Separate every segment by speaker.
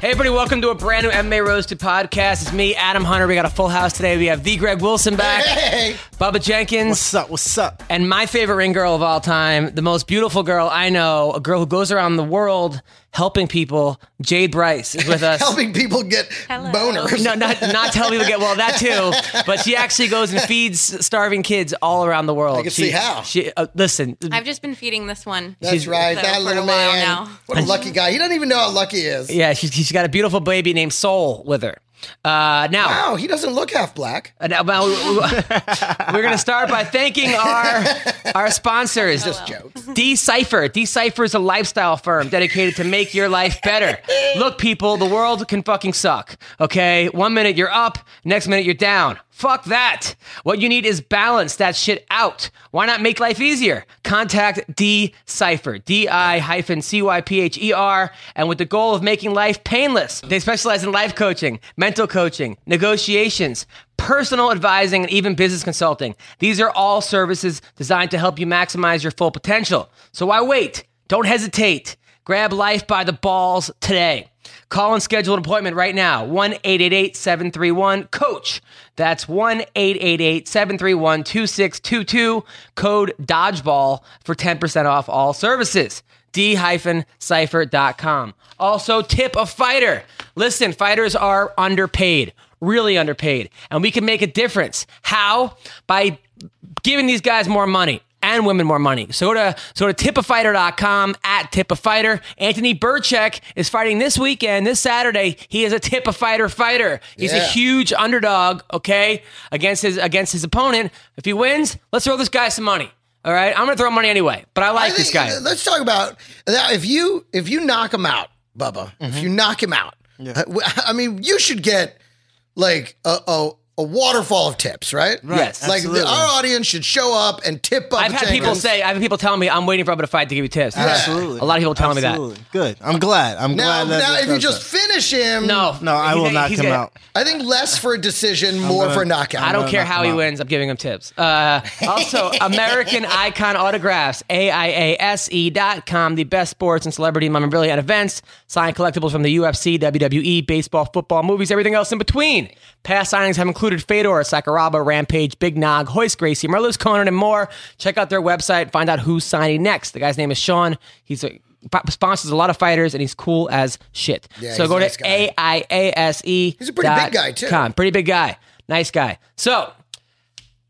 Speaker 1: Hey, everybody, welcome to a brand new MMA Roasted podcast. It's me, Adam Hunter. We got a full house today. We have the Greg Wilson back,
Speaker 2: Hey,
Speaker 1: Bubba Jenkins,
Speaker 2: what's up? What's up?
Speaker 1: and my favorite ring girl of all time, the most beautiful girl I know, a girl who goes around the world helping people, Jade Bryce, is with us.
Speaker 2: Helping people get boners.
Speaker 1: No, not, not tell people to get well, that too, but she actually goes and feeds starving kids all around the world. I
Speaker 2: can
Speaker 1: she,
Speaker 2: see how.
Speaker 1: She, uh, listen,
Speaker 3: I've just been feeding this one.
Speaker 2: That's right.
Speaker 3: So
Speaker 2: that
Speaker 3: for
Speaker 2: little
Speaker 3: a while
Speaker 2: man.
Speaker 3: now.
Speaker 2: What a lucky guy. He doesn't even know how lucky he is.
Speaker 1: yeah, she's, she's got a beautiful baby named Soul with her. Uh, now,
Speaker 2: Wow, he doesn't look half black.
Speaker 1: And now, well, we're going to start by thanking our our sponsors.
Speaker 2: Jokes.
Speaker 1: Decipher. Decipher is a lifestyle firm dedicated to make your life better. Look, people, the world can fucking suck. Okay? One minute you're up, next minute you're down. Fuck that. What you need is balance that shit out. Why not make life easier? Contact Decipher, D I hyphen C Y P H E R, and with the goal of making life painless. They specialize in life coaching, mental coaching, negotiations, personal advising, and even business consulting. These are all services designed to help you maximize your full potential. So why wait? Don't hesitate. Grab life by the balls today. Call and schedule an appointment right now. 1 888 731 Coach. That's 1 888 731 2622. Code Dodgeball for 10% off all services. D-cipher.com. Also, tip a fighter. Listen, fighters are underpaid, really underpaid, and we can make a difference. How? By giving these guys more money and women more money. So go to so go to tipafighter.com at tipafighter. Anthony Burchek is fighting this weekend, this Saturday. He is a tip a fighter fighter. He's a
Speaker 2: Yeah.
Speaker 1: huge underdog, okay, against his against his opponent. If he wins, let's throw this guy some money. All right, I'm gonna throw money anyway, but I like
Speaker 2: I
Speaker 1: this
Speaker 2: think-
Speaker 1: guy.
Speaker 2: Let's talk about that. If you if you knock him out, Bubba, if you knock him out, uh, I- I mean, you should get like a, a, a waterfall of tips, right? Right.
Speaker 1: Yes.
Speaker 2: Like the, our audience should show up and tip up.
Speaker 1: I've had people say, I've had people telling me, I'm waiting for Bubba to fight to give you tips.
Speaker 4: Absolutely.
Speaker 1: A lot of people telling me
Speaker 4: Absolutely. Good. I'm glad. I'm
Speaker 2: now,
Speaker 4: glad. that
Speaker 2: now
Speaker 4: it
Speaker 2: if you
Speaker 4: does
Speaker 2: just
Speaker 4: that.
Speaker 2: finish him,
Speaker 1: that. No,
Speaker 4: no, I
Speaker 1: he's
Speaker 4: will
Speaker 1: a-
Speaker 4: not
Speaker 1: he's
Speaker 4: come
Speaker 1: a-
Speaker 4: out.
Speaker 2: I think less for a decision, more for a knockout.
Speaker 1: I don't
Speaker 4: gonna
Speaker 1: care
Speaker 4: knock
Speaker 1: how
Speaker 4: him
Speaker 1: he
Speaker 4: out.
Speaker 1: wins. I'm giving him tips. Uh, also, American Icon Autographs, A-I-A-S-E E dot com, the best sports and celebrity memorabilia and events, signed collectibles from the UFC, WWE, E, baseball, football, movies, everything else in between. Past signings have included Fedor, Sakuraba, Rampage, Big Nog, Hoist Gracie, Merlos Conan, and more. Check out their website. Find out who's signing next. The guy's name is Sean. He's a sponsors a lot of fighters and he's cool as shit. so
Speaker 2: he's
Speaker 1: go
Speaker 2: a nice
Speaker 1: to
Speaker 2: guy.
Speaker 1: A I A S E
Speaker 2: He's a pretty big guy, too.
Speaker 1: com. Pretty big guy. Nice guy. So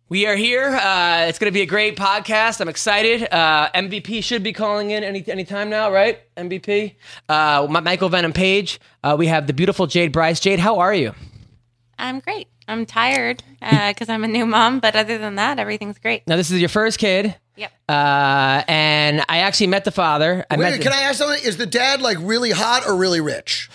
Speaker 1: we are here. Uh, it's going to be a great podcast. I'm excited. Uh, MVP should be calling in any any time now, right? MVP. Uh, my, Michael Venom Page. Uh, we have the beautiful Jade Bryce. Jade, how are you?
Speaker 3: I'm great. I'm tired because I'm a new mom, but other than that, everything's great.
Speaker 1: Now this is your first kid.
Speaker 3: Yep.
Speaker 1: Uh, and I actually met the father. I met
Speaker 2: Wait,
Speaker 1: the-
Speaker 2: can I ask something? Is the dad like really hot or really rich?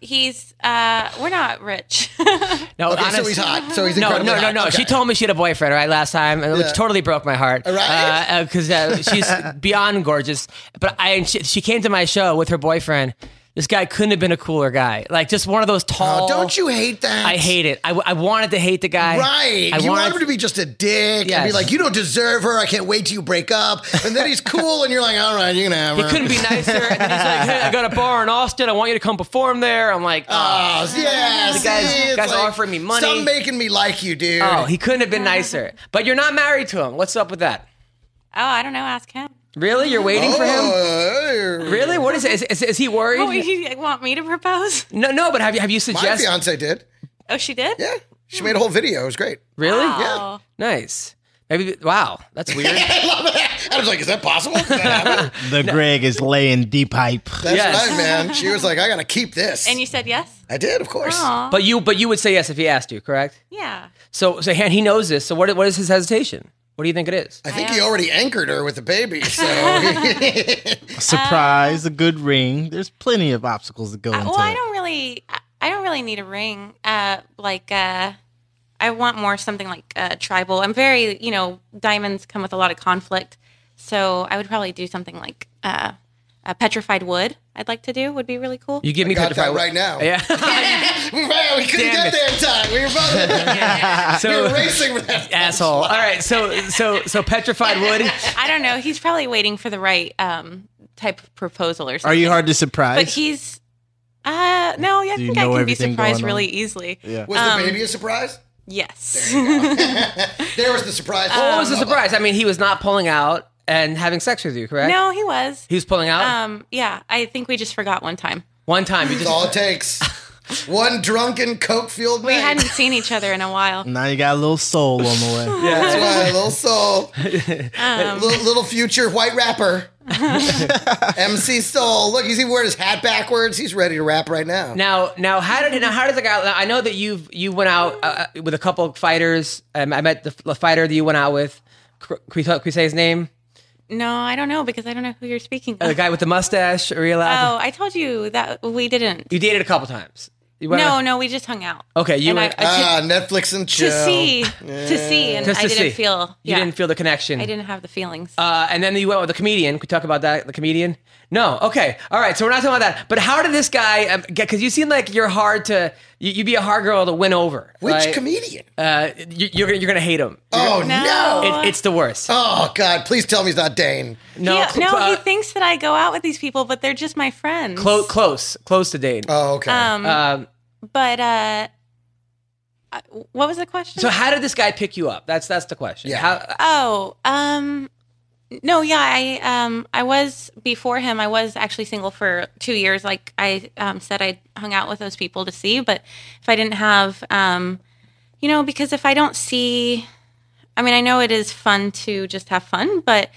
Speaker 3: He's. Uh, we're not rich. Oh,
Speaker 1: no,
Speaker 2: Okay, so
Speaker 1: honest-
Speaker 2: he's hot. So he's
Speaker 1: No,
Speaker 2: incredibly
Speaker 1: no, no,
Speaker 2: hot.
Speaker 1: no.
Speaker 2: Okay.
Speaker 1: She told me she had a boyfriend, right, last time, which totally broke my heart.
Speaker 2: Right?
Speaker 1: Because uh, she's beyond gorgeous. But I, and she, she came to my show with her boyfriend. This guy couldn't have been a cooler guy. Like, just one of those tall.
Speaker 2: Oh, don't you hate that?
Speaker 1: I hate it. I, I wanted to hate the guy.
Speaker 2: Right.
Speaker 1: I wanted-
Speaker 2: you want him to be just a dick and be
Speaker 1: Yes.
Speaker 2: like, you don't deserve her. I can't wait till you break up. And then he's cool and you're like, all right, you're going to have
Speaker 1: He
Speaker 2: her.
Speaker 1: couldn't be nicer. And then he's like, hey, I got a bar in Austin. I want you to come perform there. I'm like, oh,
Speaker 2: Oh, yeah.
Speaker 1: The guy's-
Speaker 2: see, it's
Speaker 1: guy's offering me money.
Speaker 2: Stop making me like you, dude.
Speaker 1: oh, he couldn't have been nicer. But you're not married to him. What's up with that?
Speaker 3: oh, I don't know. Ask him.
Speaker 1: Really? You're waiting for him?
Speaker 2: Oh,
Speaker 1: Really? What is it? Is, is, is he worried?
Speaker 3: Oh, you want me to propose?
Speaker 1: no, no, but have you, have you
Speaker 2: My
Speaker 1: suggested?
Speaker 2: fiance did.
Speaker 3: Oh, she did. Oh.
Speaker 2: Yeah. She made a whole video. It was great.
Speaker 1: Really?
Speaker 3: Wow.
Speaker 1: Nice. Maybe. Wow, that's weird.
Speaker 2: I love it. Adam's like, is that possible? Did that happen?
Speaker 4: The Greg is laying deep pipe.
Speaker 2: That's
Speaker 1: Yes.
Speaker 2: right, man. She was like, I gotta keep this.
Speaker 3: And you said yes?
Speaker 2: I did, of course.
Speaker 3: Aw.
Speaker 1: But you, but you would say yes if he asked you, correct?
Speaker 3: yeah.
Speaker 1: So, so and he knows this. So, what, what is his hesitation? What do you think it is?
Speaker 2: I think he already anchored her with the baby. So
Speaker 4: Surprise, a good ring. There's plenty of obstacles to go
Speaker 3: I-
Speaker 1: Uh,
Speaker 4: into.
Speaker 3: well, I
Speaker 4: it.
Speaker 3: don't really, I- I don't really need a ring. Uh, like, uh, I want more something like uh, tribal. I'm very, you know, diamonds come with a lot of conflict, so I would probably do something like uh, a petrified wood. I'd like to do would be really cool.
Speaker 1: You give me
Speaker 2: got that
Speaker 1: petrified-
Speaker 2: right now.
Speaker 1: Yeah.
Speaker 2: Man, we couldn't
Speaker 1: Damn
Speaker 2: get there in time. We were both we were
Speaker 1: so
Speaker 2: racing with that.
Speaker 1: asshole. All right. So so so petrified wood.
Speaker 3: I don't know. He's probably waiting for the right um, type of proposal or something.
Speaker 4: Are you hard to
Speaker 3: But
Speaker 4: surprise?
Speaker 3: he's. Uh, no, yeah, I
Speaker 4: you
Speaker 3: think I
Speaker 4: know
Speaker 3: can be
Speaker 4: everything
Speaker 3: surprised
Speaker 4: going on?
Speaker 3: really easily.
Speaker 4: yeah.
Speaker 2: Was
Speaker 3: Um,
Speaker 2: the baby a surprise?
Speaker 3: Yes.
Speaker 2: There was the surprise.
Speaker 1: What
Speaker 3: Oh.
Speaker 1: was the surprise? I mean, he was not pulling out and having sex with you, correct?
Speaker 3: no, he was.
Speaker 1: He was pulling out
Speaker 3: Um, yeah, I think we just forgot one time.
Speaker 1: one time. You
Speaker 2: That's
Speaker 1: just
Speaker 2: all it takes. One drunken coke fueled
Speaker 3: We
Speaker 2: night.
Speaker 3: hadn't seen each other in a while.
Speaker 4: Now you got a little soul on the way.
Speaker 2: That's why little soul,
Speaker 1: Um,
Speaker 2: little, little future white rapper, MC Soul. Look, he's even wearing his hat backwards. He's ready to rap right now.
Speaker 1: now now how did now how did the guy? I know that you've you went out uh, uh, with a couple of fighters. Um, I met the, f- the fighter that you went out with. Cr- Can we, talk, can we say his name?
Speaker 3: No, I don't know because I don't know who you're speaking
Speaker 1: Uh,
Speaker 3: of.
Speaker 1: The guy with the mustache. Are you allowed?
Speaker 3: Oh, I told you that we didn't.
Speaker 1: You dated a couple times. You went
Speaker 3: No,
Speaker 1: out-
Speaker 3: no, we just hung out.
Speaker 1: Okay, you
Speaker 3: And
Speaker 1: went-
Speaker 3: I- I-
Speaker 2: Ah, Netflix and
Speaker 3: to,
Speaker 2: chill.
Speaker 3: to see, to see, and
Speaker 1: Just
Speaker 3: I
Speaker 1: to
Speaker 3: didn't
Speaker 1: see.
Speaker 3: feel.
Speaker 1: You
Speaker 3: yeah,
Speaker 1: didn't feel the connection.
Speaker 3: I didn't have the feelings.
Speaker 1: Uh, and then you went with a comedian. Could we talk about that? The comedian? No. Okay. All right. So we're not talking about that. But how did this guy um, get? Because you seem like you're hard to. You, you'd be a hard girl to win over.
Speaker 2: Which
Speaker 1: right?
Speaker 2: comedian?
Speaker 1: Uh, you, you're gonna- you're gonna hate him.
Speaker 2: oh no.
Speaker 3: No.
Speaker 1: It, it's the worst.
Speaker 2: Oh God! Please tell me he's not Dane.
Speaker 1: no.
Speaker 3: Uh, Yeah, no,
Speaker 1: uh,
Speaker 3: he thinks that I go out with these people, but they're just my friends.
Speaker 1: clo- close, close to Dane.
Speaker 2: Oh okay.
Speaker 3: Um,
Speaker 1: um,
Speaker 3: but uh, I- what was the question?
Speaker 1: so how did this guy pick you up? That's that's the question.
Speaker 2: Yeah.
Speaker 1: How,
Speaker 3: Oh, um no, yeah, I um I was before him, I was actually single for 2 years like I um said I hung out with those people to see, but if I didn't have um you know, because if I don't see I mean, I know it is fun to just have fun, but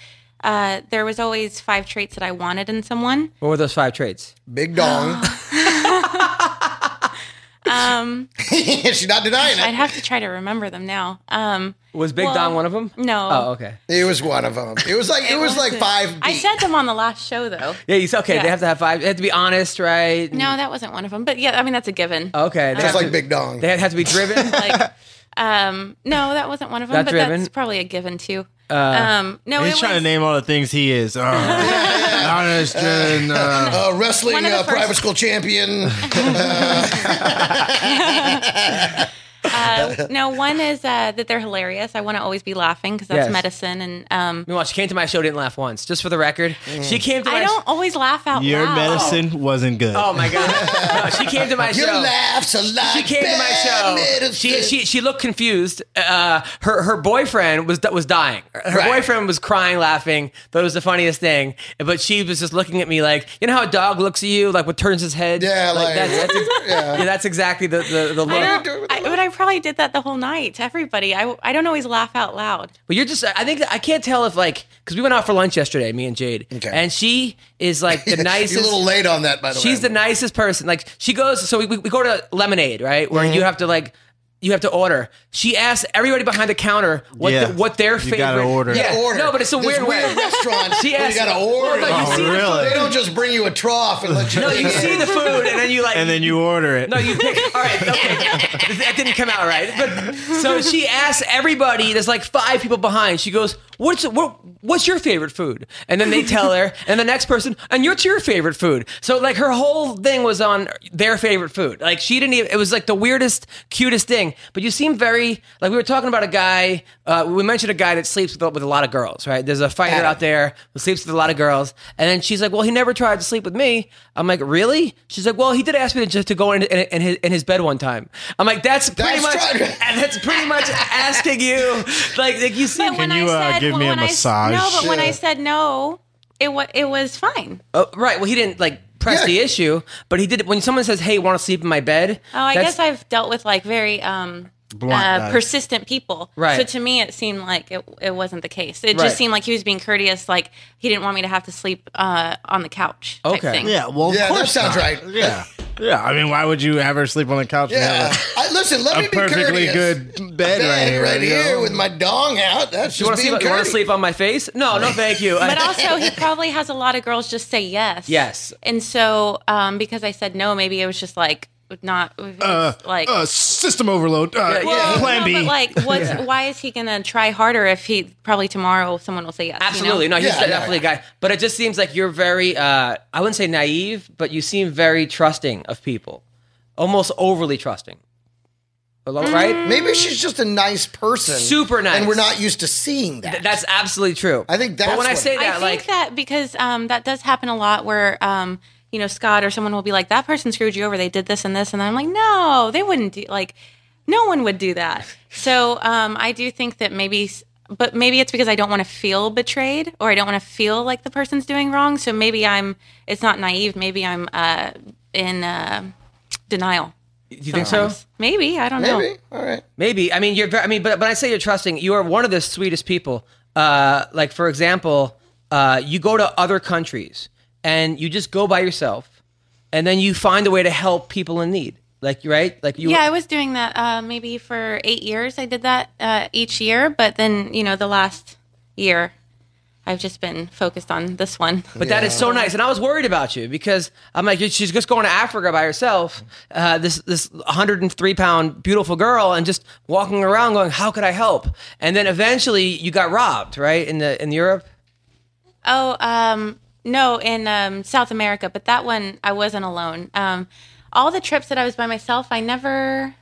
Speaker 3: uh, there was always five traits that I wanted in someone.
Speaker 1: what were those five traits?
Speaker 2: Big dong.
Speaker 3: Um,
Speaker 2: she's not denying
Speaker 3: I'd
Speaker 2: it.
Speaker 3: have to try to remember them now. Um,
Speaker 1: Was Big
Speaker 3: Well,
Speaker 1: Don one of them?
Speaker 3: no.
Speaker 1: Oh, okay.
Speaker 2: It was one of them. It was like it, was like
Speaker 3: wasn't.
Speaker 2: five.
Speaker 3: I
Speaker 2: deep.
Speaker 3: said them on the last show, though.
Speaker 1: Yeah. He's okay. They
Speaker 3: Yeah.
Speaker 1: have to have five. They have to be honest, right?
Speaker 3: No, that wasn't one of them. But yeah, I mean, that's a given.
Speaker 1: Okay. They
Speaker 2: Just
Speaker 1: have
Speaker 2: like
Speaker 1: to-
Speaker 2: Big Dong.
Speaker 1: They have to be driven.
Speaker 3: like um no that wasn't one of them
Speaker 1: Not
Speaker 3: but
Speaker 1: driven. Uh,
Speaker 3: that's probably a given too um no
Speaker 4: He's
Speaker 3: it
Speaker 4: trying
Speaker 3: was
Speaker 4: to name all the things he is. Oh, honest and, uh,
Speaker 2: Uh, wrestling
Speaker 3: One of the
Speaker 2: uh,
Speaker 3: first-
Speaker 2: private school champion.
Speaker 3: uh, no one is uh that they're hilarious i want to always be laughing because that's
Speaker 1: Yes.
Speaker 3: medicine and um
Speaker 1: Meanwhile, she came to my show, didn't laugh once. Just for the record, she came to my.
Speaker 3: i don't always laugh out
Speaker 4: your
Speaker 3: loud
Speaker 4: medicine wasn't good.
Speaker 1: oh my god! No, she came to my
Speaker 2: Your
Speaker 1: show.
Speaker 2: laughs are like
Speaker 1: She came to my
Speaker 2: bad
Speaker 1: show. She, she she looked confused. Uh, her her boyfriend was was dying. Her
Speaker 2: Right.
Speaker 1: boyfriend was crying, laughing. Thought it was the funniest thing. But she was just looking at me like, you know how a dog looks at you, like what turns his head.
Speaker 2: Yeah, like-
Speaker 1: that's, that's ex- yeah. that's exactly the the, the
Speaker 3: I
Speaker 1: look.
Speaker 3: don't- I- but I probably did that the whole night to everybody. I, I don't always laugh out loud.
Speaker 1: But you're just, I think, that, I can't tell if like, because we went out for lunch yesterday, me and Jade,
Speaker 2: Okay.
Speaker 1: and she is like the nicest.
Speaker 2: You're a little late on that, by the way.
Speaker 1: She's the nicest person. Like she goes, so we, we we go to lemonade, right? Where you have to like you have to order. She asks everybody behind the counter what
Speaker 4: Yeah.
Speaker 1: the, what their
Speaker 4: You
Speaker 1: favorite.
Speaker 4: gotta order. You
Speaker 1: Yeah.
Speaker 4: gotta
Speaker 2: order.
Speaker 1: No, but it's a
Speaker 2: This
Speaker 1: weird, way.
Speaker 2: weird restaurant.
Speaker 1: She
Speaker 2: where
Speaker 1: asked-
Speaker 2: you gotta
Speaker 1: Well,
Speaker 2: order.
Speaker 1: no,
Speaker 4: Oh,
Speaker 1: you see
Speaker 2: They
Speaker 4: really?
Speaker 2: don't just bring you a trough and let you.
Speaker 1: No, you see the food and then you like
Speaker 4: And then you order it.
Speaker 1: no, you pick. All right, okay. that didn't come out right. But so she asks everybody. There's like five people behind. She goes, "What's what, what's your favorite food?" And then they tell her, and the next person, and what's your favorite food? So like her whole thing was on their favorite food. Like she didn't even. It was like the weirdest, cutest thing. But you seem very like we were talking about a guy. Uh, we mentioned a guy that sleeps with, with a lot of girls, right? There's a fighter
Speaker 2: Adam.
Speaker 1: out there who sleeps with a lot of girls. And then she's like, "Well, he never tried to sleep with me." I'm like, "Really?" She's like, "Well, he did ask me to just to go in, in, in his in his bed one time." I'm like, "That's pretty
Speaker 2: That's
Speaker 1: much
Speaker 2: trying-
Speaker 1: and that's pretty much asking you like like you
Speaker 3: But
Speaker 1: seem
Speaker 3: when
Speaker 4: you, uh,
Speaker 3: I said,
Speaker 4: give
Speaker 3: well,
Speaker 4: me a
Speaker 3: when I s-
Speaker 4: massage?
Speaker 3: no, but when
Speaker 2: Yeah.
Speaker 3: I said no, it was it was fine.
Speaker 1: Oh, right. Well, he didn't like press
Speaker 2: Yeah.
Speaker 1: the issue, but he did. When someone says, "Hey, want to sleep in my bed?"
Speaker 3: Oh, I
Speaker 1: that's-
Speaker 3: guess I've dealt with like very um
Speaker 4: Blunt
Speaker 3: uh,
Speaker 4: dice.
Speaker 3: persistent people.
Speaker 1: Right.
Speaker 3: So to me, it seemed like it, it wasn't the case. It
Speaker 1: Right.
Speaker 3: just seemed like he was being courteous, like he didn't want me to have to sleep uh, on the couch. Type
Speaker 1: Okay.
Speaker 3: Thing.
Speaker 4: yeah, well, of
Speaker 2: Yeah, that
Speaker 4: course
Speaker 2: sounds
Speaker 4: not.
Speaker 2: right.
Speaker 4: Yeah, yeah. I mean, why would you ever sleep on the couch? and
Speaker 2: Yeah.
Speaker 4: have
Speaker 2: I, listen, let
Speaker 4: a-
Speaker 2: me
Speaker 4: a
Speaker 2: be
Speaker 4: perfectly
Speaker 2: courteous.
Speaker 4: good bed, right
Speaker 2: Bed
Speaker 4: here,
Speaker 2: right
Speaker 4: you know?
Speaker 2: here with my dong out. That's
Speaker 1: You
Speaker 2: just
Speaker 1: want to
Speaker 2: being
Speaker 1: sleep? You want to
Speaker 2: courteous.
Speaker 1: sleep on my face? No, no, thank you.
Speaker 3: But also, he probably has a lot of girls just say yes.
Speaker 1: Yes.
Speaker 3: And so, um, because I said no, maybe it was just like not like
Speaker 4: uh, system overload. Uh,
Speaker 1: Well, yeah.
Speaker 4: Plan
Speaker 3: no,
Speaker 4: B.
Speaker 3: But like, what's, why is he gonna try harder if he probably tomorrow someone will say yes? you know?
Speaker 1: Absolutely. No, he's
Speaker 2: Yeah, yeah,
Speaker 1: definitely a guy. But it just seems like you're very, uh, I wouldn't say naive, but you seem very trusting of people, almost overly trusting. Hello, Right?
Speaker 2: Mm. Maybe she's just a nice person.
Speaker 1: Super nice.
Speaker 2: And we're not used to seeing that.
Speaker 1: That's absolutely true.
Speaker 2: I think
Speaker 1: But
Speaker 2: that's
Speaker 1: when I
Speaker 2: what-
Speaker 1: say
Speaker 3: I
Speaker 1: that,
Speaker 3: think
Speaker 1: like,
Speaker 3: that because um, that does happen a lot where um, you know Scott or someone will be like that person screwed you over they did this and this and I'm like no they wouldn't do like no one would do that so um, I do think that maybe s- but maybe it's because I don't want to feel betrayed or I don't want to feel like the person's doing wrong so maybe I'm it's not naive maybe I'm uh, in uh, denial
Speaker 1: do you think so?
Speaker 3: maybe I don't know
Speaker 2: Maybe. All right.
Speaker 1: Maybe. I mean, you're. Very, I mean, but when I say you're trusting, you are one of the sweetest people. Uh, like for example, uh, you go to other countries and you just go by yourself, and then you find a way to help people in need. Like right, like you.
Speaker 3: yeah, I was doing that uh, maybe for eight years. I did that uh, each year, but then you know the last year, I've just been focused on this one.
Speaker 1: But that is so nice, and I was worried about you because I'm like, she's just going to Africa by herself. Uh, this this 103 pound beautiful girl, and just walking around going, how could I help? And then eventually you got robbed, right? In the in Europe.
Speaker 3: oh, um, no, in um, South America, but that one I wasn't alone. Um, all the trips that I was by myself, I never,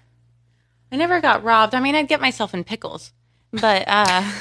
Speaker 3: I never got robbed. I mean, I'd get myself in pickles, but uh,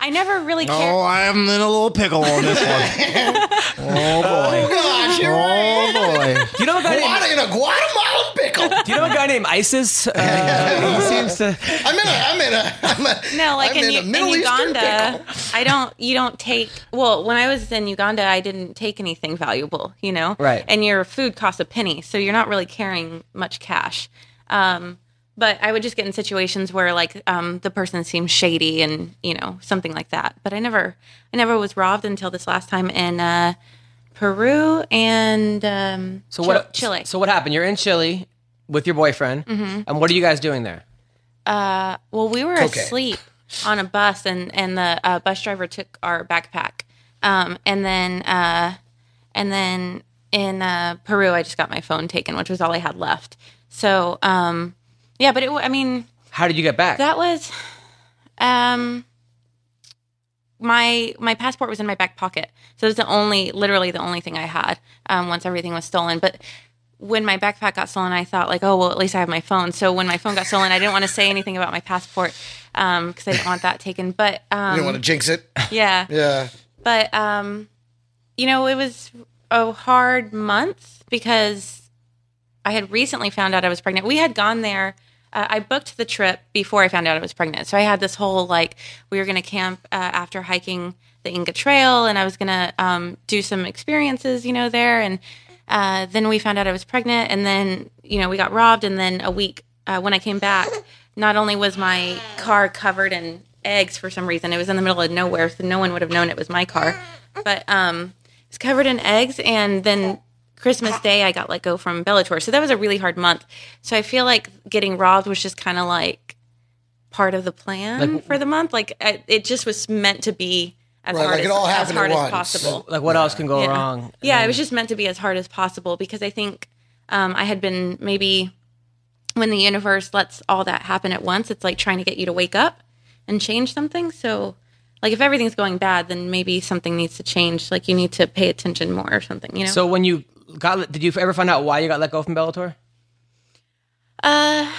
Speaker 3: I never really cared.
Speaker 4: Oh, I am in a little pickle on this one. oh boy.
Speaker 2: Gosh, you're right.
Speaker 4: Oh boy.
Speaker 1: Do you know a guy named,
Speaker 2: Guada- in a Guatemalan pickle.
Speaker 1: do you know a guy named ISIS? Uh, he seems to.
Speaker 2: I'm in a. I'm in a. I'm a
Speaker 3: No, like
Speaker 2: I'm
Speaker 3: in,
Speaker 2: in
Speaker 3: U-
Speaker 2: a Middle
Speaker 3: in
Speaker 2: Eastern
Speaker 3: Uganda,
Speaker 2: pickle.
Speaker 3: I don't. You don't take. Well, when I was in Uganda, I didn't take anything valuable. You know,
Speaker 1: Right.
Speaker 3: And your food costs a penny, so you're not really carrying much cash. Um, but I would just get in situations where like um, the person seems shady and you know something like that. But I never, I never was robbed until this last time in uh, Peru and um,
Speaker 1: So what?
Speaker 3: Chil- Chile. Mm-hmm.
Speaker 1: So what happened? You're in Chile with your boyfriend, and what are you guys doing there?
Speaker 3: Well, we were
Speaker 2: Cocaine.
Speaker 3: asleep on a bus, and and the uh, bus driver took our backpack. Um, and then uh, and then in uh, Peru, I just got my phone taken, which was all I had left. So um, yeah, but it. wa- I mean,
Speaker 1: How did you get back?
Speaker 3: that was um, my my passport was in my back pocket, so it was the only, literally the only thing I had. Um, once everything was stolen, but. When my backpack got stolen, I thought like, oh well, at least I have my phone. So when my phone got stolen, I didn't want to say anything about my passport because I didn't want that taken. But
Speaker 2: You don't
Speaker 3: um,
Speaker 2: want to jinx it.
Speaker 3: yeah,
Speaker 2: Yeah.
Speaker 3: but um, you know, it was a hard month because I had recently found out I was pregnant. We had gone there. Uh, I booked the trip before I found out I was pregnant, so I had this whole like we were going to camp uh, after hiking the Inca Trail, and I was going to um, do some experiences, you know, there. And uh, then we found out I was pregnant, and then you know we got robbed, and then a week uh, when I came back, not only was my car covered in eggs for some reason, it was in the middle of nowhere, so no one would have known it was my car, but um, it's covered in eggs, and then Christmas Day, I got let go from Bellator. So that was a really hard month. So I feel like getting robbed was just kind of like part of the plan for the month. Like I, it just was meant to be as
Speaker 2: Right,
Speaker 3: hard,
Speaker 2: like it
Speaker 3: as,
Speaker 2: all
Speaker 3: as,
Speaker 2: happened at
Speaker 3: hard as
Speaker 2: once.
Speaker 3: possible.
Speaker 1: like what else can go wrong?
Speaker 3: Yeah, it was just meant to be as hard as possible because I think um, I had been maybe when the universe lets all that happen at once, it's like trying to get you to wake up and change something. So, like if everything's going bad, then maybe something needs to change. Like you need to pay attention more or something. You know.
Speaker 1: So when you got, did you ever find out why you got let go from Bellator?
Speaker 3: Uh,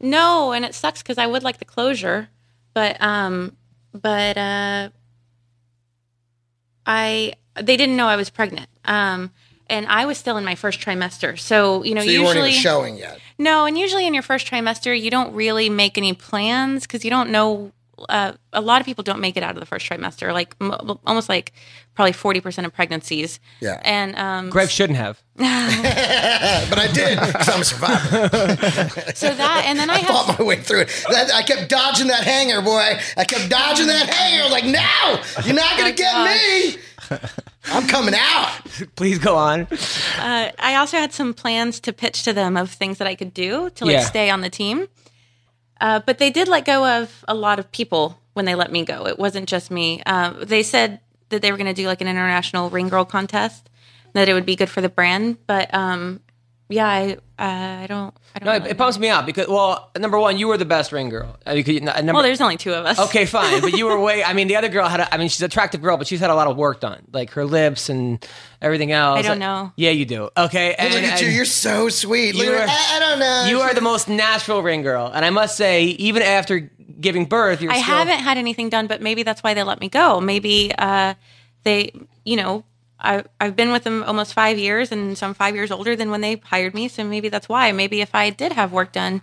Speaker 3: No, and it sucks because I would like the closure, but um, but uh, I they didn't know I was pregnant. Um, and I was still in my first trimester, so you know
Speaker 2: So you
Speaker 3: usually
Speaker 2: weren't even showing yet.
Speaker 3: no, and usually in your first trimester you don't really make any plans because you don't know uh, a lot of people don't make it out of the first trimester, like m- almost like probably forty percent of pregnancies.
Speaker 2: Yeah.
Speaker 3: and um,
Speaker 1: Greg shouldn't have.
Speaker 2: But I did because I'm a survivor.
Speaker 3: so that, and then I have
Speaker 2: Fought my way through it. That, I kept dodging that hanger, boy. I kept dodging that hanger. I was like, no, you're not
Speaker 1: Oh
Speaker 2: gonna get me. I'm coming out.
Speaker 1: Please go on.
Speaker 3: uh, I also had some plans to pitch to them of things that I could do to like
Speaker 1: Yeah.
Speaker 3: stay on the team. Uh, but they did let go of a lot of people when they let me go. It wasn't just me. Um, they said that they were going to do like an international ring girl contest, that it would be good for the brand. But um, yeah, I uh, I don't. I don't
Speaker 1: No, it,
Speaker 3: really
Speaker 1: it
Speaker 3: know.
Speaker 1: pumps me up because well, number one, you were the best ring girl. I mean, 'cause you- n- uh, number,
Speaker 3: well, there's only two of us.
Speaker 1: Okay, fine, but you were way. I mean, the other girl had. A, I mean, she's an attractive girl, but she's had a lot of work done, like her lips and everything else.
Speaker 3: don't know.
Speaker 1: Yeah, you do. Okay, and,
Speaker 2: Look at you.
Speaker 1: and
Speaker 2: You're so sweet. Look
Speaker 1: you
Speaker 2: at-
Speaker 1: are-
Speaker 2: I, I don't know.
Speaker 1: you are the most natural ring girl, and I must say, even after giving birth, you're
Speaker 3: I
Speaker 1: still,
Speaker 3: haven't had anything done, but maybe that's why they let me go. Maybe uh, they, you know, I, I've been with them almost five years, and so I'm five years older than when they hired me. So maybe that's why. Maybe if I did have work done,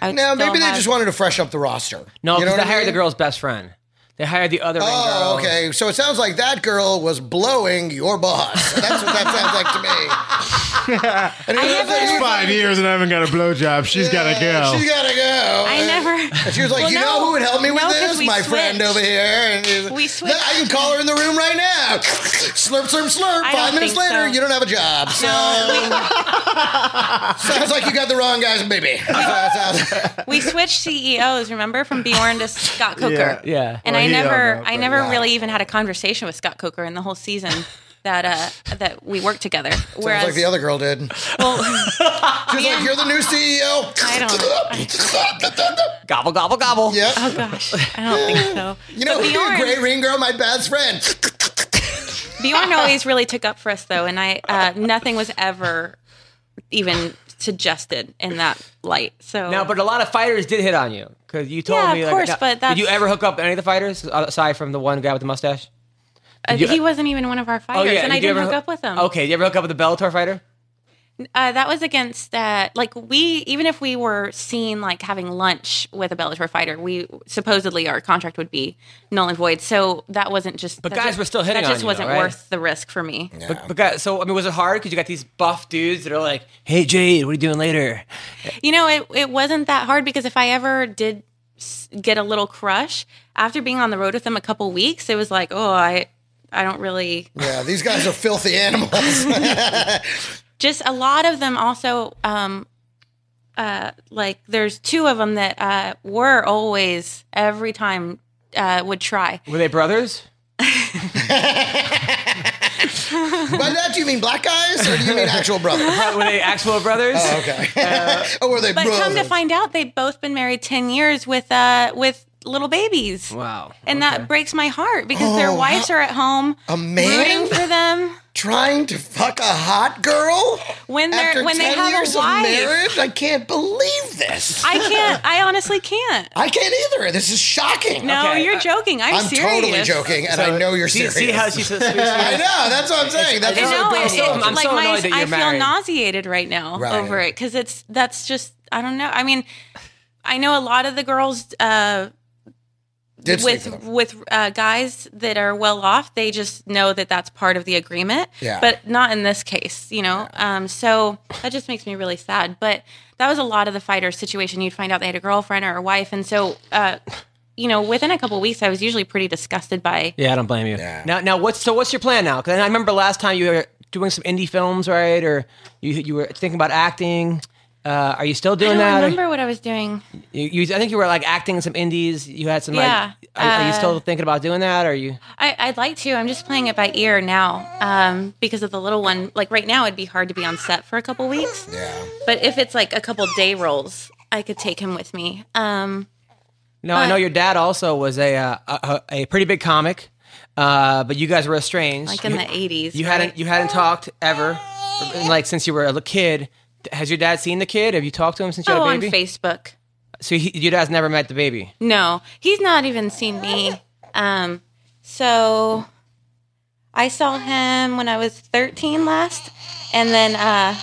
Speaker 3: I would
Speaker 2: No,
Speaker 3: still
Speaker 2: maybe they
Speaker 3: have-
Speaker 2: just wanted to fresh up the roster.
Speaker 1: No,
Speaker 2: You know
Speaker 1: because
Speaker 2: what
Speaker 1: they
Speaker 2: I
Speaker 1: hired the
Speaker 2: mean?
Speaker 1: girl's best friend. They hired the other
Speaker 2: Oh,
Speaker 1: ring girl.
Speaker 2: okay. So it sounds like that girl was blowing your boss. That's what that sounds like to me. And it was
Speaker 4: It's five years and I haven't got a blowjob. She's
Speaker 2: like,
Speaker 4: got to
Speaker 2: She's
Speaker 4: go.
Speaker 2: gotta go.
Speaker 3: I never.
Speaker 2: And she was like,
Speaker 3: Well,
Speaker 2: "You
Speaker 3: no.
Speaker 2: know who would help me with
Speaker 3: No, 'cause
Speaker 2: this?
Speaker 3: we
Speaker 2: My friend
Speaker 3: switched.
Speaker 2: over here." And he's-
Speaker 3: We switched.
Speaker 2: I can call her in the room right now. slurp, slurp, slurp.
Speaker 3: I
Speaker 2: Five
Speaker 3: don't
Speaker 2: minutes
Speaker 3: think
Speaker 2: later,
Speaker 3: so.
Speaker 2: you don't have a job. So sounds like you got the wrong guy's baby.
Speaker 3: we switched CEOs, remember, from Bjorn to Scott Coker.
Speaker 1: Yeah.
Speaker 3: And
Speaker 4: Well,
Speaker 3: I
Speaker 4: he don't
Speaker 3: never,
Speaker 4: know,
Speaker 3: I
Speaker 4: but
Speaker 3: never
Speaker 4: wow.
Speaker 3: really even had a conversation with Scott Coker in the whole season that uh, that we worked together. Whereas,
Speaker 2: Sounds like the other girl did. She's
Speaker 3: well,
Speaker 2: like, "You're the new E CEO."
Speaker 3: I don't-
Speaker 1: Gobble gobble gobble.
Speaker 2: Yep.
Speaker 3: oh gosh, I don't think so.
Speaker 2: You know,
Speaker 3: But
Speaker 2: who'd be a
Speaker 3: Bjorn-
Speaker 2: great ring girl, my best friend.
Speaker 3: Bjorn always really took up for us though, and I uh, nothing was ever even suggested in that light. So
Speaker 1: Now, but a lot of fighters did hit on you because you told
Speaker 3: Yeah,
Speaker 1: me.
Speaker 3: of
Speaker 1: like,
Speaker 3: course,
Speaker 1: now-
Speaker 3: but that's-
Speaker 1: did you ever hook up any of the fighters uh, aside from the one guy with the mustache?
Speaker 3: uh,
Speaker 1: you-
Speaker 3: he wasn't even one of our fighters, and I
Speaker 1: did Oh, you
Speaker 3: didn't
Speaker 1: ever
Speaker 3: hook up with him.
Speaker 1: Okay, did you ever hook up with the Bellator fighter?
Speaker 3: uh, that was against uh, like we even if we were seen like having lunch with a Bellator fighter, we supposedly our contract would be null and void. So that wasn't just. But
Speaker 1: guys were still hitting
Speaker 3: That
Speaker 1: on
Speaker 3: just
Speaker 1: you, though,
Speaker 3: wasn't
Speaker 1: right?
Speaker 3: worth the risk for me.
Speaker 1: But, but guys, so I mean, was it hard because you got these buff dudes that are like, "Hey Jade, what are you doing later?"
Speaker 3: You know, it, it wasn't that hard because if I ever did s- get a little crush after being on the road with them a couple weeks, it was like, oh, I, I don't really.
Speaker 2: yeah, these guys are filthy animals.
Speaker 3: Just a lot of them also, um, uh, like there's two of them that uh, were always every time uh, would try.
Speaker 1: Were they brothers?
Speaker 2: By that, do you mean black guys or do you mean actual brothers?
Speaker 1: Were they actual brothers?
Speaker 2: Okay. oh, were they
Speaker 3: Uh, But
Speaker 2: brothers?
Speaker 3: come to find out, they've both been married ten years with uh, with little babies.
Speaker 1: Wow.
Speaker 3: And that breaks my heart because their wives are at home
Speaker 2: a man?
Speaker 3: rooting for them.
Speaker 2: Trying to fuck a hot girl
Speaker 3: When they're-
Speaker 2: after
Speaker 3: when they
Speaker 2: 10
Speaker 3: have a
Speaker 2: years
Speaker 3: wife.
Speaker 2: of marriage? I can't believe this. I,
Speaker 3: I can't. I honestly can't.
Speaker 2: can't either. This is shocking.
Speaker 3: No,
Speaker 1: Okay,
Speaker 3: you're
Speaker 1: uh,
Speaker 3: joking. I'm,
Speaker 2: I'm
Speaker 3: serious.
Speaker 2: totally joking, and I know you're
Speaker 1: see,
Speaker 2: serious.
Speaker 1: see how she's. So sweet.
Speaker 2: I know. That's what I'm saying. That's
Speaker 3: I
Speaker 2: what
Speaker 3: know.
Speaker 2: it
Speaker 3: It,
Speaker 2: boils
Speaker 3: it,
Speaker 2: down to.
Speaker 1: I'm
Speaker 3: like
Speaker 1: so
Speaker 3: my,
Speaker 1: annoyed that
Speaker 3: I
Speaker 1: you're
Speaker 3: feel
Speaker 1: married.
Speaker 3: nauseated right now
Speaker 2: Right.
Speaker 3: over it because it's that's just I don't know. I mean, I know a lot of the girls uh,
Speaker 2: Did sleep
Speaker 3: with
Speaker 2: with them.
Speaker 3: with uh, guys that are well off, they just know that that's part of the agreement.
Speaker 2: Yeah.
Speaker 3: But not in this case, you know. Um, so that just makes me really sad. But that was a lot of the fighters' situation. You'd find out they had a girlfriend or a wife, and so. Uh, you know, within a couple of weeks, I was usually pretty disgusted by
Speaker 1: Yeah, I don't blame you.
Speaker 2: Yeah.
Speaker 1: Now, now, what's so? What's your plan now? Because I remember last time you were doing some indie films, right? Or you you were thinking about acting. Uh, are you still
Speaker 3: I
Speaker 1: doing
Speaker 3: don't
Speaker 1: that?
Speaker 3: remember what I was doing.
Speaker 1: You, you, I think you were like acting in some indies. You had some.
Speaker 3: Yeah,
Speaker 1: Like, are, are you
Speaker 3: uh,
Speaker 1: still thinking about doing that? Or are you?
Speaker 3: I, I'd like to. I'm just playing it by ear now um, because of the little one. Like right now, it'd be hard to be on set for a couple weeks.
Speaker 2: Yeah.
Speaker 3: But if it's like a couple day rolls, I could take him with me. Um,
Speaker 1: No, I know your dad also was a uh, a, a pretty big comic, uh, but you guys were estranged.
Speaker 3: like in
Speaker 1: you,
Speaker 3: the 80s.
Speaker 1: you
Speaker 3: right?
Speaker 1: hadn't you hadn't talked ever, and, like since you were a little kid. Has your dad seen the kid? Have you talked to him since you
Speaker 3: Oh,
Speaker 1: had a
Speaker 3: on
Speaker 1: baby?
Speaker 3: Facebook.
Speaker 1: So he, your dad's never met the baby.
Speaker 3: No, he's not even seen me. Um, so I saw him when I was 13 last, and then uh,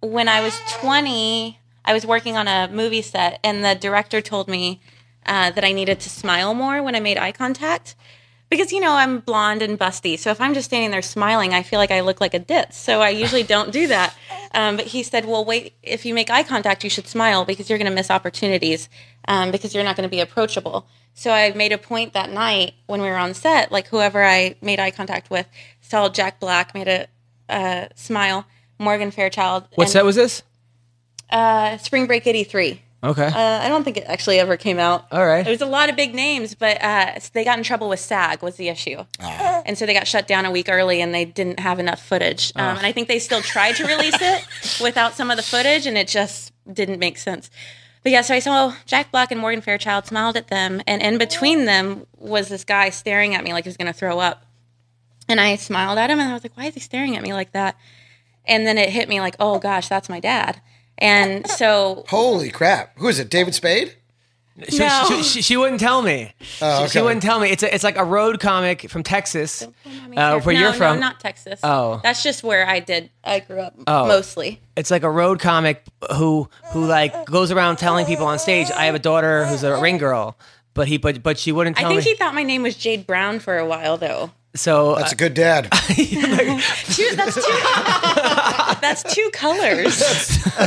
Speaker 3: when I was 20, I was working on a movie set, and the director told me uh, that I needed to smile more when I made eye contact. Because you know I'm blonde and busty, so if I'm just standing there smiling, I feel like I look like a ditz. So I usually don't do that. Um, but he said, "Well, wait. If you make eye contact, you should smile because you're going to miss opportunities um, because you're not going to be approachable." So I made a point that night when we were on set, like whoever I made eye contact with, saw Jack Black made a uh, smile, Morgan Fairchild.
Speaker 1: What set was this?
Speaker 3: Uh, Spring Break '83.
Speaker 1: Okay.
Speaker 3: Uh, I don't think it actually ever came out.
Speaker 1: All right.
Speaker 3: It was a lot of big names, but uh, so they got in trouble with SAG was the issue, and so they got shut down a week early, and they didn't have enough footage. Um, And I think they still tried to release it without some of the footage, and it just didn't make sense. But yeah, so I saw Jack Black and Morgan Fairchild smiled at them, and in between them was this guy staring at me like he was going to throw up, and I smiled at him, and I was like, "Why is he staring at me like that?" And then it hit me like, "Oh gosh, that's my dad." And so
Speaker 2: Holy crap! Who is it? David Spade?
Speaker 1: She,
Speaker 3: No.
Speaker 1: she, she, she wouldn't tell me.
Speaker 2: Oh,
Speaker 1: She
Speaker 2: okay.
Speaker 1: wouldn't tell me. It's a, it's like a road comic from Texas, uh,
Speaker 3: Here.
Speaker 1: where
Speaker 3: no,
Speaker 1: you're from.
Speaker 3: No, not Texas.
Speaker 1: Oh.
Speaker 3: that's just where I did. I grew up mostly.
Speaker 1: it's like a road comic who who like goes around telling people on stage, "I have a daughter who's a ring girl," but he but but she wouldn't
Speaker 3: I
Speaker 1: tell
Speaker 3: think
Speaker 1: me.
Speaker 3: he thought my name was Jade Brown for a while, though.
Speaker 1: so uh,
Speaker 2: That's a good dad.
Speaker 3: Two, that's two. that's two colors.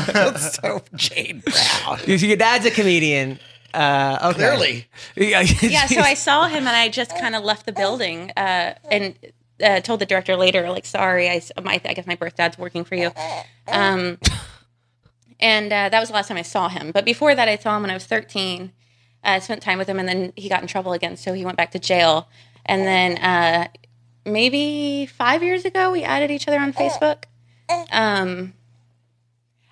Speaker 2: That's so Jade Brown.
Speaker 1: your dad's a comedian. Uh, okay.
Speaker 2: Clearly,
Speaker 1: Yeah.
Speaker 3: Yeah. So I saw him, and I just kind of left the building, uh, and uh, told the director later, like, sorry, I, s- my, I guess my birth dad's working for you. Um, and uh, that was the last time I saw him. But before that, I saw him when I was 13. Uh, I spent time with him, and then he got in trouble again, so he went back to jail. And then uh, maybe five years ago, we added each other on Facebook. Um,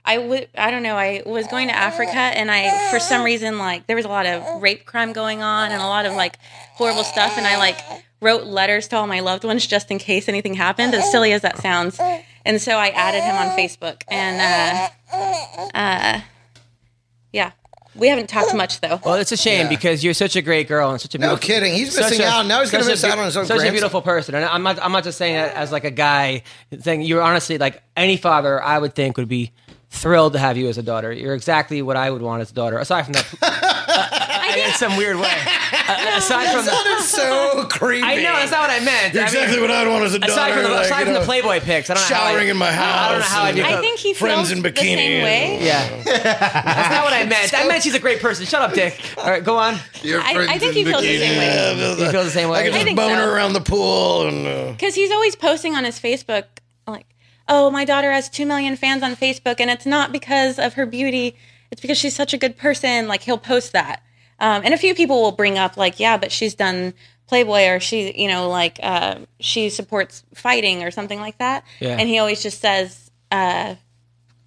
Speaker 3: I w- I don't know. I was going to Africa, and I for some reason like there was a lot of rape crime going on and a lot of like horrible stuff, and I like wrote letters to all my loved ones just in case anything happened. As silly as that sounds, and so I added him on Facebook, and uh, uh, yeah, we haven't talked much though.
Speaker 1: Well, it's a shame because you're such a great girl and such a
Speaker 2: no
Speaker 1: beautiful.
Speaker 2: kidding. He's
Speaker 1: such
Speaker 2: missing
Speaker 1: a-
Speaker 2: out. Now he's going
Speaker 1: such
Speaker 2: to
Speaker 1: a
Speaker 2: miss
Speaker 1: beau-
Speaker 2: out on his own.
Speaker 1: Such a
Speaker 2: grandson.
Speaker 1: beautiful person, and I'm not. I'm not just saying that as like a guy saying you're honestly like any father I would think would be thrilled to have you as a daughter. You're exactly what I would want as a daughter. Aside from that, in some weird way. Uh, aside from
Speaker 2: That
Speaker 1: the,
Speaker 2: is so creepy.
Speaker 1: I know that's not what I meant. I mean,
Speaker 2: what I'd want as a
Speaker 1: aside from the
Speaker 2: like,
Speaker 1: aside
Speaker 2: you
Speaker 1: from the
Speaker 2: know.
Speaker 1: Playboy pics, I don't know how I-
Speaker 2: showering in my
Speaker 1: I don't know
Speaker 2: house
Speaker 1: how I
Speaker 2: and-
Speaker 1: do.
Speaker 3: I
Speaker 1: that.
Speaker 3: think he
Speaker 2: Friends
Speaker 3: feels
Speaker 2: in
Speaker 3: the
Speaker 2: bikini.
Speaker 3: same way.
Speaker 1: Yeah. That's not what I meant. I meant she's a great person. Shut up, Dick. All right, go on.
Speaker 4: Your
Speaker 3: I- I
Speaker 4: friends
Speaker 3: think
Speaker 4: in
Speaker 3: he feels the
Speaker 4: bikini.
Speaker 3: same way.
Speaker 1: You feel the same way?
Speaker 2: I can
Speaker 3: I
Speaker 2: just
Speaker 3: think
Speaker 2: bone
Speaker 3: so.
Speaker 2: her around the pool and. Uh,
Speaker 3: because he's always posting on his Facebook, like, "Oh, my daughter has two million fans on Facebook, and it's not because of her beauty; it's because she's such a good person." Like he'll post that, um, and a few people will bring up, like, "Yeah, but she's done Playboy, or she, you know, like uh, she supports fighting or something like that."
Speaker 1: Yeah.
Speaker 3: And he always just says uh,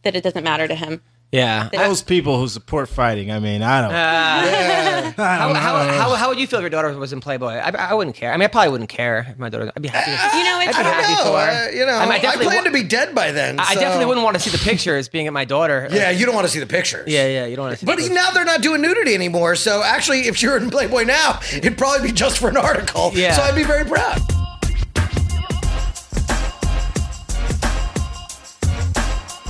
Speaker 3: that it doesn't matter to him.
Speaker 1: Yeah.
Speaker 4: Those people who support fighting. I mean, I don't.
Speaker 1: Uh, How, how, how, how would you feel if your daughter was in Playboy? I, I wouldn't care. I mean, I probably wouldn't care if my daughter. I'd be happy.
Speaker 3: You know, it's
Speaker 1: I'd be happy for
Speaker 2: no,
Speaker 1: her.
Speaker 2: I, uh, you know,
Speaker 1: I
Speaker 2: I,
Speaker 1: mean, I definitely
Speaker 2: plan
Speaker 1: wa-
Speaker 2: to be dead by then.
Speaker 1: I
Speaker 2: so-
Speaker 1: definitely wouldn't want to see the pictures being at my daughter.
Speaker 2: Yeah, you don't want to see the pictures.
Speaker 1: Yeah, yeah. You don't want to see.
Speaker 2: But
Speaker 1: the
Speaker 2: now they're not doing nudity anymore. So actually, if you're in Playboy now, it'd probably be just for an article.
Speaker 1: Yeah.
Speaker 2: So I'd be very proud.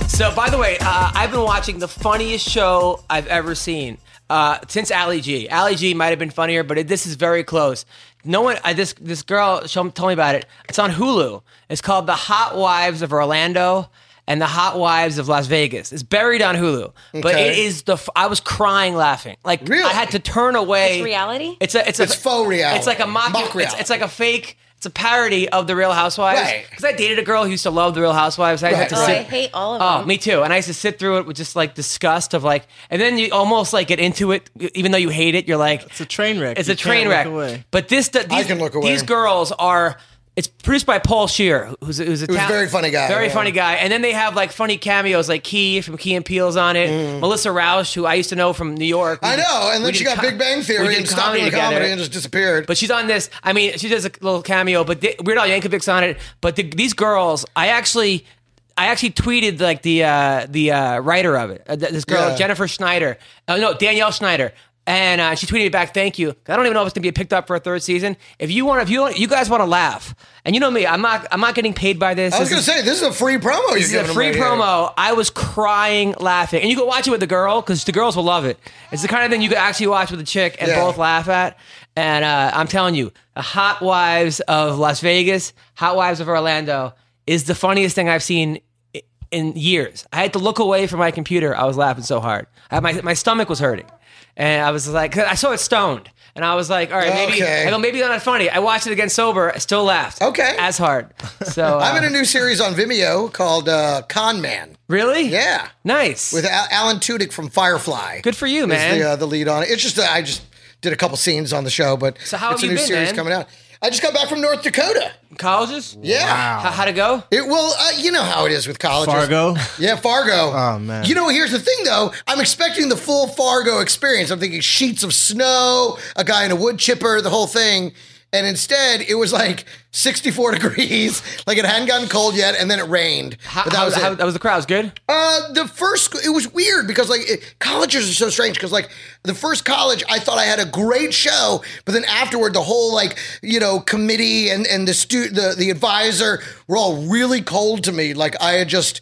Speaker 1: So, by the way, uh, I've been watching the funniest show I've ever seen uh, since Ali G. Ali G might have been funnier, but it, this is very close. No one, I, this this girl, she told me about it. It's on Hulu. It's called The Hot Wives of Orlando and The Hot Wives of Las Vegas. It's buried on Hulu, but
Speaker 2: Okay.
Speaker 1: it is the. f- I was crying laughing. Like
Speaker 2: Really?
Speaker 1: I had to turn away.
Speaker 3: It's reality?
Speaker 1: It's a. It's, a,
Speaker 2: It's faux reality.
Speaker 1: It's like a mock.
Speaker 2: Mock
Speaker 1: it's,
Speaker 2: reality.
Speaker 1: it's like a fake. It's a parody of the Real Housewives.
Speaker 2: Right.
Speaker 1: Because I dated a girl who used to love the Real Housewives. I had
Speaker 2: Right,
Speaker 1: to
Speaker 3: Oh,
Speaker 1: sit.
Speaker 3: I hate all of
Speaker 1: Oh,
Speaker 3: them.
Speaker 1: me too. And I used to sit through it with just like disgust of like, and then you almost like get into it, even though you hate it. You're like,
Speaker 4: It's a train wreck.
Speaker 1: It's
Speaker 4: You
Speaker 1: a train
Speaker 4: can't
Speaker 1: wreck.
Speaker 4: look away.
Speaker 1: But this, these,
Speaker 2: can look away.
Speaker 1: These girls are. It's produced by Paul Shear, who's, who's a talent-
Speaker 2: very funny guy,
Speaker 1: Very
Speaker 2: yeah.
Speaker 1: funny guy. And then they have like funny cameos, like Key from Key and Peele's on it. Melissa Rausch, who I used to know from New York. We
Speaker 2: Mm. I
Speaker 1: did-
Speaker 2: know. And
Speaker 1: we
Speaker 2: then
Speaker 1: did
Speaker 2: she got
Speaker 1: co-
Speaker 2: Big Bang
Speaker 1: we
Speaker 2: Theory
Speaker 1: did
Speaker 2: and stopped doing
Speaker 1: together.
Speaker 2: comedy and just disappeared.
Speaker 1: But she's on this. I mean, she does a little cameo, but the, Weird Al Yankovic's on it. But the, these girls, I actually, I actually tweeted like the uh, the uh, writer of it. Uh, th- this girl
Speaker 2: Yeah.
Speaker 1: Jennifer Schneider. Oh no, Danielle Schneider. And uh, she tweeted me back, "Thank you." I don't even know if it's gonna be picked up for a third season. If you want, if you you guys want to laugh, and you know me, I'm not I'm not getting paid by this.
Speaker 2: I was
Speaker 1: This
Speaker 2: gonna
Speaker 1: is-
Speaker 2: say this is a free promo.
Speaker 1: this is a free promo. I was crying laughing, and you can watch it with the girl because the girls will love it. It's the kind of thing you could actually watch with a chick and
Speaker 2: Yeah.
Speaker 1: both laugh at. And uh, I'm telling you, the Hot Wives of Las Vegas, Hot Wives of Orlando is the funniest thing I've seen i- in years. I had to look away from my computer. I was laughing so hard. I, my my stomach was hurting, and I was like, 'cause I saw it stoned, and I was like, all right, maybe
Speaker 2: Okay.
Speaker 1: I go, maybe they're not funny. I watched it again sober. I still laughed.
Speaker 2: Okay.
Speaker 1: as hard. So
Speaker 2: I'm in
Speaker 1: uh,
Speaker 2: a new series on Vimeo called uh, Con Man.
Speaker 1: really,
Speaker 2: Yeah,
Speaker 1: nice
Speaker 2: with Al- Alan Tudyk from Firefly.
Speaker 1: Good for you, man.
Speaker 2: Is the, uh, the lead on it. It's just that I just did a couple scenes on the show, but
Speaker 1: So how
Speaker 2: it's
Speaker 1: have
Speaker 2: a
Speaker 1: you
Speaker 2: new
Speaker 1: been,
Speaker 2: series
Speaker 1: man?
Speaker 2: coming out. I just got back from North Dakota.
Speaker 1: Colleges?
Speaker 2: Yeah.
Speaker 1: How, how'd it go?
Speaker 2: It well, uh, you know how it is with colleges.
Speaker 4: Fargo.
Speaker 2: Yeah, Fargo.
Speaker 4: Oh, man.
Speaker 2: You know, here's the thing though. I'm expecting the full Fargo experience. I'm thinking sheets of snow, a guy in a wood chipper, the whole thing. And instead, it was like 64 degrees. Like it hadn't gotten cold yet, and then it rained.
Speaker 1: How,
Speaker 2: But that
Speaker 1: how-
Speaker 2: was it.
Speaker 1: how- that was the crowd. It was good.
Speaker 2: Uh, the first it was weird because like it, colleges are so strange because like the first college I thought I had a great show, but then afterward the whole like you know committee and and the stu the the advisor were all really cold to me. Like I had just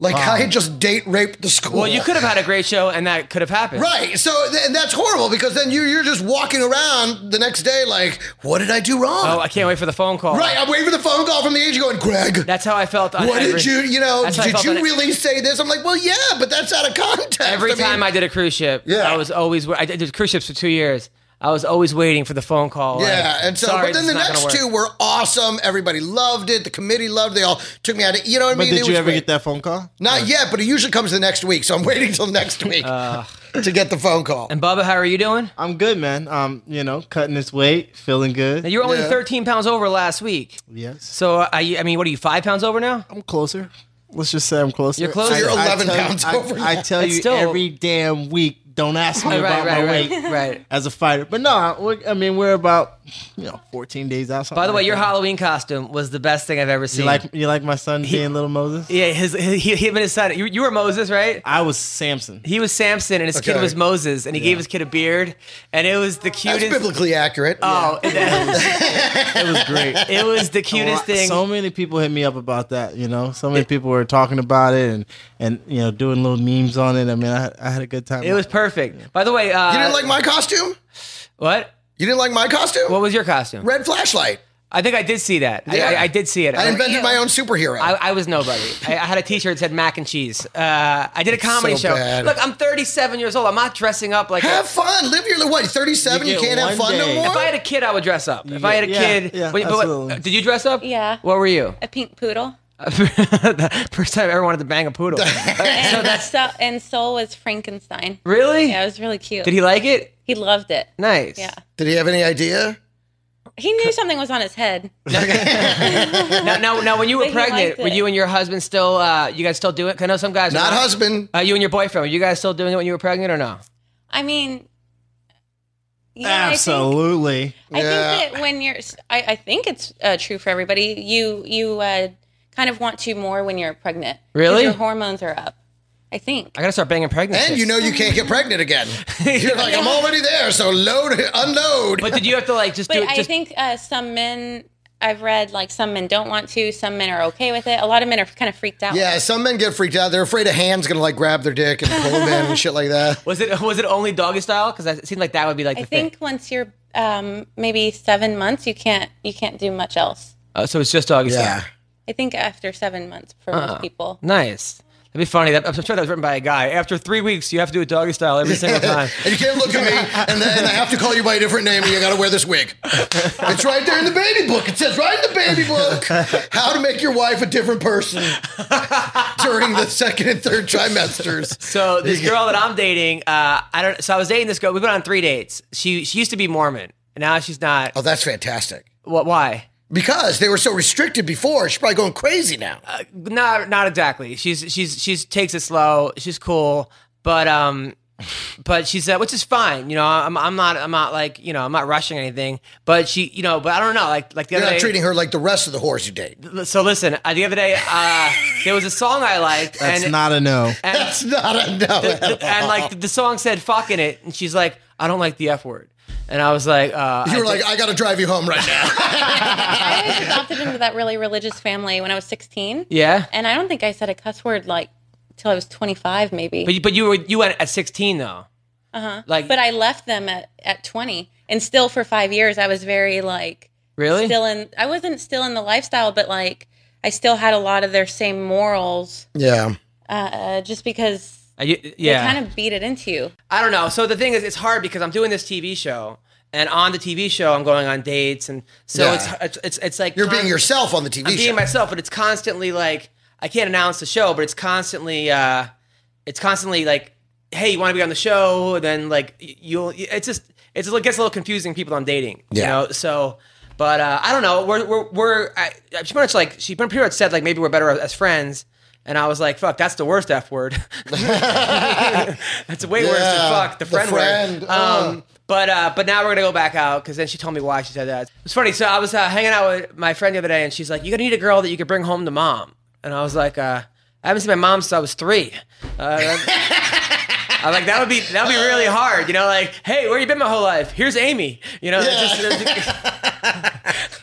Speaker 2: like I had just date raped the school.
Speaker 1: Well, you could have had a great show, and that could have happened.
Speaker 2: Right, so th- and that's horrible because then you you're just walking around the next day like, what did I do wrong?
Speaker 1: Oh, I can't wait for the phone call.
Speaker 2: right, I'm waiting for the phone call from the agent going, Greg,
Speaker 1: That's how I felt. on
Speaker 2: what
Speaker 1: every-
Speaker 2: did you you know?
Speaker 1: That's how I
Speaker 2: Did
Speaker 1: felt
Speaker 2: you
Speaker 1: on it.
Speaker 2: really say this? I'm like, well, yeah, but that's out of context.
Speaker 1: Every
Speaker 2: I mean-
Speaker 1: time I did a cruise ship,
Speaker 2: Yeah.
Speaker 1: I was always. I did cruise ships for two years. I was always waiting for the phone call.
Speaker 2: Yeah,
Speaker 1: like,
Speaker 2: and so
Speaker 1: sorry,
Speaker 2: but then
Speaker 1: this
Speaker 2: the
Speaker 1: is not gonna
Speaker 2: next
Speaker 1: work.
Speaker 2: two were awesome. Everybody loved it. The committee loved. it. They all took me out. Of, you know what I
Speaker 4: But
Speaker 2: mean?
Speaker 4: did
Speaker 2: It
Speaker 4: you
Speaker 2: was
Speaker 4: ever
Speaker 2: great.
Speaker 4: get that phone call?
Speaker 2: Not yet, but it usually comes the next week. So I'm waiting till next week
Speaker 4: Uh.
Speaker 2: to get the phone call.
Speaker 1: And Bubba, how are you doing?
Speaker 2: Uh,
Speaker 4: I'm good, man. Um, you know, cutting this weight, feeling good.
Speaker 1: Now, you were only
Speaker 2: Yeah.
Speaker 1: 13 pounds over last week.
Speaker 4: yes,
Speaker 1: So uh, I, I mean, what are you? Five pounds over now?
Speaker 4: I'm closer. Let's just say I'm closer.
Speaker 1: You're closer. So you're
Speaker 2: 11
Speaker 4: tell you-
Speaker 2: pounds
Speaker 4: I-
Speaker 2: over
Speaker 4: I,
Speaker 2: now.
Speaker 4: tell
Speaker 1: It's
Speaker 4: you
Speaker 1: still-
Speaker 4: every damn week. Don't ask me
Speaker 1: Right, right,
Speaker 4: about my
Speaker 1: right,
Speaker 4: weight
Speaker 1: right.
Speaker 4: as a fighter. But no, I, we're- I mean we're about you know 14 days out. something
Speaker 1: By the way,
Speaker 4: like
Speaker 1: your
Speaker 4: that.
Speaker 1: Halloween costume was the best thing I've ever seen.
Speaker 4: You like you like my son being little Moses?
Speaker 1: yeah, his, his he- him and his son. You, you were Moses, right?
Speaker 4: I was Samson.
Speaker 1: He was Samson and his kid
Speaker 2: Okay.
Speaker 1: was Moses, and he gave his kid a beard, and it was the
Speaker 2: That's
Speaker 1: cutest.
Speaker 2: biblically accurate.
Speaker 1: Oh,
Speaker 4: It was great.
Speaker 1: it was the cutest
Speaker 4: Well,
Speaker 1: thing.
Speaker 4: So many people hit me up about that. You know, so many people were talking about it and and you know doing little memes on it. I mean, I, I had a good time.
Speaker 1: It was perfect. By the way, uh,
Speaker 2: you didn't like my costume?
Speaker 1: what?
Speaker 2: You didn't like my costume?
Speaker 1: What was your costume?
Speaker 2: Red flashlight.
Speaker 1: I think I did see that. I-
Speaker 2: Yeah.
Speaker 1: I, I did see it.
Speaker 2: I
Speaker 1: I,
Speaker 2: invented my own superhero.
Speaker 1: I, I was nobody. I, I had a T-shirt that said mac and cheese. Uh, I did a comedy
Speaker 2: so
Speaker 1: show.
Speaker 2: bad.
Speaker 1: Look, I'm 37 years old. I'm not dressing up like.
Speaker 2: have
Speaker 1: a,
Speaker 2: fun. Live your life. What? 37. You,
Speaker 4: You get
Speaker 2: can't have
Speaker 4: one
Speaker 2: fun no
Speaker 4: day.
Speaker 1: if I
Speaker 2: more.
Speaker 1: had a kid, I would dress up. If I had a
Speaker 4: Yeah,
Speaker 1: kid,
Speaker 4: yeah,
Speaker 1: wait, but
Speaker 4: absolutely.
Speaker 1: what, did you dress up?
Speaker 3: Yeah.
Speaker 1: What were you?
Speaker 3: a pink poodle.
Speaker 1: First time I ever wanted to bang a poodle.
Speaker 3: And so and Soul was Frankenstein.
Speaker 1: really?
Speaker 3: Yeah, it was really cute.
Speaker 1: Did he like it?
Speaker 3: He loved it.
Speaker 1: Nice.
Speaker 3: Yeah.
Speaker 2: Did he have any idea?
Speaker 3: He knew something was on his head.
Speaker 1: Now, now, now when you were
Speaker 3: But he liked
Speaker 1: pregnant, were
Speaker 3: it.
Speaker 1: you and your husband still? Uh, you guys still do it? 'Cause I know some guys. are
Speaker 2: Not husband.
Speaker 1: Uh, you and your boyfriend, were you guys still doing it when you were pregnant or no?
Speaker 3: I mean, yeah,
Speaker 4: absolutely.
Speaker 3: I think,
Speaker 2: Yeah.
Speaker 3: I think that when you're, I, I think it's uh, true for everybody. You you uh, kind of want to more when you're pregnant. 'Cause
Speaker 1: Really?
Speaker 3: your hormones are up. I think.
Speaker 1: I gotta start banging pregnant.
Speaker 2: And
Speaker 1: chicks.
Speaker 2: you know you can't get pregnant again. You're like, I'm already there, so load, unload.
Speaker 1: But did you have to like just do
Speaker 3: But
Speaker 1: it?
Speaker 3: I
Speaker 1: Just,
Speaker 3: think uh, some men. I've read like some men don't want to, some men are okay with it. A lot of men are kind of freaked out.
Speaker 2: Yeah, some men get freaked out. They're afraid a hand's gonna like grab their dick and pull them in and shit like that.
Speaker 1: was it was it only doggy style? Because it seemed like that would be like
Speaker 3: I
Speaker 1: the thing.
Speaker 3: think once you're um, maybe seven months, you can't you can't do much else.
Speaker 1: Uh, so it's just doggy
Speaker 2: Yeah.
Speaker 1: style.
Speaker 3: I think after seven months for
Speaker 1: Uh-uh.
Speaker 3: most people.
Speaker 1: Nice. That'd be funny. That, I'm sure that was written by a guy. After three weeks, you have to do a doggy style every single time.
Speaker 2: And you can't look at me, and, then, and I have to call you by a different name, and you gotta wear this wig. It's right there in the baby book. It says right in the baby book how to make your wife a different person during the second and third trimesters.
Speaker 1: So this girl that I'm dating, uh, I don't. So I was dating this girl. We went on three dates. She she used to be Mormon, and now she's not.
Speaker 2: Oh, that's fantastic.
Speaker 1: Wh- why?
Speaker 2: Because they were so restricted before, she's probably going crazy now.
Speaker 1: not not exactly. She's she's she's takes it slow. She's cool, but um, but she said, which is fine. You know, I'm I'm not I'm not like you know I'm not rushing anything. But she, you know, but I don't know. Like like the
Speaker 2: You're
Speaker 1: other
Speaker 2: not
Speaker 1: day,
Speaker 2: treating her like the rest of the whores you date.
Speaker 1: so listen. Uh, the other day, uh, there was a song I liked,
Speaker 4: That's
Speaker 1: and
Speaker 4: not a no.
Speaker 1: and,
Speaker 2: That's not a no. at
Speaker 1: and
Speaker 2: all.
Speaker 1: like the song said "fuck" in it, and she's like, I don't like the f word, and I was like, uh,
Speaker 2: you
Speaker 1: I
Speaker 2: were like, I gotta drive you home right now.
Speaker 3: I was adopted into that really religious family when I was 16.
Speaker 1: yeah.
Speaker 3: And I don't think I said a cuss word like till I was 25, maybe.
Speaker 1: But you- but you were you went at 16 though. Uh huh. Like
Speaker 3: Uh-huh. but I left them at, at 20. And still for five years, I was very like,
Speaker 1: really?
Speaker 3: still in, I wasn't still in the lifestyle, but like, I still had a lot of their same morals
Speaker 2: yeah.
Speaker 3: uh, uh, just because
Speaker 1: Are you- yeah.
Speaker 3: they kind of beat it into you.
Speaker 1: I don't know. So the thing is, it's hard because I'm doing this TV show, and on the TV show, I'm going on dates, and so
Speaker 2: Yeah.
Speaker 1: it's, it's it's it's like
Speaker 2: You're being
Speaker 1: con-
Speaker 2: yourself on the TV
Speaker 1: I'm
Speaker 2: show.
Speaker 1: being myself, but it's constantly like I can't announce the show, but it's constantly uh, it's constantly like, hey, you want to be on the show? And then like y- you'll it's just it's, it gets a little confusing people I'm dating,
Speaker 2: Yeah.
Speaker 1: you know. So. But uh, I don't know. We're we're, we're I, I- she pretty much like she pretty much said like maybe we're better as friends, and I was like fuck that's the worst f word. that's way worse
Speaker 2: Yeah,
Speaker 1: than fuck the
Speaker 2: the
Speaker 1: friend,
Speaker 2: friend, uh-huh.
Speaker 1: word.
Speaker 2: ugh.
Speaker 1: Um, but uh, but now we're gonna go back out because then she told me why she said that. It's funny. So I was uh, hanging out with my friend the other day, and she's like, "You're gonna need a girl that you could bring home to mom." And I was like, uh, "I haven't seen my mom since I was three. Uh, that- I'm like, "That would be that would be really hard, you know? Like, hey, where you been my whole life? Here's Amy, you know." it's just-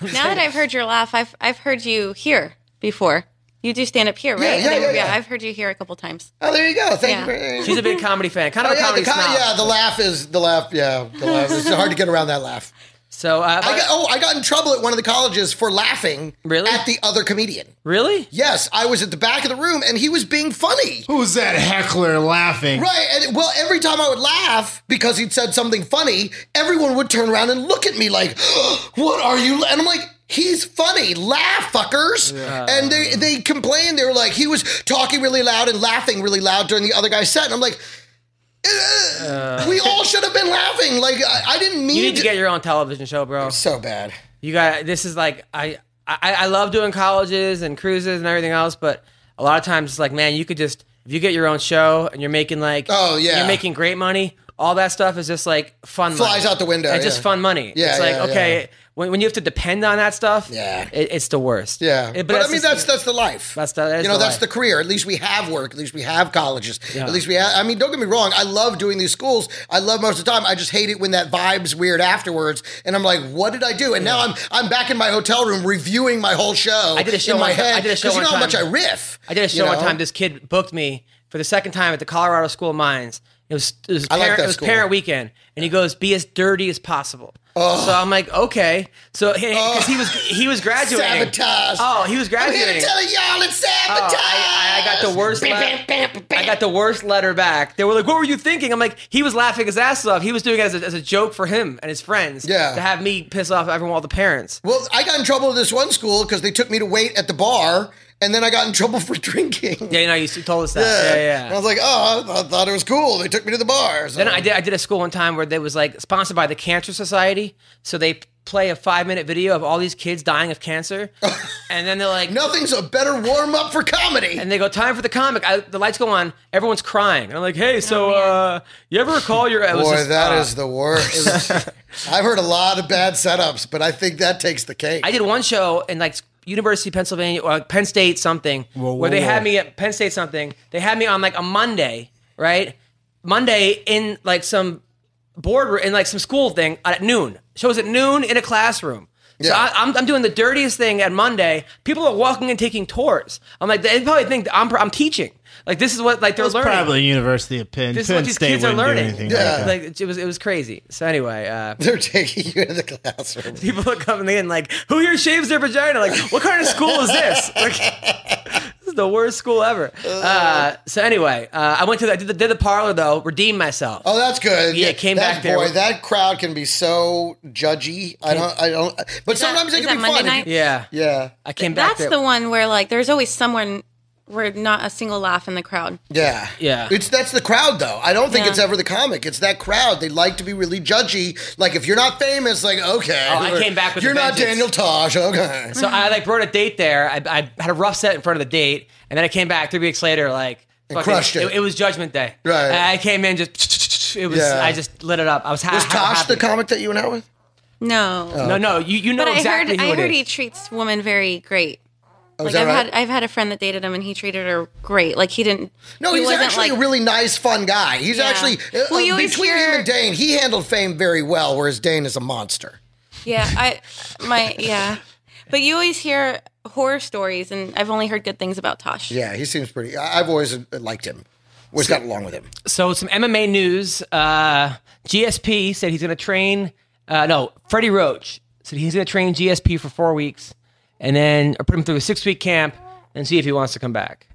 Speaker 3: Now that I've heard your laugh, I've, I've heard you here before. You do stand up here, right?
Speaker 2: yeah, yeah, yeah.
Speaker 3: I've heard you here a couple times.
Speaker 2: oh, there you go. Thank
Speaker 3: Yeah.
Speaker 2: you. For,
Speaker 1: she's a big comedy fan, kind of
Speaker 2: Oh,
Speaker 1: a
Speaker 2: yeah,
Speaker 1: comedy
Speaker 2: the con-
Speaker 1: snob.
Speaker 2: yeah, the laugh is the laugh. Yeah, the laugh. It's hard to get around that laugh.
Speaker 1: So uh,
Speaker 2: I got, oh, I got in trouble at one of the colleges for laughing
Speaker 1: Really?
Speaker 2: at the other comedian.
Speaker 1: really,
Speaker 2: Yes, I was at the back of the room and he was being funny.
Speaker 4: Who's that heckler laughing?
Speaker 2: Right, and well, every time I would laugh because he'd said something funny, everyone would turn around and look at me like, "What are you?" And I'm like, "He's funny, laugh, fuckers!" And they they complained. They were like, "He was talking really loud and laughing really loud during the other guy's set," and I'm like. "Eh, we all should have been laughing. Like I, I didn't mean
Speaker 1: you need to get your own television show, bro.
Speaker 2: so bad.
Speaker 1: You got this is like I, I I love doing colleges and cruises and everything else, but a lot of times it's like man, you could just if you get your own show and you're making like
Speaker 2: Oh, yeah.
Speaker 1: you're making great money. All that stuff is just like fun.
Speaker 2: Flies
Speaker 1: money.
Speaker 2: out the window,
Speaker 1: It's just
Speaker 2: yeah.
Speaker 1: fun money.
Speaker 2: Yeah,
Speaker 1: it's like
Speaker 2: yeah,
Speaker 1: okay, when, when you have to depend on that stuff,
Speaker 2: Yeah.
Speaker 1: it, it's the worst.
Speaker 2: Yeah,
Speaker 1: It-
Speaker 2: but, I mean
Speaker 1: just-
Speaker 2: that's that's the life.
Speaker 1: That's the- that is
Speaker 2: you know
Speaker 1: the
Speaker 2: that's
Speaker 1: life.
Speaker 2: the career. At least we have work. At least we have colleges. At least we. Have, I mean, don't get me wrong. I love doing these schools. I love most of the time. I just hate it when that vibe's weird afterwards, and I'm like, what did I do? And now I'm I'm back in my hotel room reviewing my whole show.
Speaker 1: I did a show
Speaker 2: in my
Speaker 1: one ti-
Speaker 2: head
Speaker 1: I did a show
Speaker 2: 'cause
Speaker 1: one
Speaker 2: you know how
Speaker 1: time.
Speaker 2: much I riff.
Speaker 1: I did a
Speaker 2: you
Speaker 1: show one
Speaker 2: know?
Speaker 1: time. This kid booked me for the second time at the Colorado School of Mines. It was it was,
Speaker 2: I like
Speaker 1: parent,
Speaker 2: that
Speaker 1: it was
Speaker 2: school.
Speaker 1: parent weekend, and he goes, "Be as dirty as possible." So I'm like, okay. So because he was he was graduating.
Speaker 2: Sabotage.
Speaker 1: Oh, he was
Speaker 2: I'm here to
Speaker 1: graduating.
Speaker 2: tell y'all it's
Speaker 1: Oh,
Speaker 2: sabotage.
Speaker 1: I, I- I got the worst.
Speaker 2: Bam,
Speaker 1: le-
Speaker 2: bam, bam, bam.
Speaker 1: I got the worst letter back. They were like, "What were you thinking?" I'm like, "He was laughing his ass off. He was doing it as a, as a joke for him and his friends.
Speaker 2: Yeah.
Speaker 1: to have me piss off everyone, all the parents.
Speaker 2: Well, I got in trouble with this one school because they took me to wait at the bar, and then I got in trouble for drinking.
Speaker 1: Yeah, you know, you told us that. Yeah, yeah.
Speaker 2: And I was like, oh, I, I thought it was cool. They took me to the bars.
Speaker 1: Then I did I did a school one time where they was like sponsored by the Cancer Society, so they play a five minute video of all these kids dying of cancer, and then they're like,
Speaker 2: Nothing's a better warm up for comedy.
Speaker 1: and they go time for the comic. I, the lights go on, everyone's crying, and I'm like, hey, so uh, you ever recall your? it was
Speaker 2: Oh, Boy, that is
Speaker 1: just, uh,
Speaker 2: the worst. I've heard a lot of bad setups, but I think that takes the cake.
Speaker 1: I did one show in like University of Pennsylvania or Penn State something
Speaker 4: Whoa,
Speaker 1: where
Speaker 4: whoa,
Speaker 1: they had
Speaker 4: whoa.
Speaker 1: me at Penn State something. They had me on like a Monday, right? Monday in like some board in like some school thing at noon. Shows at noon in a classroom. So
Speaker 2: Yeah.
Speaker 1: I, I'm, I'm doing the dirtiest thing at Monday. People are walking and taking tours. I'm like, they probably think that I'm I'm teaching. Like this is what like they're
Speaker 4: It's
Speaker 1: learning.
Speaker 4: probably University of Penn.
Speaker 1: this is
Speaker 4: Penn
Speaker 1: what these
Speaker 4: State
Speaker 1: kids are
Speaker 4: wouldn't do
Speaker 1: learning.
Speaker 4: anything
Speaker 2: Yeah.
Speaker 4: Like that.
Speaker 1: Like it was it was crazy. So anyway, uh,
Speaker 2: They're taking you into the classroom.
Speaker 1: people are coming in like, who here shaves their vagina? Like, what kind of school is this? Like, this is the worst school ever. Uh, so anyway, uh, I went to the, I did the, did the parlor though, redeemed myself.
Speaker 2: Oh, that's good.
Speaker 1: Yeah, it came
Speaker 2: that,
Speaker 1: back there.
Speaker 2: Boy, that crowd can be so judgy. I don't. I don't. But sometimes
Speaker 3: is
Speaker 2: it can be
Speaker 3: that Monday
Speaker 2: fun.
Speaker 3: night?
Speaker 1: Yeah,
Speaker 2: Yeah.
Speaker 1: I came back.
Speaker 3: That's
Speaker 1: there.
Speaker 3: the one where like there's always someone where not a single laugh in the crowd.
Speaker 2: Yeah.
Speaker 1: Yeah.
Speaker 2: It's that's the crowd though. I don't think
Speaker 3: Yeah.
Speaker 2: it's ever the comic. It's that crowd. They like to be really judgy. Like if you're not famous, like okay.
Speaker 1: Oh, I came back with a
Speaker 2: You're not
Speaker 1: vengeance.
Speaker 2: Daniel Tosh. Okay.
Speaker 1: So I like wrote a date there. I, I had a rough set in front of the date, and then I came back three weeks later, like fucking-
Speaker 2: crushed it.
Speaker 1: it. was Judgment Day.
Speaker 2: Right.
Speaker 1: I I came in just. It was.
Speaker 2: Yeah.
Speaker 1: I just lit it up. I was ha-
Speaker 2: Was
Speaker 1: ha-
Speaker 2: Tosh
Speaker 1: happy.
Speaker 2: the comic that you went out with?
Speaker 3: No.
Speaker 2: Oh.
Speaker 1: No, no. You you know
Speaker 3: But
Speaker 1: exactly
Speaker 3: I
Speaker 1: who
Speaker 3: heard,
Speaker 1: it
Speaker 3: I heard
Speaker 1: is.
Speaker 3: he treats women very great.
Speaker 2: Oh,
Speaker 3: Like
Speaker 2: is that
Speaker 3: I've
Speaker 2: right?
Speaker 3: had, I've had a friend that dated him, and he treated her great. Like he didn't.
Speaker 2: No,
Speaker 3: he
Speaker 2: he's
Speaker 3: wasn't
Speaker 2: actually
Speaker 3: like,
Speaker 2: a really nice, fun guy. He's
Speaker 3: Yeah.
Speaker 2: actually uh,
Speaker 3: Well, you
Speaker 2: uh,
Speaker 3: always
Speaker 2: between
Speaker 3: hear-
Speaker 2: him and Dane, he handled fame very well, whereas Dane is a monster.
Speaker 3: Yeah, I my yeah, but you always hear horror stories, and I've only heard good things about Tosh.
Speaker 2: Yeah, he seems pretty. I- I've always uh, liked him. Always got along with him.
Speaker 1: So some MMA news. Uh, GSP said he's going to train. Uh, no, Freddie Roach said he's going to train GSP for four weeks, and then or put him through a six week camp and see if he wants to come back.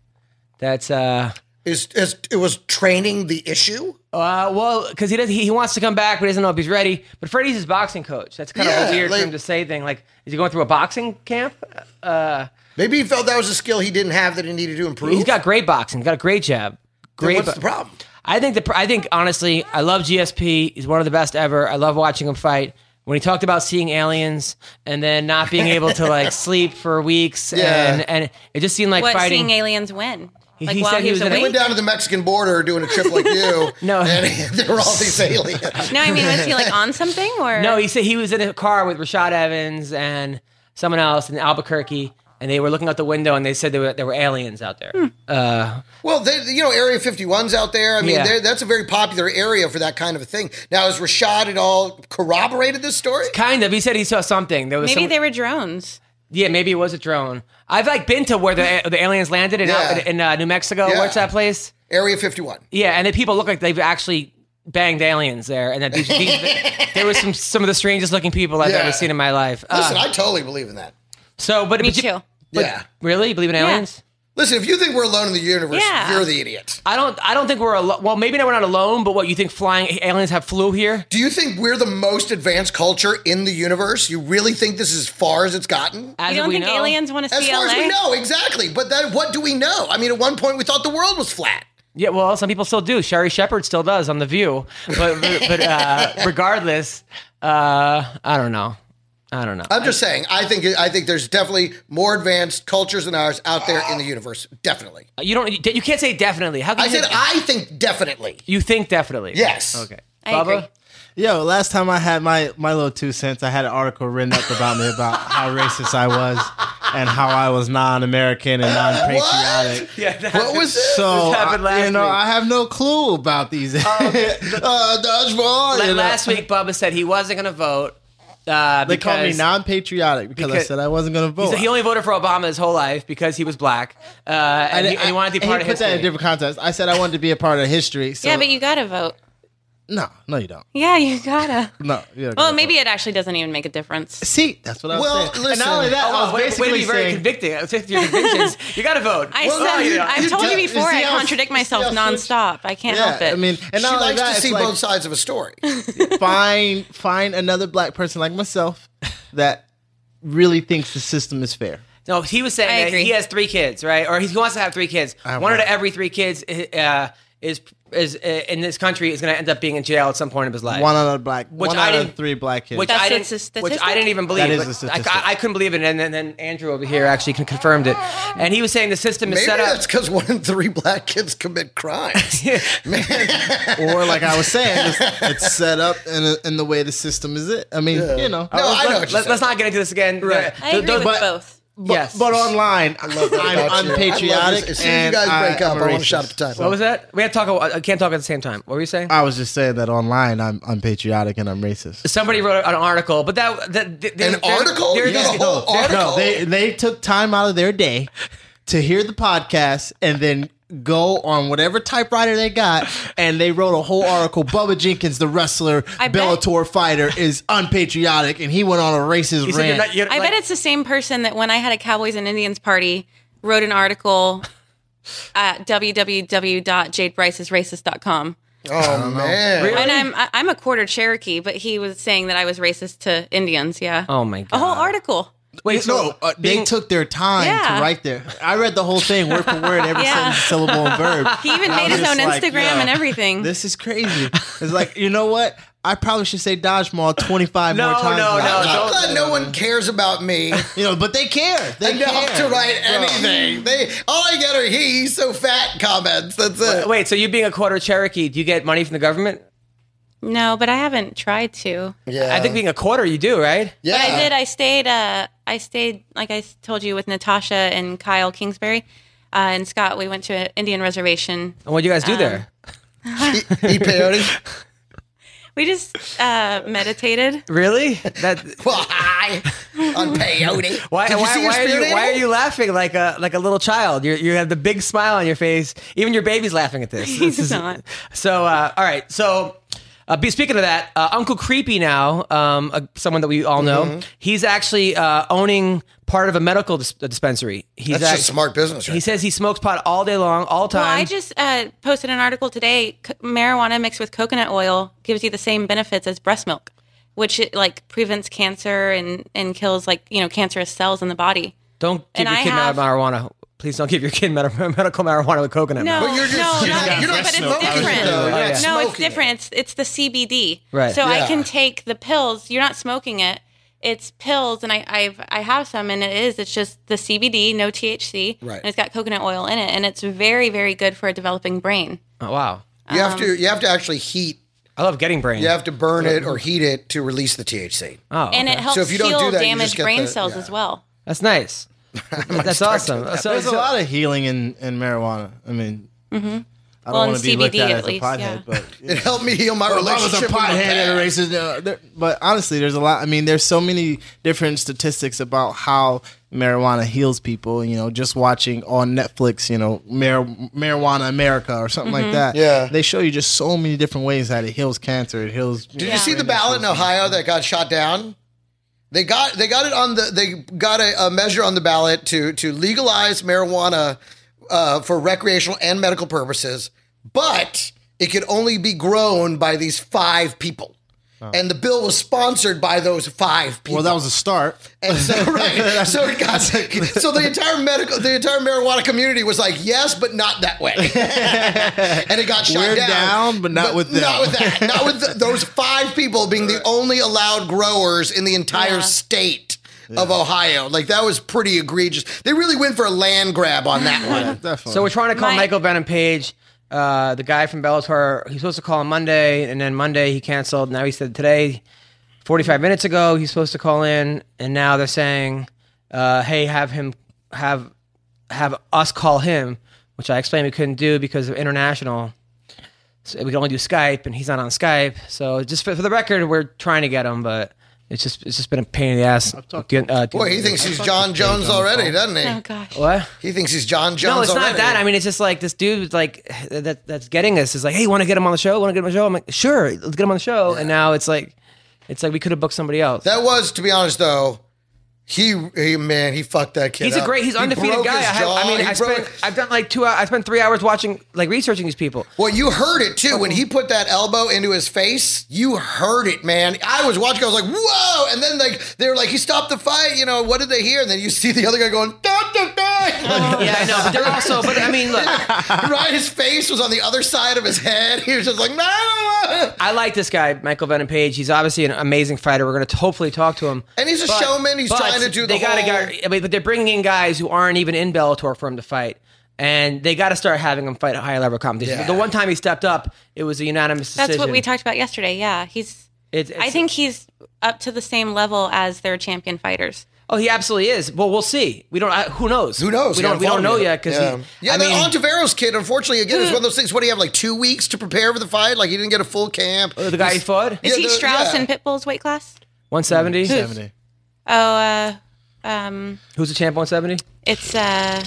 Speaker 1: That's uh,
Speaker 2: Is, is it was training the issue?
Speaker 1: uh well, because he does he, he wants to come back, but he doesn't know if he's ready. But Freddie's his boxing coach. That's kind
Speaker 2: Yeah,
Speaker 1: of weird
Speaker 2: like-
Speaker 1: for him to say. Thing like, is he going through a boxing camp?
Speaker 2: Maybe he felt that was a skill he didn't have that he needed to improve.
Speaker 1: He's got great boxing. He's got a great jab.
Speaker 2: Then
Speaker 1: Great.
Speaker 2: What's
Speaker 1: bo-
Speaker 2: the problem?
Speaker 1: I think the pr- I think honestly, I love GSP. He's one of the best ever. I love watching him fight. When he talked about seeing aliens and then not being able to like sleep for weeks,
Speaker 2: Yeah.
Speaker 1: and and it just seemed like
Speaker 3: What
Speaker 1: fighting.
Speaker 3: seeing aliens win? Like
Speaker 1: he
Speaker 3: while
Speaker 1: said
Speaker 3: he
Speaker 1: he
Speaker 3: was,
Speaker 1: was in a-
Speaker 2: He went
Speaker 3: awake.
Speaker 2: down to the Mexican border doing a trip like you.
Speaker 1: No.
Speaker 2: and there were all these aliens.
Speaker 3: No, I mean, was he like on something or
Speaker 1: no, he said he was in a car with Rashad Evans and someone else in Albuquerque, and they were looking out the window and they said there were there were aliens out there.
Speaker 3: Hmm.
Speaker 2: Well, they, you know, Area 51's out there. I mean,
Speaker 1: Yeah.
Speaker 2: they're that's a very popular area for that kind of a thing. Now, has Rashad at all corroborated this story?
Speaker 1: Kind of. He said he saw something. There was
Speaker 3: maybe
Speaker 1: some-
Speaker 3: they were drones?
Speaker 1: Yeah, maybe it was a drone. I've like been to where the the aliens landed in
Speaker 2: Yeah.
Speaker 1: in uh, New Mexico.
Speaker 2: Yeah.
Speaker 1: What's that place?
Speaker 2: Area 51.
Speaker 1: Yeah, and the people look like they've actually banged aliens there, and that these, these, there was some some of the strangest looking people I've
Speaker 2: Yeah.
Speaker 1: ever seen in my life. Uh,
Speaker 2: Listen, I totally believe in that.
Speaker 1: so, but
Speaker 3: Me
Speaker 1: but you-
Speaker 3: too.
Speaker 2: yeah.
Speaker 1: really, you believe in aliens?
Speaker 2: Listen, if you think we're alone in the universe,
Speaker 3: Yeah.
Speaker 2: you're the idiot.
Speaker 1: I don't. I don't think we're alone. Well, maybe not, we're not alone. But what you think? Flying aliens have flu here?
Speaker 2: Do you think we're the most advanced culture in the universe? You really think this is as far as it's gotten?
Speaker 1: As
Speaker 3: you don't
Speaker 1: we
Speaker 3: think
Speaker 1: know.
Speaker 3: aliens want to
Speaker 2: As
Speaker 3: see
Speaker 2: far
Speaker 3: LA?
Speaker 2: as we know, exactly. But then what do we know? I mean, at one point we thought the world was flat.
Speaker 1: Yeah, well, some people still do. Sherry Shepard still does on The View, but but uh, regardless, uh, I don't know. I don't know.
Speaker 2: I'm just saying, I think I think there's definitely more advanced cultures than ours out there in the universe. Definitely.
Speaker 1: You don't. You can't say definitely. How can
Speaker 2: I
Speaker 1: you
Speaker 2: said
Speaker 1: say-
Speaker 2: I think definitely.
Speaker 1: you think definitely?
Speaker 2: Yes.
Speaker 1: Okay.
Speaker 3: I
Speaker 1: Bubba?
Speaker 3: agree.
Speaker 4: Yo, last time I had my my little two cents, I had an article written up about me about how racist I was and how I was non-American and non-patriotic.
Speaker 1: Yeah. That,
Speaker 2: What was this?
Speaker 4: So
Speaker 1: This happened
Speaker 4: I-
Speaker 1: last
Speaker 4: you know,
Speaker 1: week. Oh,
Speaker 4: I have no clue about these. uh, dodgeball.
Speaker 1: Like
Speaker 4: you know.
Speaker 1: last week, Bubba said he wasn't going to vote. Uh,
Speaker 4: they called me
Speaker 1: because-
Speaker 4: non-patriotic because, I
Speaker 1: because-
Speaker 4: said I wasn't going to vote.
Speaker 1: So he only voted for Obama his whole life because he was black, uh, and, he, and he wanted to be
Speaker 4: I-
Speaker 1: part
Speaker 4: he
Speaker 1: of
Speaker 4: put that in a
Speaker 1: history.
Speaker 4: different context. I said I wanted to be a part of history. So
Speaker 3: Yeah, but you gotta vote.
Speaker 4: no, no, you don't.
Speaker 3: Yeah, you gotta.
Speaker 4: No, you don't
Speaker 3: Well, maybe it actually doesn't even make a difference.
Speaker 4: See, that's what I was
Speaker 2: Well,
Speaker 4: saying. and
Speaker 2: listen.
Speaker 4: not only that, I was
Speaker 1: Way-
Speaker 4: basically
Speaker 1: way to be very
Speaker 4: saying,
Speaker 1: convicting. I'll take your convictions. you got to vote.
Speaker 3: I
Speaker 1: Well,
Speaker 3: said,
Speaker 1: no, you don't.
Speaker 3: I've told you
Speaker 4: don't.
Speaker 3: before,
Speaker 4: You see
Speaker 3: I
Speaker 4: how-
Speaker 3: contradict
Speaker 4: you see
Speaker 3: myself
Speaker 4: how switch-
Speaker 3: nonstop. I can't
Speaker 4: yeah,
Speaker 3: help it.
Speaker 4: I mean,
Speaker 2: She
Speaker 4: and not only
Speaker 2: likes
Speaker 4: that,
Speaker 2: to
Speaker 4: it's
Speaker 2: see
Speaker 4: like,
Speaker 2: both sides of a story.
Speaker 4: find find another black person like myself that really thinks the system is fair.
Speaker 1: no, he was saying
Speaker 3: I
Speaker 1: that
Speaker 3: agree.
Speaker 1: he has three kids, right? Or he wants to have three kids. One
Speaker 4: want-
Speaker 1: out of every three kids uh, is is uh, in this country is going to end up being in jail at some point of his life.
Speaker 4: One out of black,
Speaker 1: Which
Speaker 4: one
Speaker 1: I
Speaker 4: out of
Speaker 1: didn't-
Speaker 4: three black kids.
Speaker 1: which
Speaker 3: That's
Speaker 1: I
Speaker 3: a
Speaker 1: didn't,
Speaker 3: statistic?
Speaker 1: which I didn't even believe.
Speaker 4: That is
Speaker 1: but
Speaker 4: a
Speaker 1: I-
Speaker 4: statistic.
Speaker 1: I, I couldn't believe it, and then, then Andrew over here actually confirmed it. And he was saying the system is
Speaker 2: Maybe
Speaker 1: set up.
Speaker 2: that's because one in three black kids commit crimes.
Speaker 4: or like I was saying, it's, it's set up in, a, in the way the system is. It. I mean, you know.
Speaker 1: Oh,
Speaker 2: No, I know what you're
Speaker 1: Let, us not get into this again.
Speaker 4: Right.
Speaker 3: I agree
Speaker 4: Th-
Speaker 3: with
Speaker 4: but-
Speaker 3: both.
Speaker 1: yes.
Speaker 4: But online, I
Speaker 2: Love that about
Speaker 4: am
Speaker 2: you. I love this.
Speaker 4: unpatriotic.
Speaker 2: As soon as you
Speaker 4: and
Speaker 2: guys break
Speaker 4: I
Speaker 2: up,
Speaker 4: am
Speaker 2: I
Speaker 4: a
Speaker 2: want a shot
Speaker 4: racist.
Speaker 2: at the time.
Speaker 1: What was that? We had to talk. I can't talk at the same time. What were you saying?
Speaker 4: I was just saying that online, I'm unpatriotic and I'm racist.
Speaker 1: Somebody wrote an article, but that, that, that
Speaker 2: An article?
Speaker 1: There,
Speaker 2: You got a
Speaker 1: there,
Speaker 2: whole article?
Speaker 4: No, they they took time out of their day to hear the podcast and then go on whatever typewriter they got and they wrote a whole article. Bubba Jenkins, the wrestler,
Speaker 3: I bet-
Speaker 4: Bellator fighter, is unpatriotic and he went on a racist
Speaker 1: you said you're
Speaker 4: rant.
Speaker 1: not, you're,
Speaker 3: I
Speaker 1: like,
Speaker 3: bet it's the same person that when I had a Cowboys and Indians party, wrote an article at www.jadebryceisracist.com.
Speaker 2: oh man.
Speaker 1: Really?
Speaker 3: And I'm I- I'm a quarter Cherokee, but he was saying that I was racist to Indians. Yeah,
Speaker 1: Oh my
Speaker 3: a
Speaker 1: god!
Speaker 3: whole article.
Speaker 1: Wait, so
Speaker 4: no, uh, they
Speaker 1: being-
Speaker 4: took their time
Speaker 3: Yeah.
Speaker 4: to write there. I read the whole thing word for word, every
Speaker 3: Yeah.
Speaker 4: sentence, syllable, and verb.
Speaker 3: He even
Speaker 4: I
Speaker 3: made
Speaker 4: was
Speaker 3: his own
Speaker 4: just like,
Speaker 3: Instagram
Speaker 4: yo,
Speaker 3: and everything.
Speaker 4: This is crazy. It's like you know what? I probably should say Dodge Mall 25
Speaker 1: No,
Speaker 4: more times.
Speaker 1: no, no,
Speaker 4: than I did.
Speaker 1: don't-
Speaker 2: I'm glad no one cares about me enough
Speaker 4: You know, but they care. They care.
Speaker 2: to write
Speaker 4: Bro.
Speaker 2: anything. They all I get are he, he's so fat comments. That's it.
Speaker 1: Wait, so you being a quarter Cherokee, do you get money from the government?
Speaker 3: No, but I haven't tried to.
Speaker 2: yeah,
Speaker 1: I
Speaker 4: Uh,
Speaker 1: think being a quarter, you do, right?
Speaker 2: yeah.
Speaker 3: But I did. I stayed. Uh, I stayed. Like I s- told you, with Natasha and Kyle Kingsbury, uh, and Scott. We went to an Indian reservation.
Speaker 1: And what do you
Speaker 3: Um,
Speaker 1: guys do there?
Speaker 2: Eat, eat peyote.
Speaker 3: We just uh, meditated.
Speaker 1: Really? That
Speaker 2: Why on peyote?
Speaker 1: why
Speaker 2: Did you
Speaker 1: why,
Speaker 2: see
Speaker 1: why,
Speaker 2: your
Speaker 1: are
Speaker 2: spirit
Speaker 1: you, why are
Speaker 2: animal?
Speaker 1: you laughing like a like a little child? You you have the big smile on your face. Even your baby's laughing at this.
Speaker 3: He's
Speaker 1: This is-
Speaker 3: not.
Speaker 1: So uh, all right. So uh, be, speaking of that, uh, Uncle Creepy now, um, uh, someone that we all know,
Speaker 2: Mm-hmm.
Speaker 1: he's actually uh, owning part of a medical dis- a dispensary. He's
Speaker 2: That's
Speaker 1: act-
Speaker 2: just smart business. Right?
Speaker 1: He says he smokes pot all day long, all time.
Speaker 3: Well, I just uh, posted an article today. C- marijuana mixed with coconut oil gives you the same benefits as breast milk, which it, like prevents cancer and and kills like you know cancerous cells in the body.
Speaker 1: don't give
Speaker 3: and
Speaker 1: your
Speaker 3: I
Speaker 1: kid
Speaker 3: have-
Speaker 1: marijuana. Please don't give your kid med- medical marijuana with coconut.
Speaker 3: No,
Speaker 1: milk.
Speaker 2: But you're just-
Speaker 3: no,
Speaker 2: you're
Speaker 3: not-
Speaker 2: not- you're not
Speaker 3: but it's
Speaker 2: smoking it,
Speaker 3: different.
Speaker 2: though. You're
Speaker 1: not
Speaker 2: uh,
Speaker 3: No,
Speaker 2: smoking
Speaker 3: it's
Speaker 2: it.
Speaker 3: different. It's, it's the CBD.
Speaker 1: Right.
Speaker 3: So
Speaker 2: Yeah.
Speaker 3: I can take the pills. You're not smoking it. It's pills, and I I've, I have some, and it is. It's just the CBD, no THC,
Speaker 2: Right.
Speaker 3: and it's got coconut oil in it, and it's very very good for a developing brain.
Speaker 1: Oh, wow.
Speaker 2: you have to you have to actually heat.
Speaker 1: I love getting brain.
Speaker 2: You have to burn it or heat it to release the THC.
Speaker 1: Oh,
Speaker 3: And it helps
Speaker 2: So if you don't
Speaker 3: heal
Speaker 2: do that, you just
Speaker 3: damaged
Speaker 2: get
Speaker 3: brain
Speaker 2: the-
Speaker 3: cells
Speaker 2: yeah.
Speaker 3: as well.
Speaker 1: That's nice. That's awesome. So,
Speaker 4: There's a
Speaker 1: so-
Speaker 4: lot of healing in, in marijuana. I mean, I don't
Speaker 3: Mm-hmm. Well, in
Speaker 4: want to be looked
Speaker 3: CBD
Speaker 4: at,
Speaker 3: at
Speaker 4: as
Speaker 3: least,
Speaker 4: a pothead,
Speaker 3: yeah.
Speaker 4: but
Speaker 2: It helped me heal my relationship. with my
Speaker 4: and a
Speaker 2: past.
Speaker 4: racist. uh, there- but honestly, there's a lot. I mean, there's so many different statistics about how marijuana heals people. You know, just watching on Netflix, you know, Mar- marijuana America or something
Speaker 3: Mm-hmm.
Speaker 4: like that.
Speaker 2: Yeah.
Speaker 4: they show you just so many different ways that it heals cancer. It heals.
Speaker 2: Did you see the ballot in Ohio that got shot down? They got they got it on the they got a, a measure on the ballot to to legalize marijuana uh, for recreational and medical purposes, but it could only be grown by these five people.
Speaker 1: Oh.
Speaker 2: And the bill was sponsored by those five people.
Speaker 4: Well, that was a start.
Speaker 2: And so, right. so it got so the entire medical the entire marijuana community was like, yes, but not that way. and it got shut
Speaker 4: We're
Speaker 2: down.
Speaker 4: down, but not with
Speaker 2: Not
Speaker 4: them.
Speaker 2: with that. Not with th- those five people being the only allowed growers in the entire
Speaker 3: Yeah.
Speaker 2: state. Of Ohio, like that was pretty egregious. They really went for a land grab on that one.
Speaker 4: Definitely.
Speaker 1: so we're trying to call
Speaker 3: My-
Speaker 1: Michael Venom Page, uh, the guy from Bellator. He's supposed to call on Monday, and then Monday he canceled. Now he said today, 45 minutes ago, he's supposed to call in, and now they're saying, uh, "Hey, have him have have us call him," which I explained we couldn't do because of international. So we could only do Skype, and he's not on Skype. So just for, for the record, we're trying to get him, but it's just it's just been a pain in the ass. Uh,
Speaker 2: Boy, he thinks he's John Jones already, doesn't he?
Speaker 3: Oh gosh.
Speaker 1: what?
Speaker 2: He thinks he's John Jones.
Speaker 1: No, it's
Speaker 2: already.
Speaker 1: not that. I mean, it's just like this dude like that that's getting us is like, hey, want to get him on the show? Want to get him on the show? I'm like, sure, let's get him on the show. And now it's like, it's like we could have booked somebody else.
Speaker 2: That was, to be honest, though. He, he man, he fucked that kid.
Speaker 1: he's a
Speaker 2: up.
Speaker 1: great, he's
Speaker 2: He
Speaker 1: undefeated
Speaker 2: broke
Speaker 1: guy. I,
Speaker 2: his
Speaker 1: have, I
Speaker 2: jaw.
Speaker 1: mean,
Speaker 2: He
Speaker 1: I
Speaker 2: broke-
Speaker 1: spent, I've done like two, hours, I spent three hours watching, like researching these people.
Speaker 2: Well, you heard it too when he put that elbow into his face. You heard it, man. I was watching. I was like, "Whoa!" And then like they were like, "He stopped the fight." You know what did they hear? And then you see the other guy going, "Stop the fight!"
Speaker 1: yeah, I know, but they're also, but I mean, look,
Speaker 2: right? His face was on the other side of his head. He was just like, "No!" no, no."
Speaker 1: I like this guy, Michael Venom Page. He's obviously an amazing fighter. We're going to hopefully talk to him.
Speaker 2: And he's a showman. He's
Speaker 1: but
Speaker 2: trying to do the
Speaker 1: they gotta
Speaker 2: whole-
Speaker 1: Got, I mean, but they're bringing in guys who aren't even in Bellator for him to fight, and they got to start having him fight at higher level competition.
Speaker 2: Yeah.
Speaker 1: The one time he stepped up, it was a unanimous decision.
Speaker 3: That's what we talked about yesterday. Yeah, he's.
Speaker 1: It's- it's-
Speaker 3: I think he's up to the same level as their champion fighters.
Speaker 1: Oh, he absolutely is. Well, we'll see. We don't. I, who knows?
Speaker 2: Who knows?
Speaker 1: We
Speaker 2: Yeah,
Speaker 1: don't. We don't know
Speaker 2: follow me.
Speaker 1: yet because
Speaker 2: yeah,
Speaker 1: he.
Speaker 2: yeah.
Speaker 1: I
Speaker 2: that
Speaker 1: mean, Eh.
Speaker 2: Ontiveros kid, unfortunately, again, it's one of those things. What do you have like two weeks to prepare for the fight? Like he didn't get a full camp.
Speaker 1: the guy he
Speaker 2: He's-
Speaker 1: fought
Speaker 3: Is
Speaker 2: Yeah,
Speaker 3: he
Speaker 2: the-
Speaker 3: Strauss
Speaker 2: yeah.
Speaker 3: and Pitbull's weight class?
Speaker 1: one seventy.
Speaker 4: Seventy.
Speaker 3: Oh, uh, um,
Speaker 1: Who's the champ? One seventy.
Speaker 3: it's uh,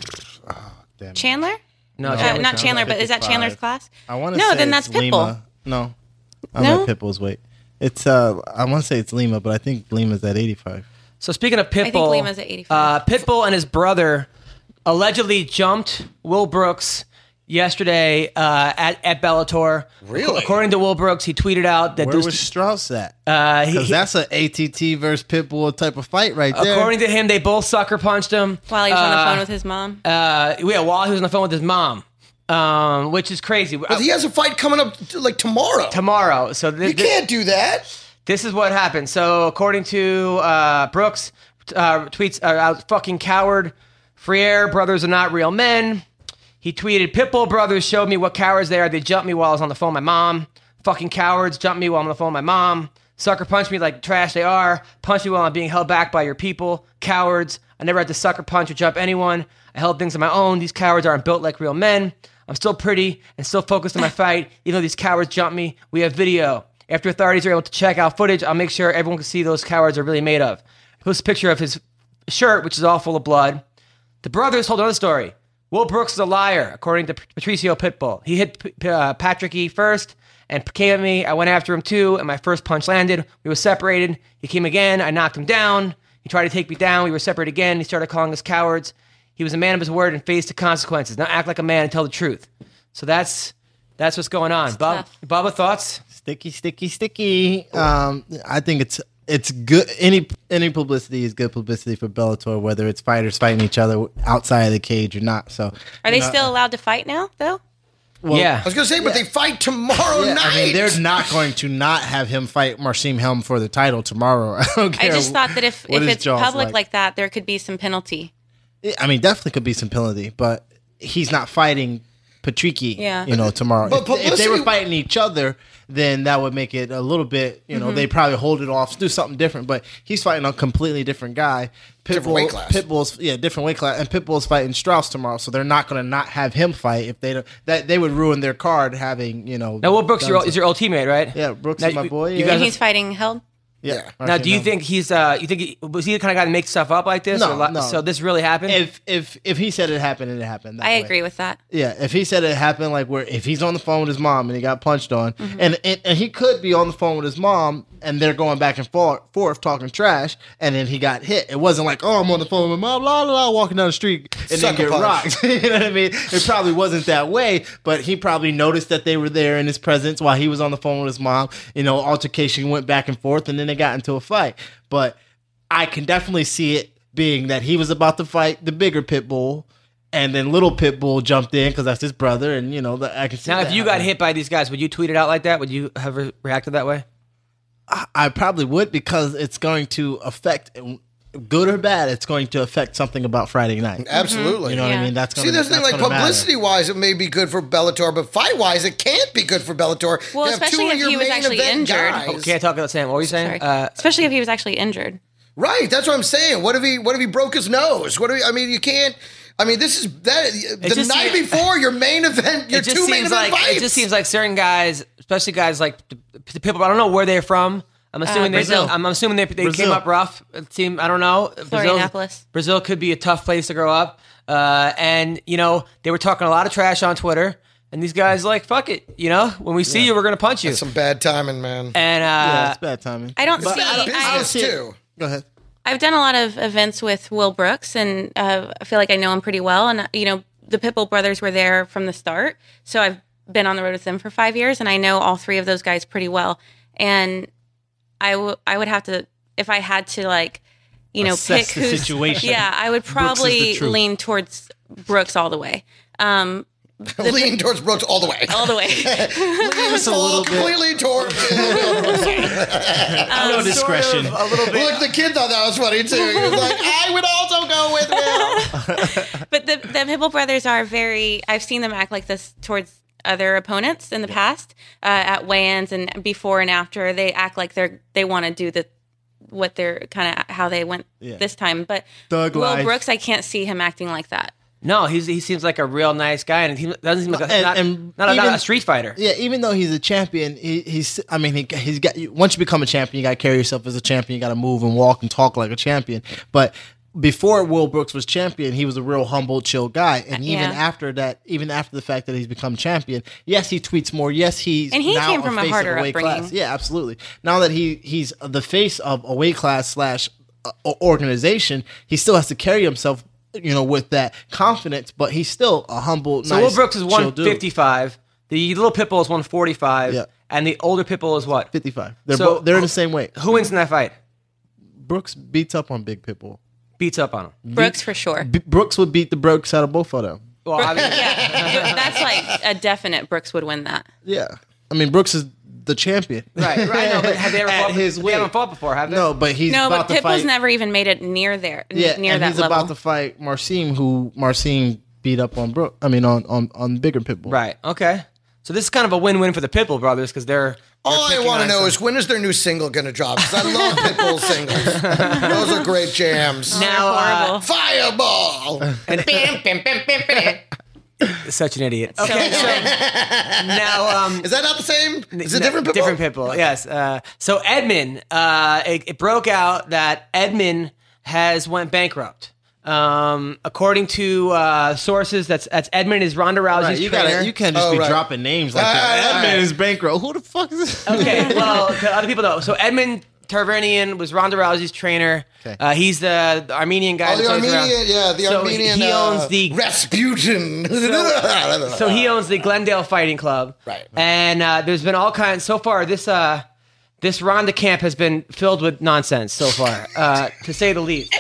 Speaker 4: damn it.
Speaker 3: Chandler.
Speaker 1: No,
Speaker 3: Uh,
Speaker 1: Chandler's
Speaker 3: not Chandler, but is that
Speaker 4: 55.
Speaker 3: Chandler's class?
Speaker 4: I want to
Speaker 3: No,
Speaker 4: say
Speaker 3: then
Speaker 4: it's
Speaker 3: that's Pitbull.
Speaker 4: Lima. No, I'm
Speaker 3: No?
Speaker 4: at Pitbull's weight. It's uh, I want to say it's Lima, but I think Lima's at 85.
Speaker 1: So speaking of
Speaker 3: think
Speaker 1: Pitbull,
Speaker 3: Lima's at 85.
Speaker 1: Uh, Pitbull and his brother allegedly jumped Will Brooks yesterday uh, at at Bellator.
Speaker 2: Really?
Speaker 1: According to Will Brooks, he tweeted out that
Speaker 4: Where
Speaker 1: those
Speaker 4: was Strauss at?
Speaker 1: uh, he-
Speaker 4: Because
Speaker 1: he-
Speaker 4: that's an ATT versus Pitbull type of fight right there.
Speaker 1: according to him, they both sucker punched him
Speaker 3: While he was on
Speaker 1: Uh,
Speaker 3: the phone with his mom.
Speaker 1: uh, yeah, while he was on the phone with his mom. um, which is crazy.
Speaker 2: But he has a fight coming up like tomorrow.
Speaker 1: Tomorrow, so thi-
Speaker 2: you
Speaker 1: thi-
Speaker 2: can't do that.
Speaker 1: This is what happened. So according to uh, Brooks, uh, tweets are out fucking coward. Friere brothers are not real men. He tweeted, Pitbull brothers showed me what cowards they are. They jumped me while I was on the phone with my mom. Fucking cowards jumped me while I'm on the phone with my mom. Sucker punched me like trash they are. Punched me while I'm being held back by your people. Cowards. I never had to sucker punch or jump anyone. I held things on my own. These cowards aren't built like real men. I'm still pretty and still focused on my fight, even though these cowards jumped me. We have video. After authorities are able to check out footage, I'll make sure everyone can see those cowards are really made of. Post a picture of his shirt, which is all full of blood. The brothers told another story. Will Brooks is a liar, according to Patricio Pitbull. He hit P- P- uh, Patrick E first and came at me. I went after him too, and my first punch landed. We were separated. He came again. I knocked him down. He tried to take me down. We were separated again. He started calling us cowards. He was a man of his word and faced the consequences. Now act like a man and tell the truth. So that's that's what's going on. Bob,
Speaker 3: tough.
Speaker 1: Baba, thoughts?
Speaker 4: sticky, sticky, sticky. Um, I think it's it's good. Any any publicity is good publicity for Bellator, whether it's fighters fighting each other outside of the cage or not. So
Speaker 3: Are they still allowed to fight now, though?
Speaker 1: yeah.
Speaker 2: I was gonna say, but they fight tomorrow
Speaker 4: Yeah,
Speaker 2: night.
Speaker 4: I mean, they're not going to not have him fight Marcin Helm for the title tomorrow. I don't
Speaker 3: I
Speaker 4: care.
Speaker 3: just thought that if,
Speaker 4: what
Speaker 3: if
Speaker 4: his
Speaker 3: it's
Speaker 4: jaw's
Speaker 3: public
Speaker 4: like.
Speaker 3: like. that, there could be some penalty.
Speaker 4: I mean, definitely could be some penalty, but he's not fighting Patricki.
Speaker 3: Yeah.
Speaker 4: you know tomorrow.
Speaker 2: But
Speaker 4: if, if they were
Speaker 2: publicity-
Speaker 4: fighting each other, then that would make it a little bit. You know,
Speaker 1: Mm-hmm.
Speaker 4: they probably hold it off, do something different. But he's fighting a completely different guy. Pitbull,
Speaker 2: Different weight class.
Speaker 4: Pitbull's yeah, different weight class, and Pitbull's fighting Strauss tomorrow, so they're not going to not have him fight if they don't. That they would ruin their card having you know.
Speaker 1: Now, Will Brooks your,
Speaker 4: Dunzo.
Speaker 1: is your old teammate, right?
Speaker 4: Yeah, Brooks
Speaker 1: Now,
Speaker 4: is my
Speaker 1: you-
Speaker 4: boy.
Speaker 1: you
Speaker 4: yeah.
Speaker 1: guys
Speaker 3: And he's fighting held.
Speaker 4: yeah.
Speaker 1: Now,
Speaker 4: Marcin
Speaker 1: do you
Speaker 4: Helm.
Speaker 1: think he's? Uh, you think he, was he the kind of guy that makes stuff up like this?
Speaker 4: No,
Speaker 1: or li-
Speaker 4: no.
Speaker 1: So this really happened.
Speaker 4: if if if he said it happened, it happened. that
Speaker 3: I
Speaker 4: way.
Speaker 3: agree with that.
Speaker 4: Yeah, if he said it happened, like where if he's on the phone with his mom and he got punched on, and, and and he could be on the phone with his mom and they're going back and forth, forth talking trash, and then he got hit. It wasn't like, oh, I'm on the phone with my mom, la la la, walking down the street and
Speaker 2: Sucker
Speaker 4: then get
Speaker 2: punch.
Speaker 4: rocked. you know what I mean? It probably wasn't that way, but he probably noticed that they were there in his presence while he was on the phone with his mom. You know, altercation went back and forth, and then they got into a fight. But I can definitely see it being that he was about to fight the bigger pit bull, and then little pit bull jumped in because that's his brother, and you know that I can see.
Speaker 1: Now,
Speaker 4: that
Speaker 1: if you got
Speaker 4: happening.
Speaker 1: hit by these guys, would you tweet it out like that? Would you have re- reacted that way?
Speaker 4: I probably would because it's going to affect, good or bad, it's going to affect something about Friday night.
Speaker 2: Absolutely.
Speaker 4: You know what I
Speaker 3: Yeah.
Speaker 4: mean? That's gonna,
Speaker 2: See, there's
Speaker 4: that's
Speaker 2: thing like
Speaker 4: gonna matter.
Speaker 2: publicity wise, it may be good for Bellator, but fight wise, it can't be good for Bellator.
Speaker 3: Well,
Speaker 2: to have
Speaker 3: especially
Speaker 2: two of
Speaker 3: if
Speaker 2: your
Speaker 3: he was
Speaker 2: main
Speaker 3: actually
Speaker 2: event
Speaker 3: injured.
Speaker 2: guys-
Speaker 1: Okay, I talk about Sam. What were you saying?
Speaker 3: Oh, Sorry.
Speaker 1: Uh,
Speaker 3: Especially if he was actually injured.
Speaker 2: Right. That's what I'm saying. What if he? What if he broke his nose? What? If he, I mean, you can't. I mean, this is that the
Speaker 1: just
Speaker 2: night
Speaker 1: seems-
Speaker 2: before your main event, your
Speaker 1: it just
Speaker 2: two main
Speaker 1: seems
Speaker 2: event
Speaker 1: like
Speaker 2: fights.
Speaker 1: it just seems like certain guys, especially guys like the, the people. I don't know where they're from. I'm assuming they.
Speaker 3: Uh, Brazil.
Speaker 1: I'm assuming they, they came
Speaker 4: Brazil.
Speaker 1: up rough. It seemed, I don't know.
Speaker 3: Florianopolis.
Speaker 1: Brazil could be a tough place to grow up. Uh, and you know they were talking a lot of trash on Twitter. And these guys like fuck it. You know when we see you, we're gonna punch you.
Speaker 2: some bad timing, man.
Speaker 1: and uh,
Speaker 4: Yeah, it's bad timing.
Speaker 3: I don't see.
Speaker 2: bad
Speaker 3: I,
Speaker 2: business too.
Speaker 4: Go ahead.
Speaker 3: I've done a lot of events with Will Brooks, and uh, I feel like I know him pretty well. And you know, the Pitbull brothers were there from the start, so I've been on the road with them for five years, and I know all three of those guys pretty well. And I, w- I would have to, if I had to, like, you know,
Speaker 4: Assess
Speaker 3: pick
Speaker 4: the
Speaker 3: who's,
Speaker 4: situation.
Speaker 3: Yeah, I would probably
Speaker 4: truth.
Speaker 3: lean towards Brooks all the way. Um,
Speaker 2: Lean towards Brooks all the way.
Speaker 3: all the way.
Speaker 4: Just a little bit.
Speaker 2: Completely towards.
Speaker 4: No discretion.
Speaker 1: a little bit.
Speaker 2: Look, the kid thought that was funny too. He was like, I would also go with Will.
Speaker 3: But the the Hibble brothers are very. I've seen them act like this towards other opponents in the past uh, at weigh-ins and before and after. They act like they're they want to do the what they're kind of how they went this time. But
Speaker 4: Thug
Speaker 3: Will
Speaker 4: life.
Speaker 3: Brooks, I can't see him acting like that.
Speaker 1: No, he's, he seems like a real nice guy, and he doesn't seem like a,
Speaker 4: And-
Speaker 1: not,
Speaker 4: and
Speaker 1: not, a- not
Speaker 4: even-
Speaker 1: a street fighter.
Speaker 4: Yeah, even though he's a champion, he, he's I mean he he's got once you become a champion, you got to carry yourself as a champion. You got to move and walk and talk like a champion. But before Will Brooks was champion, he was a real humble, chill guy. And even
Speaker 3: Yeah.
Speaker 4: after that, even after the fact that he's become champion, yes, he tweets more. Yes, he's
Speaker 3: And he
Speaker 4: now
Speaker 3: came from a
Speaker 4: face of
Speaker 3: harder
Speaker 4: weight
Speaker 3: upbringing.
Speaker 4: Class. Yeah, absolutely. Now that he he's the face of a weight class slash uh, organization, he still has to carry himself. You know, with that confidence, but he's still a humble.
Speaker 1: So Will Brooks is one fifty five. The little pitbull is one forty five,
Speaker 4: Yeah.
Speaker 1: and the older pitbull is what?
Speaker 4: 55. They're
Speaker 1: So-
Speaker 4: both, they're in the same weight.
Speaker 1: Who wins in that fight?
Speaker 4: Brooks beats up on Big Pitbull.
Speaker 1: Beats up on him.
Speaker 3: Brooks for sure.
Speaker 4: B- Brooks would beat the Brooks out of both of them.
Speaker 1: Well, obviously,
Speaker 3: yeah, that's like a definite. Brooks would win that.
Speaker 4: Yeah, I mean Brooks is the champion.
Speaker 1: right, right. I know, but have they ever
Speaker 4: At
Speaker 1: fought?
Speaker 4: his
Speaker 1: they
Speaker 4: weight.
Speaker 1: haven't fought before, have they?
Speaker 4: No, but he's
Speaker 3: No,
Speaker 4: about
Speaker 3: but
Speaker 4: to
Speaker 3: Pitbull's
Speaker 4: fight.
Speaker 3: never even made it near there. n-
Speaker 4: yeah,
Speaker 3: near
Speaker 4: and
Speaker 3: that
Speaker 4: he's
Speaker 3: level.
Speaker 4: about to fight Marcin, who Marcin beat up on Brook. I mean on on on bigger Pitbull.
Speaker 1: Right. Okay. So this is kind of a win-win for the Pitbull brothers because they're.
Speaker 2: All I want to know is when is their new single going to drop? Because I love Pitbull singles. Those are great jams.
Speaker 1: now, uh,
Speaker 3: horrible.
Speaker 2: Fireball.
Speaker 1: such an idiot. Okay. So, now, um,
Speaker 2: Is that not the same? Is it
Speaker 1: No,
Speaker 2: different Pitbull?
Speaker 1: Different Pitbull, yes. Uh, so Edmund, uh, it, it broke out that Edmund has went bankrupt. Um, according to uh, sources, that's that's Edmund is Ronda Rousey's
Speaker 4: You
Speaker 1: trainer.
Speaker 4: gotta, you can't just
Speaker 2: Oh,
Speaker 4: be
Speaker 2: right.
Speaker 4: dropping names like that.
Speaker 2: All right,
Speaker 4: that
Speaker 2: all
Speaker 4: man
Speaker 2: right.
Speaker 4: is bankrupt. Who the fuck is this?
Speaker 1: okay, well, to other people though. So Edmund Tarvernian was Ronda Rousey's trainer. Uh, he's the, the Armenian guy.
Speaker 2: Oh,
Speaker 1: that
Speaker 2: the
Speaker 1: throws around.
Speaker 2: Armenian, yeah, the
Speaker 1: So
Speaker 2: Armenian.
Speaker 1: He owns
Speaker 2: uh,
Speaker 1: the
Speaker 2: Rasputin.
Speaker 1: So he owns the Glendale Fighting Club,
Speaker 2: Right.
Speaker 1: And uh, there's been all kinds so far. This uh, this Ronda camp has been filled with nonsense so far, uh, to say the least.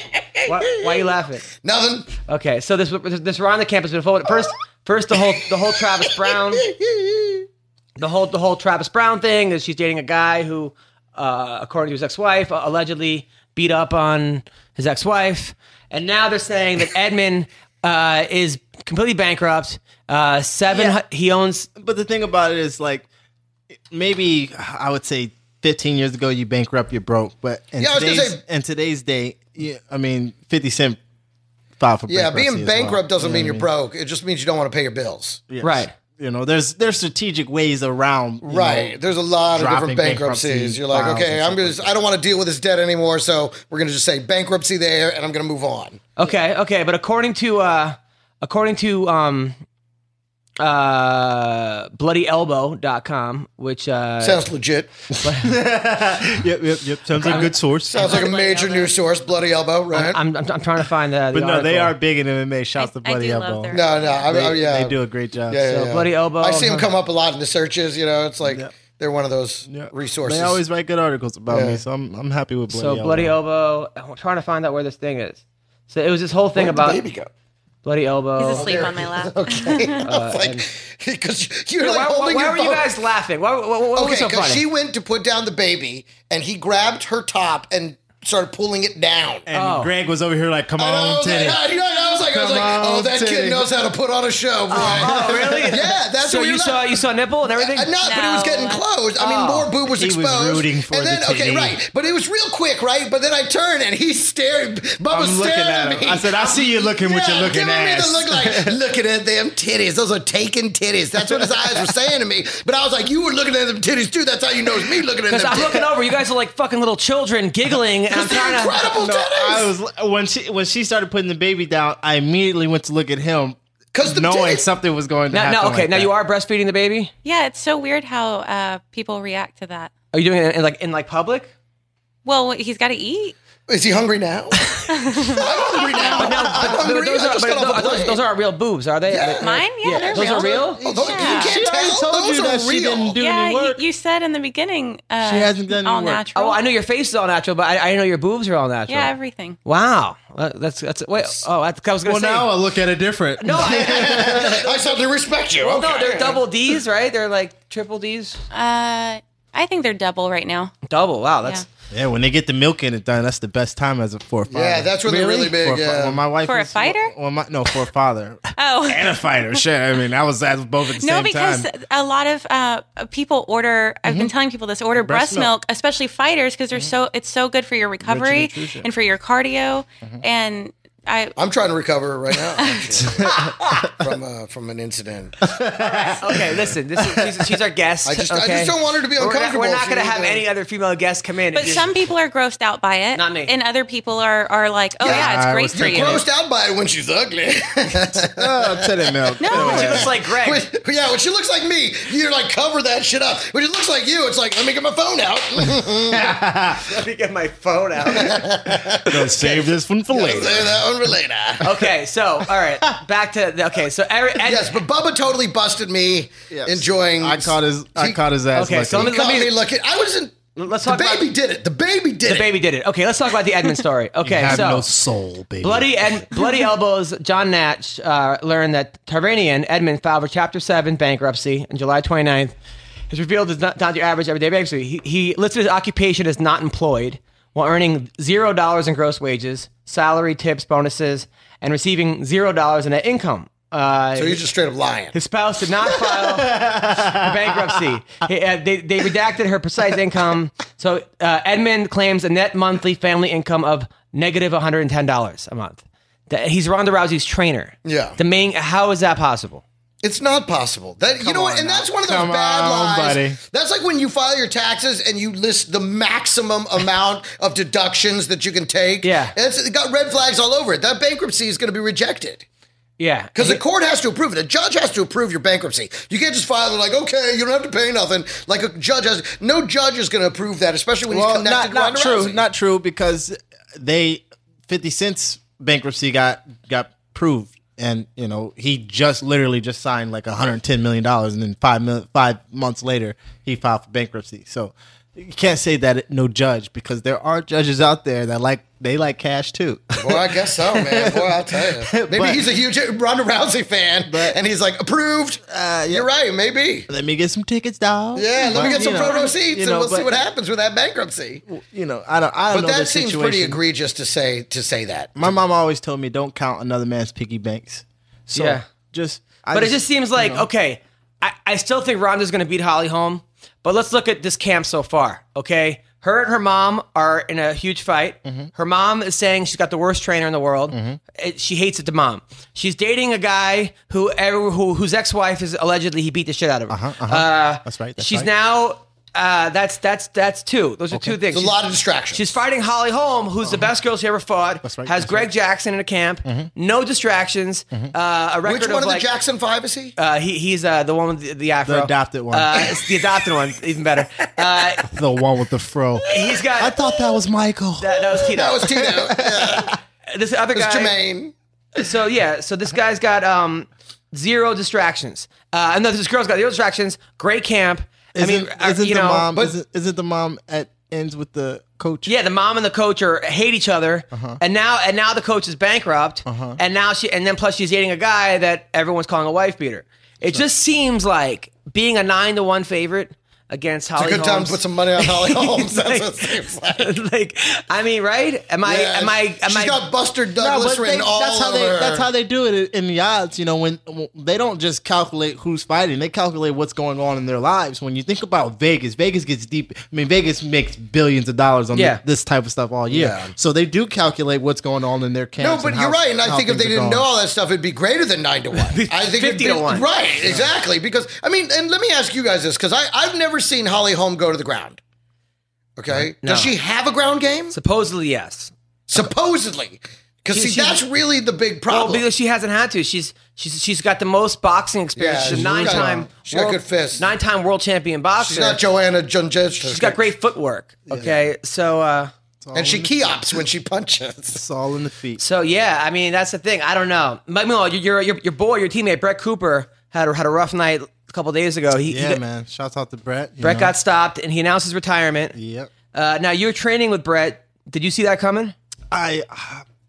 Speaker 1: Why, why are you laughing?
Speaker 2: nothing.
Speaker 1: Okay, so this this Ronda camp has been filled with first first the whole the whole Travis Brown the whole the whole Travis Brown thing that she's dating a guy who, uh, according to his ex-wife, uh, allegedly beat up on his ex-wife, and now they're saying that Edmund uh, is completely bankrupt. Uh, seven,
Speaker 4: Yeah.
Speaker 1: he owns.
Speaker 4: But the thing about it is, like, maybe I would say 15 years ago you bankrupt, you're broke. But in
Speaker 2: Yeah, I was gonna
Speaker 4: today's
Speaker 2: say-
Speaker 4: in today's day, yeah, I mean, 50 Cent filed for
Speaker 2: Yeah,
Speaker 4: bankruptcy
Speaker 2: being
Speaker 4: as well.
Speaker 2: bankrupt doesn't
Speaker 4: You know
Speaker 2: mean
Speaker 4: what
Speaker 2: you're
Speaker 4: I
Speaker 2: broke. It just means you don't want to pay your bills.
Speaker 4: Yes.
Speaker 1: Right.
Speaker 4: You know, there's there's strategic ways around. you
Speaker 2: Right.
Speaker 4: know,
Speaker 2: There's a lot of
Speaker 4: dropping
Speaker 2: different bankruptcies.
Speaker 4: bankruptcy
Speaker 2: You're like,
Speaker 4: files
Speaker 2: okay,
Speaker 4: and
Speaker 2: I'm
Speaker 4: stuff
Speaker 2: just, I don't want to deal with this debt anymore. So we're going to just say bankruptcy there and I'm going to move on.
Speaker 1: Okay, okay, but according to uh, according to um, uh, bloodyelbow.com, which uh,
Speaker 2: Sounds legit.
Speaker 4: Yep, yep, yep. Sounds like a good source.
Speaker 2: Sounds like a major news source, Bloody Elbow, right?
Speaker 1: I'm, I'm I'm trying to find the, the
Speaker 4: But no, they
Speaker 1: article.
Speaker 4: are big in MMA. Shouts to
Speaker 3: I
Speaker 4: Bloody
Speaker 3: do love
Speaker 4: Elbow.
Speaker 3: their-
Speaker 2: no, no. I,
Speaker 4: They,
Speaker 2: I, yeah.
Speaker 4: they do a great job.
Speaker 2: Yeah, yeah,
Speaker 1: So
Speaker 2: yeah.
Speaker 1: Bloody Elbow,
Speaker 2: I see them
Speaker 1: huh?
Speaker 2: come up a lot in the searches, you know. It's like
Speaker 4: Yeah.
Speaker 2: they're one of those
Speaker 4: Yeah.
Speaker 2: resources.
Speaker 4: They always write good articles about
Speaker 2: Yeah.
Speaker 4: me, so I'm I'm happy with Bloody
Speaker 1: So
Speaker 4: Elbow.
Speaker 1: bloody elbow. I'm trying to find out where this thing is. So it was this whole thing
Speaker 2: Where'd the
Speaker 1: about
Speaker 2: baby go?
Speaker 1: bloody elbow.
Speaker 3: He's asleep on my lap.
Speaker 2: Okay. because you're like
Speaker 1: why, why-
Speaker 2: holding
Speaker 1: why
Speaker 2: your
Speaker 1: were you
Speaker 2: phone.
Speaker 1: guys laughing? Why, why, why, what was
Speaker 2: Okay,
Speaker 1: so
Speaker 2: because
Speaker 1: funny?
Speaker 2: she went to put down the baby, and he grabbed her top and started pulling it down.
Speaker 4: and
Speaker 1: Oh.
Speaker 4: Greg was over here like, "Come
Speaker 2: And I
Speaker 4: on,
Speaker 2: was like,
Speaker 4: Teddy."
Speaker 2: "Ah," you know, I was like, I was
Speaker 4: Come
Speaker 2: like, oh,
Speaker 4: on, Uh-huh.
Speaker 2: that
Speaker 4: Teddy.
Speaker 2: kid knows how to put on a show, boy.
Speaker 1: oh, really?
Speaker 2: Yeah, that's
Speaker 1: so
Speaker 2: what
Speaker 1: you
Speaker 2: you're
Speaker 1: saw.
Speaker 2: not-
Speaker 1: You saw nipple and everything.
Speaker 2: Uh, no, but it was
Speaker 3: No.
Speaker 2: getting closed. I mean, more boob was
Speaker 4: Oh, He was
Speaker 2: exposed.
Speaker 4: rooting for
Speaker 2: and then,
Speaker 4: the
Speaker 2: okay,
Speaker 4: TV.
Speaker 2: right. But it was real quick, right? But then I turn and he's staring. Bubba's
Speaker 4: I'm looking
Speaker 2: staring
Speaker 4: at
Speaker 2: me.
Speaker 4: him. I said, "I see you looking with your
Speaker 2: Yeah,
Speaker 4: looking
Speaker 2: giving me the
Speaker 4: ass."
Speaker 2: look like looking at them titties. Those are taken titties. That's what his eyes were saying to me. But I was like, you were looking at them titties too. That's how you know it's me looking at them.
Speaker 1: Because I'm
Speaker 2: titties.
Speaker 1: looking over. You guys are like fucking little children giggling, and I'm
Speaker 2: They're
Speaker 1: trying to.
Speaker 2: incredible
Speaker 4: No, I
Speaker 2: titties.
Speaker 4: was when she when she started putting the baby down. I immediately went to look at him,
Speaker 2: 'Cause the
Speaker 4: knowing
Speaker 2: titties-
Speaker 4: something was going to
Speaker 1: Now,
Speaker 4: happen.
Speaker 1: now, okay.
Speaker 4: like
Speaker 1: now
Speaker 4: that.
Speaker 1: you are breastfeeding the baby.
Speaker 3: Yeah, it's so weird how uh, people react to that.
Speaker 1: Are you doing it in, like in like public?
Speaker 3: Well, he's got to eat.
Speaker 2: Is he hungry now? I'm hungry now.
Speaker 1: No,
Speaker 2: I'm
Speaker 1: but- but
Speaker 2: hungry.
Speaker 1: those
Speaker 2: I
Speaker 1: are
Speaker 2: just
Speaker 1: but
Speaker 2: got off a
Speaker 1: those-
Speaker 2: plane.
Speaker 1: those aren't real boobs, are they?
Speaker 2: Yeah.
Speaker 1: They-
Speaker 3: Mine? Yeah, they're
Speaker 1: those are
Speaker 3: real.
Speaker 1: real.
Speaker 2: Oh, those,
Speaker 3: Yeah.
Speaker 2: You
Speaker 4: She
Speaker 2: can't
Speaker 4: already
Speaker 2: tell.
Speaker 4: told
Speaker 2: Those
Speaker 4: you
Speaker 2: are
Speaker 4: that she
Speaker 2: real.
Speaker 4: didn't do
Speaker 3: yeah,
Speaker 4: any
Speaker 3: you,
Speaker 4: work.
Speaker 3: you said in the beginning. Uh,
Speaker 4: She hasn't done any
Speaker 3: all
Speaker 4: work.
Speaker 3: natural.
Speaker 1: Oh, I know your face is all natural, but I, I know your boobs are all natural.
Speaker 3: Yeah, everything.
Speaker 1: Wow, Uh, that's that's wait. Oh, I, I was gonna
Speaker 4: well,
Speaker 1: say.
Speaker 4: now I look at it different.
Speaker 1: no, I-
Speaker 2: I suddenly respect you. Okay.
Speaker 1: No, they're double D's, right? They're like triple D's.
Speaker 3: Uh, I think they're double right now.
Speaker 1: Double. Wow, that's
Speaker 4: yeah, when they get the milk in it done, that's the best time as a for a father.
Speaker 2: Yeah, that's when they're really big,
Speaker 4: For a fa-
Speaker 2: yeah.
Speaker 4: when my wife
Speaker 3: For a
Speaker 4: was-
Speaker 3: fighter?
Speaker 4: When my, no, for a father
Speaker 3: Oh.
Speaker 4: and a fighter. Shit, I mean, I was at both at the
Speaker 3: No,
Speaker 4: same
Speaker 3: because
Speaker 4: time. Mm-hmm.
Speaker 3: a lot of uh, people order. I've been telling people this: order breast,
Speaker 4: milk.
Speaker 3: milk. especially fighters, because they're so. It's so good for your recovery
Speaker 4: nutrition.
Speaker 3: and for your cardio.
Speaker 4: Mm-hmm.
Speaker 3: And I,
Speaker 2: I'm trying to recover right now actually, from uh, from an incident.
Speaker 1: okay. Listen, this is, she's, she's our guest.
Speaker 2: I just I
Speaker 1: okay?
Speaker 2: just don't want her to be
Speaker 1: We're not,
Speaker 2: uncomfortable.
Speaker 1: we're not
Speaker 2: She
Speaker 1: gonna
Speaker 2: needs
Speaker 1: have any other female guests come in.
Speaker 3: but
Speaker 1: If you-
Speaker 3: some people are grossed out by it,
Speaker 1: Not me.
Speaker 3: and other people are are like, "Oh yeah,
Speaker 4: I
Speaker 3: it's great
Speaker 4: was
Speaker 3: for
Speaker 4: thinking
Speaker 3: you."
Speaker 4: it.
Speaker 2: grossed out by it when she's ugly. Uh,
Speaker 4: Oh, titty milk.
Speaker 3: No.
Speaker 1: She looks like Greg.
Speaker 2: When- yeah, when she looks like me, you're like cover that shit up. When she looks like you, it's like let me get my phone out.
Speaker 1: Let me get my phone out.
Speaker 4: Gonna save this one for
Speaker 2: Save
Speaker 4: later.
Speaker 2: that one for later.
Speaker 1: okay, so all right, back to the- okay. So every, and-
Speaker 2: Yes, but Bubba totally busted me enjoying.
Speaker 4: I caught his. I caught his ass.
Speaker 1: Okay, so
Speaker 4: lucky.
Speaker 1: let
Speaker 2: He
Speaker 1: me-
Speaker 2: caught me looking. I wasn't.
Speaker 1: Let's
Speaker 2: The
Speaker 1: talk about
Speaker 2: baby did it. The baby did
Speaker 1: the baby did it. Okay, let's talk about the Edmund story. Okay,
Speaker 5: have
Speaker 1: so
Speaker 5: no soul, baby.
Speaker 1: Bloody Ed, Bloody Elbows, John Natch uh, learned that Tarvanian Edmund filed for Chapter 7 bankruptcy on July 29th. His revealed is not, not your average everyday bankruptcy. He, he listed his occupation as not employed while earning $0 in gross wages, salary, tips, bonuses, and receiving $0 in net income. Uh,
Speaker 2: it. So he's just straight up lying.
Speaker 1: his spouse did not file for bankruptcy. He- uh, They, they redacted her precise income. So uh, Edmund claims a net monthly family income of negative $110 a month. That- He's Ronda Rousey's trainer.
Speaker 2: Yeah.
Speaker 1: The main. How is that possible?
Speaker 2: It's not possible. That you know what, and that's one of those
Speaker 4: Come
Speaker 2: bad
Speaker 4: on,
Speaker 2: lies.
Speaker 4: buddy.
Speaker 2: That's like when you file your taxes and you list the maximum amount of deductions that you can take.
Speaker 1: Yeah.
Speaker 2: and it's, it got red flags all over it. That bankruptcy is going to be rejected
Speaker 1: Yeah.
Speaker 2: because the court has to approve it. A judge has to approve your bankruptcy. You can't just file it like, okay, you don't have to pay nothing. Like a judge has no judge is going to approve that, especially when he's
Speaker 4: Well,
Speaker 2: connected
Speaker 4: not, not
Speaker 2: to
Speaker 4: true,
Speaker 2: Ronda Rousey.
Speaker 4: not true, because they Fifty Cent's bankruptcy got got proved, and you know he just literally just signed like 110 million dollars, and then five mil, five months later he filed for bankruptcy. So you can't say that it- no judge because there are judges out there that like they like cash too.
Speaker 2: Well, I guess so, man. Boy, I'll tell you. Maybe
Speaker 4: But-
Speaker 2: he's a huge Ronda Rousey fan, and he's like approved.
Speaker 4: Uh,
Speaker 2: You're right, maybe.
Speaker 4: let me get some tickets, dog.
Speaker 2: Yeah, let me
Speaker 4: But,
Speaker 2: get some
Speaker 4: you know,
Speaker 2: proto seats,
Speaker 4: you know,
Speaker 2: and we'll see
Speaker 4: but,
Speaker 2: what happens with that bankruptcy.
Speaker 4: You know, I don't. I don't
Speaker 2: But
Speaker 4: know the
Speaker 2: that seems pretty
Speaker 4: situation.
Speaker 2: egregious to say to say that.
Speaker 4: My mom always told me don't count another man's piggy banks. So
Speaker 1: Yeah.
Speaker 4: just. I
Speaker 1: but it just seems like okay. I, I still think Ronda's going to beat Holly home, but let's look at this camp so far. Okay, her and her mom are in a huge fight.
Speaker 4: Mm-hmm.
Speaker 1: Her mom is saying she's got the worst trainer in the world. It- she hates it to mom. She's dating a guy who, every- who whose ex wife is allegedly he beat the shit out of her. Uh-huh,
Speaker 4: That's right. that's
Speaker 1: she's
Speaker 4: right.
Speaker 1: now. Uh, that's that's that's two. Those are two things.
Speaker 2: There's a
Speaker 1: She's-
Speaker 2: lot of distractions.
Speaker 1: She's fighting Holly Holm, who's the best girl she ever fought.
Speaker 4: Uh-huh. That's right, Mm-hmm.
Speaker 1: Has
Speaker 4: that's
Speaker 1: Greg Jackson in a camp. No distractions. Uh, a record
Speaker 2: Which one of the
Speaker 1: like,
Speaker 2: Jackson Five is he?
Speaker 1: uh, he, he's uh, the one with the, the afro.
Speaker 4: The adopted one.
Speaker 1: Uh, it's the adopted one, even better. Uh,
Speaker 4: the one with the fro.
Speaker 1: he's got.
Speaker 4: I thought that was Michael.
Speaker 1: that, that was Tito.
Speaker 2: that was Tito. Yeah.
Speaker 1: this other
Speaker 2: It was
Speaker 1: guy.
Speaker 2: Jermaine.
Speaker 1: So yeah, so this guy's got um, zero distractions. Uh, and no, this girl's got zero distractions. Great camp.
Speaker 4: isn't,
Speaker 1: I mean, uh,
Speaker 4: isn't
Speaker 1: you
Speaker 4: the
Speaker 1: know,
Speaker 4: mom?
Speaker 2: but-
Speaker 4: isn't, isn't the mom at ends with the coach?
Speaker 1: Yeah, the mom and the coach are hate each other,
Speaker 2: Uh-huh.
Speaker 1: and now and now the coach is bankrupt, and now she and then plus she's dating a guy that everyone's calling a wife beater. It just seems like being a nine to one favorite against Holly.
Speaker 2: It's a good time
Speaker 1: Holmes,
Speaker 2: to put some money on Holly Holmes. That's what it
Speaker 1: Like-
Speaker 2: seems like.
Speaker 1: like I mean, right? Am I?
Speaker 2: Yeah,
Speaker 1: am I? Am
Speaker 2: she's
Speaker 1: I?
Speaker 2: got Buster
Speaker 4: No,
Speaker 2: Douglas
Speaker 4: but they-
Speaker 2: written all
Speaker 4: that's how
Speaker 2: over
Speaker 4: they
Speaker 2: her.
Speaker 4: that's how they do it in the odds. You know, when when- they don't just calculate who's fighting, they calculate what's going on in their lives. When you think about Vegas, Vegas gets deep. I mean, Vegas makes billions of dollars on
Speaker 1: Yeah.
Speaker 4: this type of stuff all year,
Speaker 2: Yeah.
Speaker 4: so they do calculate what's going on in their
Speaker 2: no,
Speaker 4: camps.
Speaker 2: but
Speaker 4: and
Speaker 2: you're
Speaker 4: how-
Speaker 2: right, and I
Speaker 4: how
Speaker 2: think if
Speaker 4: things
Speaker 2: they
Speaker 4: are
Speaker 2: didn't
Speaker 4: going.
Speaker 2: know all that stuff, it'd be greater than nine to one. I think it'd
Speaker 1: 50 to
Speaker 2: be-
Speaker 1: one.
Speaker 2: Right, exactly. Because I mean, and let me ask you guys this, because I I've never seen Holly Holm go to the ground. Okay, does she have a ground game?
Speaker 1: supposedly yes.
Speaker 2: supposedly. Because
Speaker 1: She-
Speaker 2: see,
Speaker 1: she-
Speaker 2: that's really the big
Speaker 1: Well,
Speaker 2: problem.
Speaker 1: Oh, because she hasn't had to. She's she's she's got the most boxing experience.
Speaker 2: Yeah,
Speaker 1: she's a
Speaker 2: she's
Speaker 1: nine
Speaker 2: got-
Speaker 1: time.
Speaker 2: she's got good fists.
Speaker 1: Nine time world champion boxer.
Speaker 2: she's not Joanna Jungevich.
Speaker 1: she's got great footwork. Okay, so. uh
Speaker 2: and she keops when she punches.
Speaker 4: It's all in the feet.
Speaker 1: So yeah, I mean that's the thing. I don't know. But meanwhile, your your your boy, your teammate Brett Cooper had a, had a rough night a couple days ago. He, he
Speaker 4: Yeah,
Speaker 1: got-
Speaker 4: man. Shouts out to Brett. you
Speaker 1: Brett
Speaker 4: know.
Speaker 1: got stopped, and he announced his retirement.
Speaker 4: Yep.
Speaker 1: Uh, now you're training with Brett. Did you see that coming?
Speaker 4: I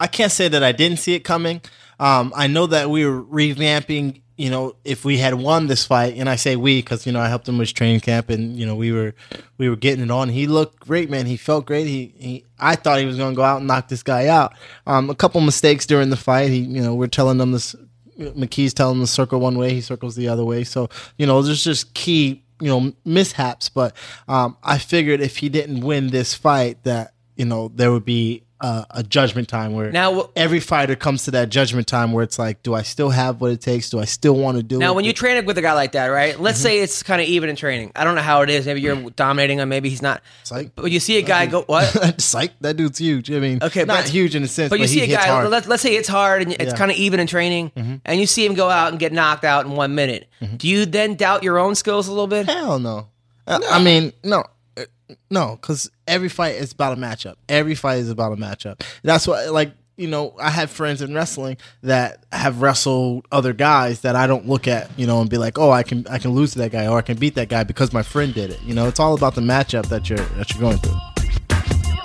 Speaker 4: I can't say that I didn't see it coming. Um, I know that we were revamping. You know, if we had won this fight, and I say we because you know I helped him with training camp, and you know we were we were getting it on. He looked great, man. He felt great. He, he I thought he was going to go out and knock this guy out. Um, a couple mistakes during the fight. He, you know, we're telling them this. McKee's telling him to circle one way, he circles the other way. So you know, there's just key you know mishaps. But um, I figured if he didn't win this fight, that you know there would be uh, a judgment time where
Speaker 1: Now, wh-
Speaker 4: every fighter comes to that judgment time where it's like, do I still have what it takes? Do I still want to do it?
Speaker 1: Now, when you train with a guy like that, right?
Speaker 4: Mm-hmm.
Speaker 1: Let's say it's kind of even in training. I don't know how it is. Maybe you're dominating him. Maybe he's not.
Speaker 4: like-
Speaker 1: but when you see a guy go what?
Speaker 4: psych, that dude's huge. I mean,
Speaker 1: Okay,
Speaker 4: okay, not
Speaker 1: but-
Speaker 4: huge in a sense,
Speaker 1: But you see
Speaker 4: he
Speaker 1: a
Speaker 4: hits
Speaker 1: guy.
Speaker 4: hard.
Speaker 1: Let, let's say it's hard and it's
Speaker 4: Yeah. Mm-hmm.
Speaker 1: kind of even in training, and you see him go out and get knocked out in one minute. Do you then doubt your own skills a little bit?
Speaker 4: Hell no. Uh, I mean, no. Uh, No, because every fight is about a matchup. Every fight is about a matchup. That's why, like, you know, I have friends in wrestling that have wrestled other guys that I don't look at, you know, and be like, oh, I can I can lose to that guy or I can beat that guy because my friend did it. You know, it's all about the matchup that you're that you're going through.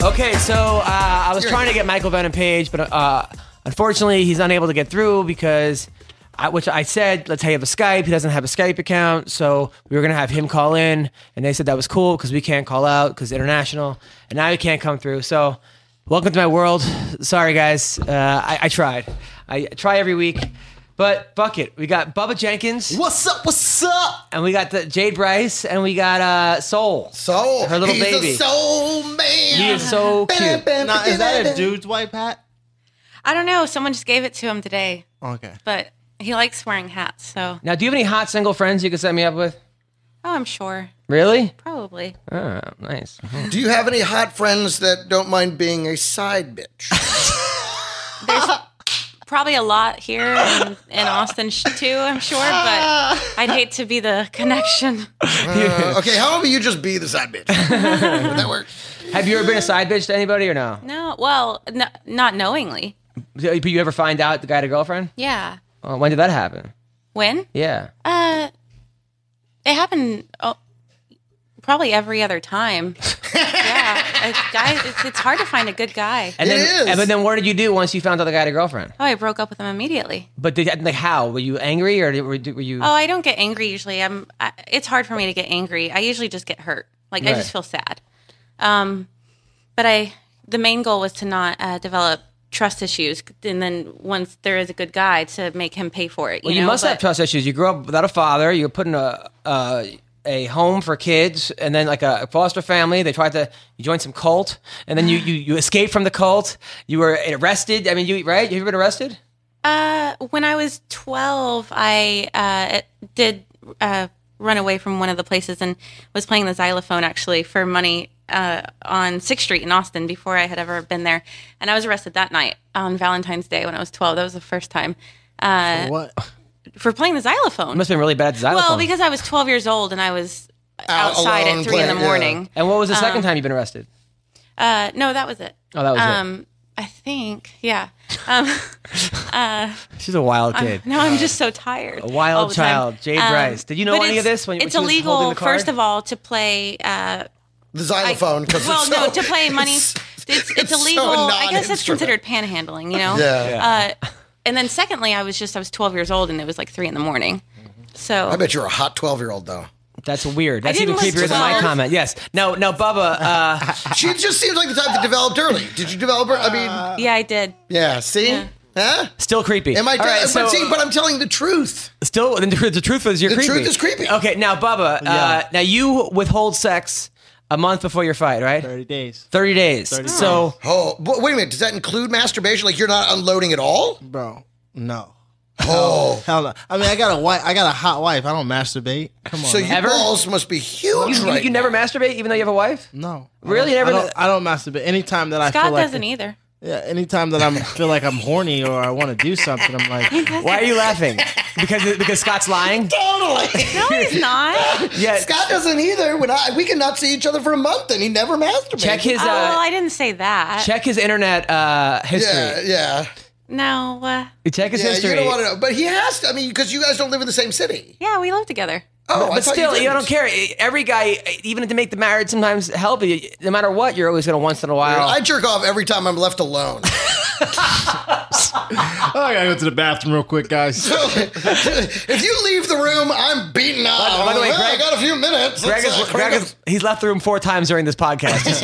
Speaker 1: Okay, so uh, I was trying to get Michael Venom Page, but uh, unfortunately, he's unable to get through because, I, which I said, let's have a Skype. He doesn't have a Skype account, so we were gonna have him call in, and they said that was cool because we can't call out because international, and now he can't come through. So, welcome to my world. Sorry, guys. Uh, I, I tried. I try every week, but fuck it. We got Bubba Jenkins,
Speaker 4: What's up? What's up?
Speaker 1: and we got the Jade Bryce, and we got uh, Soul.
Speaker 2: Soul.
Speaker 1: Her little
Speaker 2: He's
Speaker 1: baby.
Speaker 2: a soul man.
Speaker 1: He is so cute.
Speaker 4: Now, is that a dude's white hat?
Speaker 3: I don't know. Someone just gave it to him today,
Speaker 4: Okay.
Speaker 3: but he likes wearing hats. So,
Speaker 1: Now, do you have any hot single friends you can set me up with?
Speaker 3: oh, I'm sure.
Speaker 1: Really?
Speaker 3: Probably.
Speaker 1: Oh, nice.
Speaker 2: Do you have any hot friends that don't mind being a side bitch?
Speaker 3: Probably a lot here in, in Austin sh- too, I'm sure, but I'd hate to be the connection.
Speaker 2: Uh, okay, how about you just be the side bitch? Would that work?
Speaker 1: Have you ever been a side bitch to anybody or no?
Speaker 3: No, well, no, not knowingly.
Speaker 1: But you ever find out the guy had a girlfriend?
Speaker 3: Yeah.
Speaker 1: Uh, when did that happen?
Speaker 3: When?
Speaker 1: Yeah.
Speaker 3: Uh, it happened oh, probably every other time. yeah, a guy. It's, it's hard to find a good guy.
Speaker 1: And
Speaker 2: It
Speaker 1: then,
Speaker 2: is.
Speaker 1: And, but then what did you do once you found out the guy had a girlfriend?
Speaker 3: Oh, I broke up with him immediately.
Speaker 1: But did, like how? Were you angry or did, were, did- were you?
Speaker 3: Oh, I don't get angry usually. I'm. I, it's hard for me to get angry. I usually just get hurt. Like I
Speaker 1: Right.
Speaker 3: just feel sad. Um, but I. The main goal was to not uh, develop trust issues, and then once there is a good guy, to make him pay for it. You,
Speaker 1: well, you
Speaker 3: know?
Speaker 1: must have
Speaker 3: But-
Speaker 1: trust issues. You grew up without a father. You were put in a uh, a home for kids, and then like a foster family. They tried to you joined some cult, and then you you, you escaped from the cult. You were arrested. I mean, you right? You've been arrested.
Speaker 3: Uh, when I was 12, I uh, did uh, run away from one of the places and was playing the xylophone actually for money uh, on 6th Street in Austin before I had ever been there. And I was arrested that night on Valentine's Day when I was 12. That was the first time uh,
Speaker 4: What?
Speaker 3: for playing the xylophone.
Speaker 1: You must have been really bad at the xylophone.
Speaker 3: well, because I was 12 years old and I was outside
Speaker 2: alone
Speaker 3: at 3 in the
Speaker 2: playing, yeah.
Speaker 3: morning.
Speaker 1: and what was the
Speaker 3: um,
Speaker 1: second time you've been arrested?
Speaker 3: Uh, no, that was it.
Speaker 1: Oh, that was it.
Speaker 3: Um, I think, yeah. Um,
Speaker 1: She's a wild kid.
Speaker 3: No, I'm just so tired. A
Speaker 1: wild child, Jade Bryce. Did you know any of this when- when
Speaker 3: Um, it's
Speaker 1: she was
Speaker 3: illegal,
Speaker 1: holding the card?
Speaker 3: first of all, to play. Uh,
Speaker 2: The xylophone. 'cause
Speaker 3: well,
Speaker 2: it's
Speaker 3: no,
Speaker 2: so-
Speaker 3: to play money. It's, it's,
Speaker 2: it's so
Speaker 3: illegal. I guess it's
Speaker 2: non-instrument.
Speaker 3: considered panhandling. You know.
Speaker 2: Yeah.
Speaker 3: Uh, and then secondly, I was just I was 12 years old, and it was like three in the morning. So
Speaker 2: I bet you're a hot 12 year old, though.
Speaker 1: That's weird. That's even
Speaker 3: didn't listen
Speaker 1: creepier than
Speaker 3: to
Speaker 1: my
Speaker 3: that.
Speaker 1: comment. Yes. No, no, Bubba. Uh,
Speaker 2: She just seems like the type that developed early. Did you develop her? I
Speaker 1: Uh,
Speaker 2: mean,
Speaker 3: yeah, I did.
Speaker 2: uh, yeah, see? Huh?
Speaker 1: still creepy.
Speaker 2: Am I
Speaker 1: All right,
Speaker 2: but
Speaker 1: so-
Speaker 2: see, but I'm telling the truth.
Speaker 1: Still, the, tr- the truth is you're
Speaker 2: The
Speaker 1: creepy.
Speaker 2: truth is creepy.
Speaker 1: Okay, now Bubba, uh, now you withhold sex a month before your fight, right? 30,
Speaker 4: Thirty days,
Speaker 1: days. so
Speaker 2: Oh, but wait a minute. Does that include masturbation? Like you're not unloading at all?
Speaker 4: bro. No.
Speaker 2: Oh.
Speaker 4: Hell no. I mean, I got a wife. I got a hot wife. I don't masturbate. Come on.
Speaker 2: So
Speaker 4: man.
Speaker 2: your
Speaker 1: Ever?
Speaker 2: balls must be huge
Speaker 1: you,
Speaker 2: right
Speaker 1: you never masturbate even though you have a wife?
Speaker 4: no.
Speaker 1: Really?
Speaker 4: I don't,
Speaker 1: Never-
Speaker 4: I don't, I don't masturbate. Anytime that I
Speaker 3: Scott
Speaker 4: feel like
Speaker 3: doesn't e- either.
Speaker 4: yeah, anytime that I am feel like I'm horny or I want to do something, I'm like,
Speaker 1: Why are you laughing? because because Scott's lying?
Speaker 2: Totally.
Speaker 3: No, he's not.
Speaker 1: Yeah.
Speaker 2: Scott doesn't either. When I we cannot see each other for a month, and he never masturbates.
Speaker 1: Check his
Speaker 3: oh, well,
Speaker 1: uh,
Speaker 3: I didn't say that.
Speaker 1: check his internet uh,
Speaker 2: Yeah,
Speaker 1: history.
Speaker 2: yeah,
Speaker 3: No. Uh,
Speaker 1: Check his
Speaker 2: yeah.
Speaker 1: history.
Speaker 2: You don't want to know, but he has to. I mean, because you guys don't live in the same city.
Speaker 3: yeah, we live together.
Speaker 2: Oh, I
Speaker 1: but
Speaker 2: thought
Speaker 1: still, you
Speaker 2: you didn't.
Speaker 1: don't care. Every guy, even to make the marriage sometimes healthy, no matter what, you're always going to once in a while.
Speaker 2: I jerk off every time I'm left alone.
Speaker 4: oh, I gotta go to the bathroom real quick, guys.
Speaker 2: if you leave the room, I'm beaten up.
Speaker 1: By- by the way,
Speaker 2: Well, I
Speaker 1: Greg-
Speaker 2: got a few minutes.
Speaker 1: Greg
Speaker 2: Let's,
Speaker 1: is,
Speaker 2: uh,
Speaker 1: Greg
Speaker 2: crank
Speaker 1: is, he's left the room four times during this podcast, just,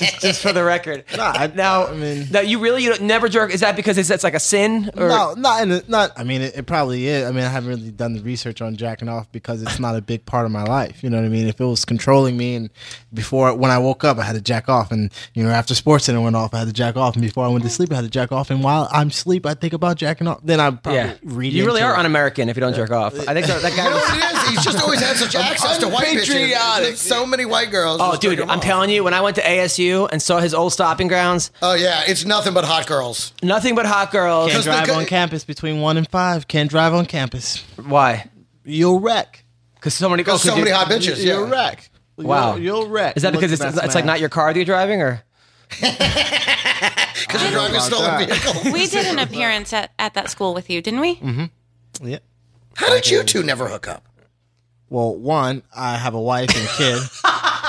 Speaker 1: just, just for the record.
Speaker 4: Nah, I-
Speaker 1: now,
Speaker 4: I mean-
Speaker 1: now you really you don't, never jerk. Is that because it's, that's like a sin? Or,
Speaker 4: no, not in the, not. I mean, it, it probably is. I mean, I haven't really done the research on jacking off because it's not a big part of my life. You know what I mean? If it was controlling me, and before when I woke up, I had to jack off, and you know after Sports Center went off, I had to jack off, and before I went to sleep, I had to jack off, and while I'm asleep, I think about jacking off. Then I probably
Speaker 1: Yeah,
Speaker 4: read.
Speaker 1: you really
Speaker 4: into
Speaker 1: are
Speaker 4: it.
Speaker 1: un-American if you don't jerk off. I think that, that guy.
Speaker 2: You know
Speaker 1: was-
Speaker 2: what it is? He's just always had such access to white bitches.
Speaker 4: unpatriotic.
Speaker 2: There's So many white girls.
Speaker 1: oh,
Speaker 2: Just jerk
Speaker 1: dude,
Speaker 2: them
Speaker 1: I'm
Speaker 2: off.
Speaker 1: telling you, when I went to ASU and saw his old stopping grounds,
Speaker 2: Oh yeah, it's nothing but hot girls.
Speaker 1: nothing but hot girls.
Speaker 2: Because
Speaker 4: Can't drive
Speaker 2: the-
Speaker 4: on campus between one and five. Can't drive on campus.
Speaker 1: Why?
Speaker 4: You'll wreck.
Speaker 1: Because so many
Speaker 2: Because
Speaker 1: oh,
Speaker 2: so
Speaker 1: 'cause you-
Speaker 2: many hot bitches.
Speaker 4: You'll
Speaker 2: Yeah.
Speaker 4: wreck.
Speaker 1: Wow.
Speaker 4: You'll, you'll wreck.
Speaker 1: Is that because
Speaker 4: Look,
Speaker 1: it's, it's,
Speaker 4: that's
Speaker 1: like
Speaker 4: math.
Speaker 1: not your car that you're driving, or
Speaker 2: because you're driving a
Speaker 4: about
Speaker 2: stolen
Speaker 4: that.
Speaker 2: vehicle.
Speaker 3: We did an appearance at, at that school with you, didn't we?
Speaker 2: Mm-hmm.
Speaker 4: Yeah.
Speaker 2: How did you two never hook up?
Speaker 4: Well, one, I have a wife and kid.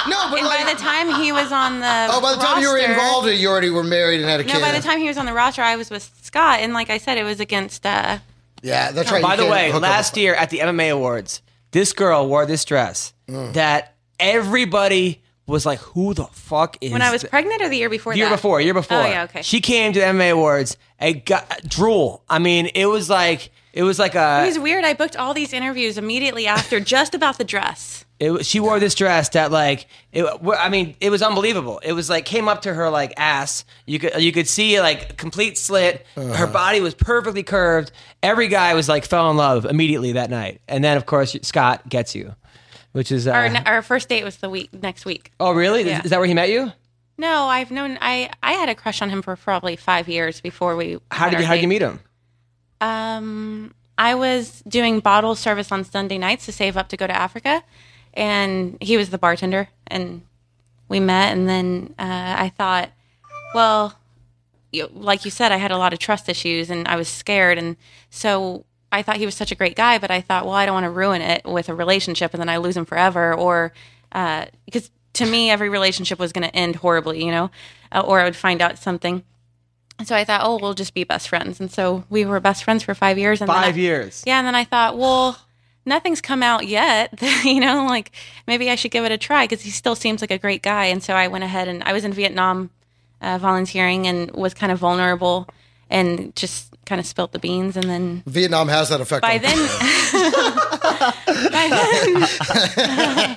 Speaker 2: No, but
Speaker 3: And
Speaker 2: like,
Speaker 3: by the time he was on the
Speaker 2: oh, by the time you were
Speaker 3: roster-
Speaker 2: involved, you already were married and had a
Speaker 3: No,
Speaker 2: kid.
Speaker 3: by the time he was on the roster, I was with Scott, and like I said, it was against. Uh,
Speaker 2: yeah, that's right.
Speaker 1: By
Speaker 2: you
Speaker 1: the
Speaker 2: can't
Speaker 1: way,
Speaker 2: hook up.
Speaker 1: last year at the MMA awards, this girl wore this dress
Speaker 2: Mm.
Speaker 1: that everybody was like, "Who the fuck is?"
Speaker 3: when I was
Speaker 1: th-
Speaker 3: pregnant, or the year before.
Speaker 1: year
Speaker 3: that?
Speaker 1: before, year before.
Speaker 3: Oh yeah, okay.
Speaker 1: She came to the MMA awards. A got, drool. I mean, it was like it was like a.
Speaker 3: it was weird. I booked all these interviews immediately after, just about the dress.
Speaker 1: It, wa- she wore this dress that like it, wa- I mean it was unbelievable. It was like came up to her like ass. You could you could see like complete slit. Her body was perfectly curved. Every guy was like fell in love immediately that night. And then of course Scott gets you, which is uh,
Speaker 3: Our ne- our first date was the week next week.
Speaker 1: oh really? Is-
Speaker 3: yeah.
Speaker 1: Is, that where he met you?
Speaker 3: No, I've known I I had a crush on him for probably five years before we.
Speaker 1: How
Speaker 3: had
Speaker 1: did
Speaker 3: our
Speaker 1: you how did
Speaker 3: date.
Speaker 1: you meet him?
Speaker 3: Um, I was doing bottle service on Sunday nights to save up to go to Africa, and he was the bartender, and we met. And then uh, I thought, well, you, like you said, I had a lot of trust issues, and I was scared, and so I thought he was such a great guy, but I thought, well, I don't want to ruin it with a relationship, and then I lose him forever, or because to me, every relationship was going to end horribly, you know, uh, or I would find out something. And so I thought, oh, we'll just be best friends. And so we were best friends for five years. And then
Speaker 1: Five
Speaker 3: I-
Speaker 1: years.
Speaker 3: Yeah. And then I thought, well, nothing's come out yet. you know, like maybe I should give it a try because he still seems like a great guy. And so I went ahead and I was in Vietnam uh, volunteering and was kind of vulnerable and just kind of spilt the beans. And then
Speaker 2: Vietnam has that effect.
Speaker 3: by
Speaker 2: on
Speaker 3: then, by then,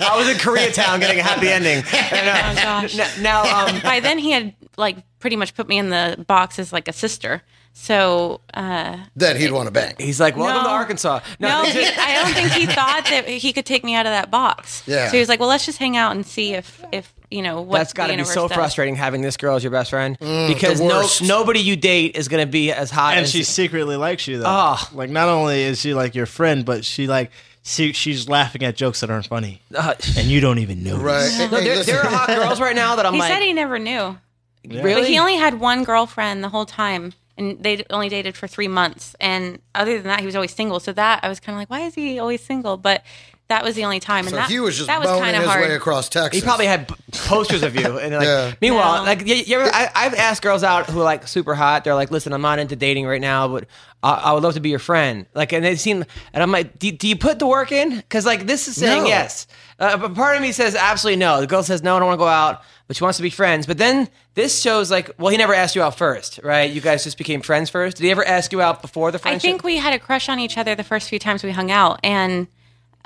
Speaker 1: I was in Koreatown getting a happy ending. uh,
Speaker 3: oh gosh.
Speaker 1: Now um,
Speaker 3: by then he had like pretty much put me in the box as like a sister. So uh,
Speaker 2: that he'd want to bang.
Speaker 1: he's like, "Welcome
Speaker 3: No.
Speaker 1: to Arkansas."
Speaker 3: no,
Speaker 1: they
Speaker 3: he,
Speaker 1: did-
Speaker 3: I don't think he thought that he could take me out of that box.
Speaker 2: Yeah.
Speaker 3: So he was like, "Well, let's just hang out and see if if you know what."
Speaker 1: That's got
Speaker 3: the
Speaker 1: to be
Speaker 3: universe
Speaker 1: so
Speaker 3: does."
Speaker 1: frustrating having this girl as your best friend because
Speaker 2: Mm, the
Speaker 1: no,
Speaker 2: worst.
Speaker 1: nobody you date is going to be as hot
Speaker 4: and
Speaker 1: as
Speaker 4: she secretly likes you though.
Speaker 1: Ah.
Speaker 4: Like not only is she like your friend, but she like she, she's laughing at jokes that aren't funny.
Speaker 1: Uh,
Speaker 4: And you don't even know.
Speaker 2: Right. Hey,
Speaker 1: no,
Speaker 2: hey,
Speaker 1: there,
Speaker 2: listen.
Speaker 1: there are hot girls right now that I'm
Speaker 3: He
Speaker 1: like,
Speaker 3: said he never knew,
Speaker 1: really?
Speaker 3: but he only had one girlfriend the whole time, and they only dated for three months. And other than that, he was always single. So that I was kind of like, "Why is he always single?" But that was the only time, and
Speaker 2: So
Speaker 3: that
Speaker 2: he was just
Speaker 3: that was
Speaker 2: boning
Speaker 3: kind of
Speaker 2: his
Speaker 3: hard.
Speaker 2: way across Texas.
Speaker 1: He probably had p- posters of you, and like.
Speaker 2: Yeah.
Speaker 1: Meanwhile,
Speaker 3: No.
Speaker 1: like you, you ever, I, I've asked girls out who are like super hot. They're like, "Listen, I'm not into dating right now, but I, I would love to be your friend." Like, and they seem, and I'm like, "Do, do you put the work in?" Because like this is saying
Speaker 2: No.
Speaker 1: yes, uh, but part of me says absolutely no. The girl says no, I don't want to go out, but she wants to be friends. But then this shows like, well, he never asked you out first, right? You guys just became friends first. Did he ever ask you out before the
Speaker 3: I
Speaker 1: friendship?
Speaker 3: think we had a crush on each other the first few times we hung out, and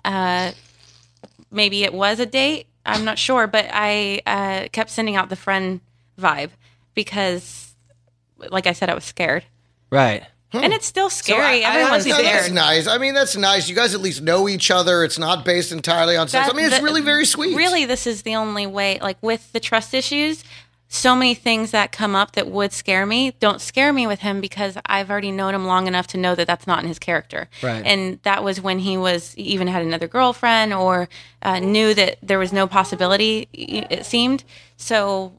Speaker 3: uh, maybe it was a date. I'm not sure, but I uh, kept sending out the friend vibe because, like I said, I was scared,
Speaker 1: right.
Speaker 2: Hmm.
Speaker 3: and it's still scary.
Speaker 1: I- I
Speaker 3: Everyone's
Speaker 1: honestly
Speaker 2: No,
Speaker 1: think-
Speaker 2: that's
Speaker 3: scared.
Speaker 2: nice. I mean, that's nice. You guys at least know each other. It's not based entirely on sex.
Speaker 3: That-
Speaker 2: I mean, it's
Speaker 3: the-
Speaker 2: really very sweet.
Speaker 3: Really, this is the only way. Like with the trust issues, so many things that come up that would scare me don't scare me with him because I've already known him long enough to know that that's not in his character.
Speaker 1: Right.
Speaker 3: And that was when he was he even had another girlfriend or uh, knew that there was no possibility. y- It seemed so.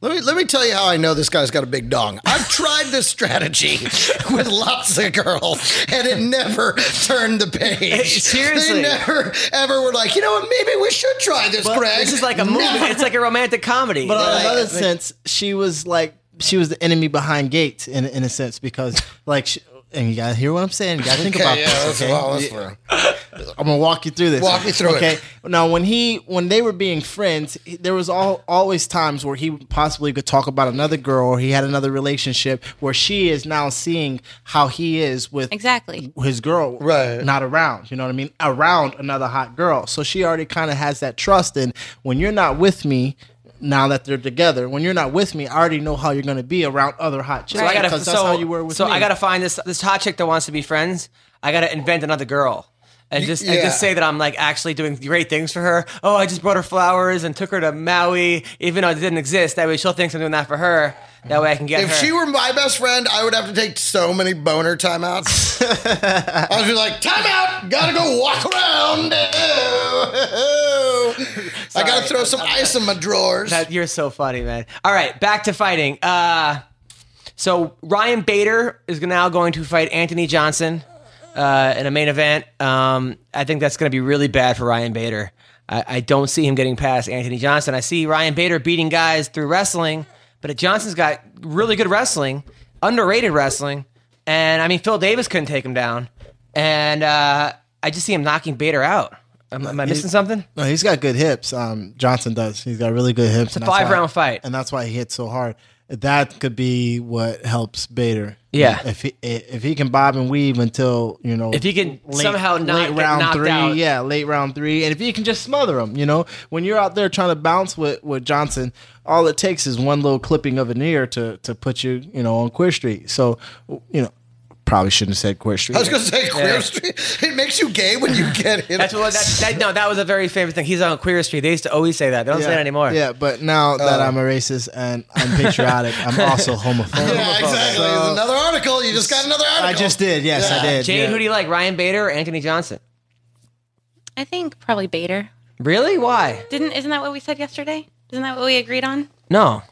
Speaker 2: Let me let me tell you how I know this guy's got a big dong. I've tried this strategy with lots of girls, and it never turned the page.
Speaker 1: seriously.
Speaker 2: they never ever were like, you know what? Maybe we should try this, Greg.
Speaker 1: This is like a movie.
Speaker 2: Never.
Speaker 1: It's like a romantic comedy.
Speaker 4: But
Speaker 2: Right.
Speaker 4: in another sense, she was like she was the enemy behind Gates in in a sense because like she, and you gotta hear what I'm saying. You gotta think
Speaker 2: Okay,
Speaker 4: about
Speaker 2: yeah,
Speaker 4: this.
Speaker 2: that's
Speaker 4: okay?
Speaker 2: well, that's
Speaker 4: Yeah.
Speaker 2: fair.
Speaker 4: I'm gonna walk you through this.
Speaker 2: Walk me through it.
Speaker 4: okay? Now, when he when they were being friends, he- there was all always times where he possibly could talk about another girl or he had another relationship where she is now seeing how he is with
Speaker 3: Exactly.
Speaker 4: his girl
Speaker 2: Right.
Speaker 4: not around you know what i mean around another hot girl so she already kind of has that trust and when you're not with me now that they're together when you're not with me i already know how you're going to be around other hot chicks
Speaker 1: So I gotta.
Speaker 4: because
Speaker 1: so
Speaker 4: that's how you were with
Speaker 1: so
Speaker 4: me
Speaker 1: I gotta find this this hot chick that wants to be friends. I gotta invent another girl. And just and
Speaker 2: yeah.
Speaker 1: just say that I'm like actually doing great things for her. Oh, I just brought her flowers and took her to Maui, even though it didn't exist. That way she'll think I'm doing that for her. That way I can get
Speaker 2: If
Speaker 1: her.
Speaker 2: she were my best friend, I would have to take so many boner timeouts. I would be like, time out, gotta go walk around. I gotta throw some ice in my drawers.
Speaker 1: That- Uh, you're so funny, man. All right, back to fighting. Uh, so Ryan Bader is now going to fight Anthony Johnson uh, in a main event. Um, I think that's going to be really bad for Ryan Bader. I, I don't see him getting past Anthony Johnson. I see Ryan Bader beating guys through wrestling, but Johnson's got really good wrestling, underrated wrestling, and I mean Phil Davis couldn't take him down, and uh, I just see him knocking Bader out. Am, am I missing something?
Speaker 4: No, he's got good hips. Um, Johnson does. He's got really good hips. It's
Speaker 1: a five-round fight.
Speaker 4: and that's why he hits so hard. That could be what helps Bader.
Speaker 1: Yeah.
Speaker 4: if he if he can bob and weave until you know
Speaker 1: If he can somehow not get knocked
Speaker 4: three,
Speaker 1: out.
Speaker 4: yeah, late round three, and if he can just smother him, you know, when you're out there trying to bounce with with Johnson, all it takes is one little clipping of an ear to to put you you know on Queer Street. So you know, probably shouldn't have said Queer Street.
Speaker 2: I was gonna say queer street. It makes you gay when you get hit.
Speaker 1: That's what that, that no, that was a very famous thing. He's on Queer Street. They used to always say that. They don't say it anymore.
Speaker 4: Yeah, but now that I'm a racist and I'm patriotic, I'm also homophobic.
Speaker 2: Uh, yeah, exactly. It's
Speaker 4: So-
Speaker 2: another article. You just got another article.
Speaker 4: I just did. Yes, I did.
Speaker 1: Jade,
Speaker 4: yeah.
Speaker 1: who do you like? Ryan Bader or Anthony Johnson?
Speaker 3: I think probably Bader.
Speaker 1: Really? Why?
Speaker 3: Didn't isn't that what we said yesterday? Isn't that what we agreed on?
Speaker 1: No.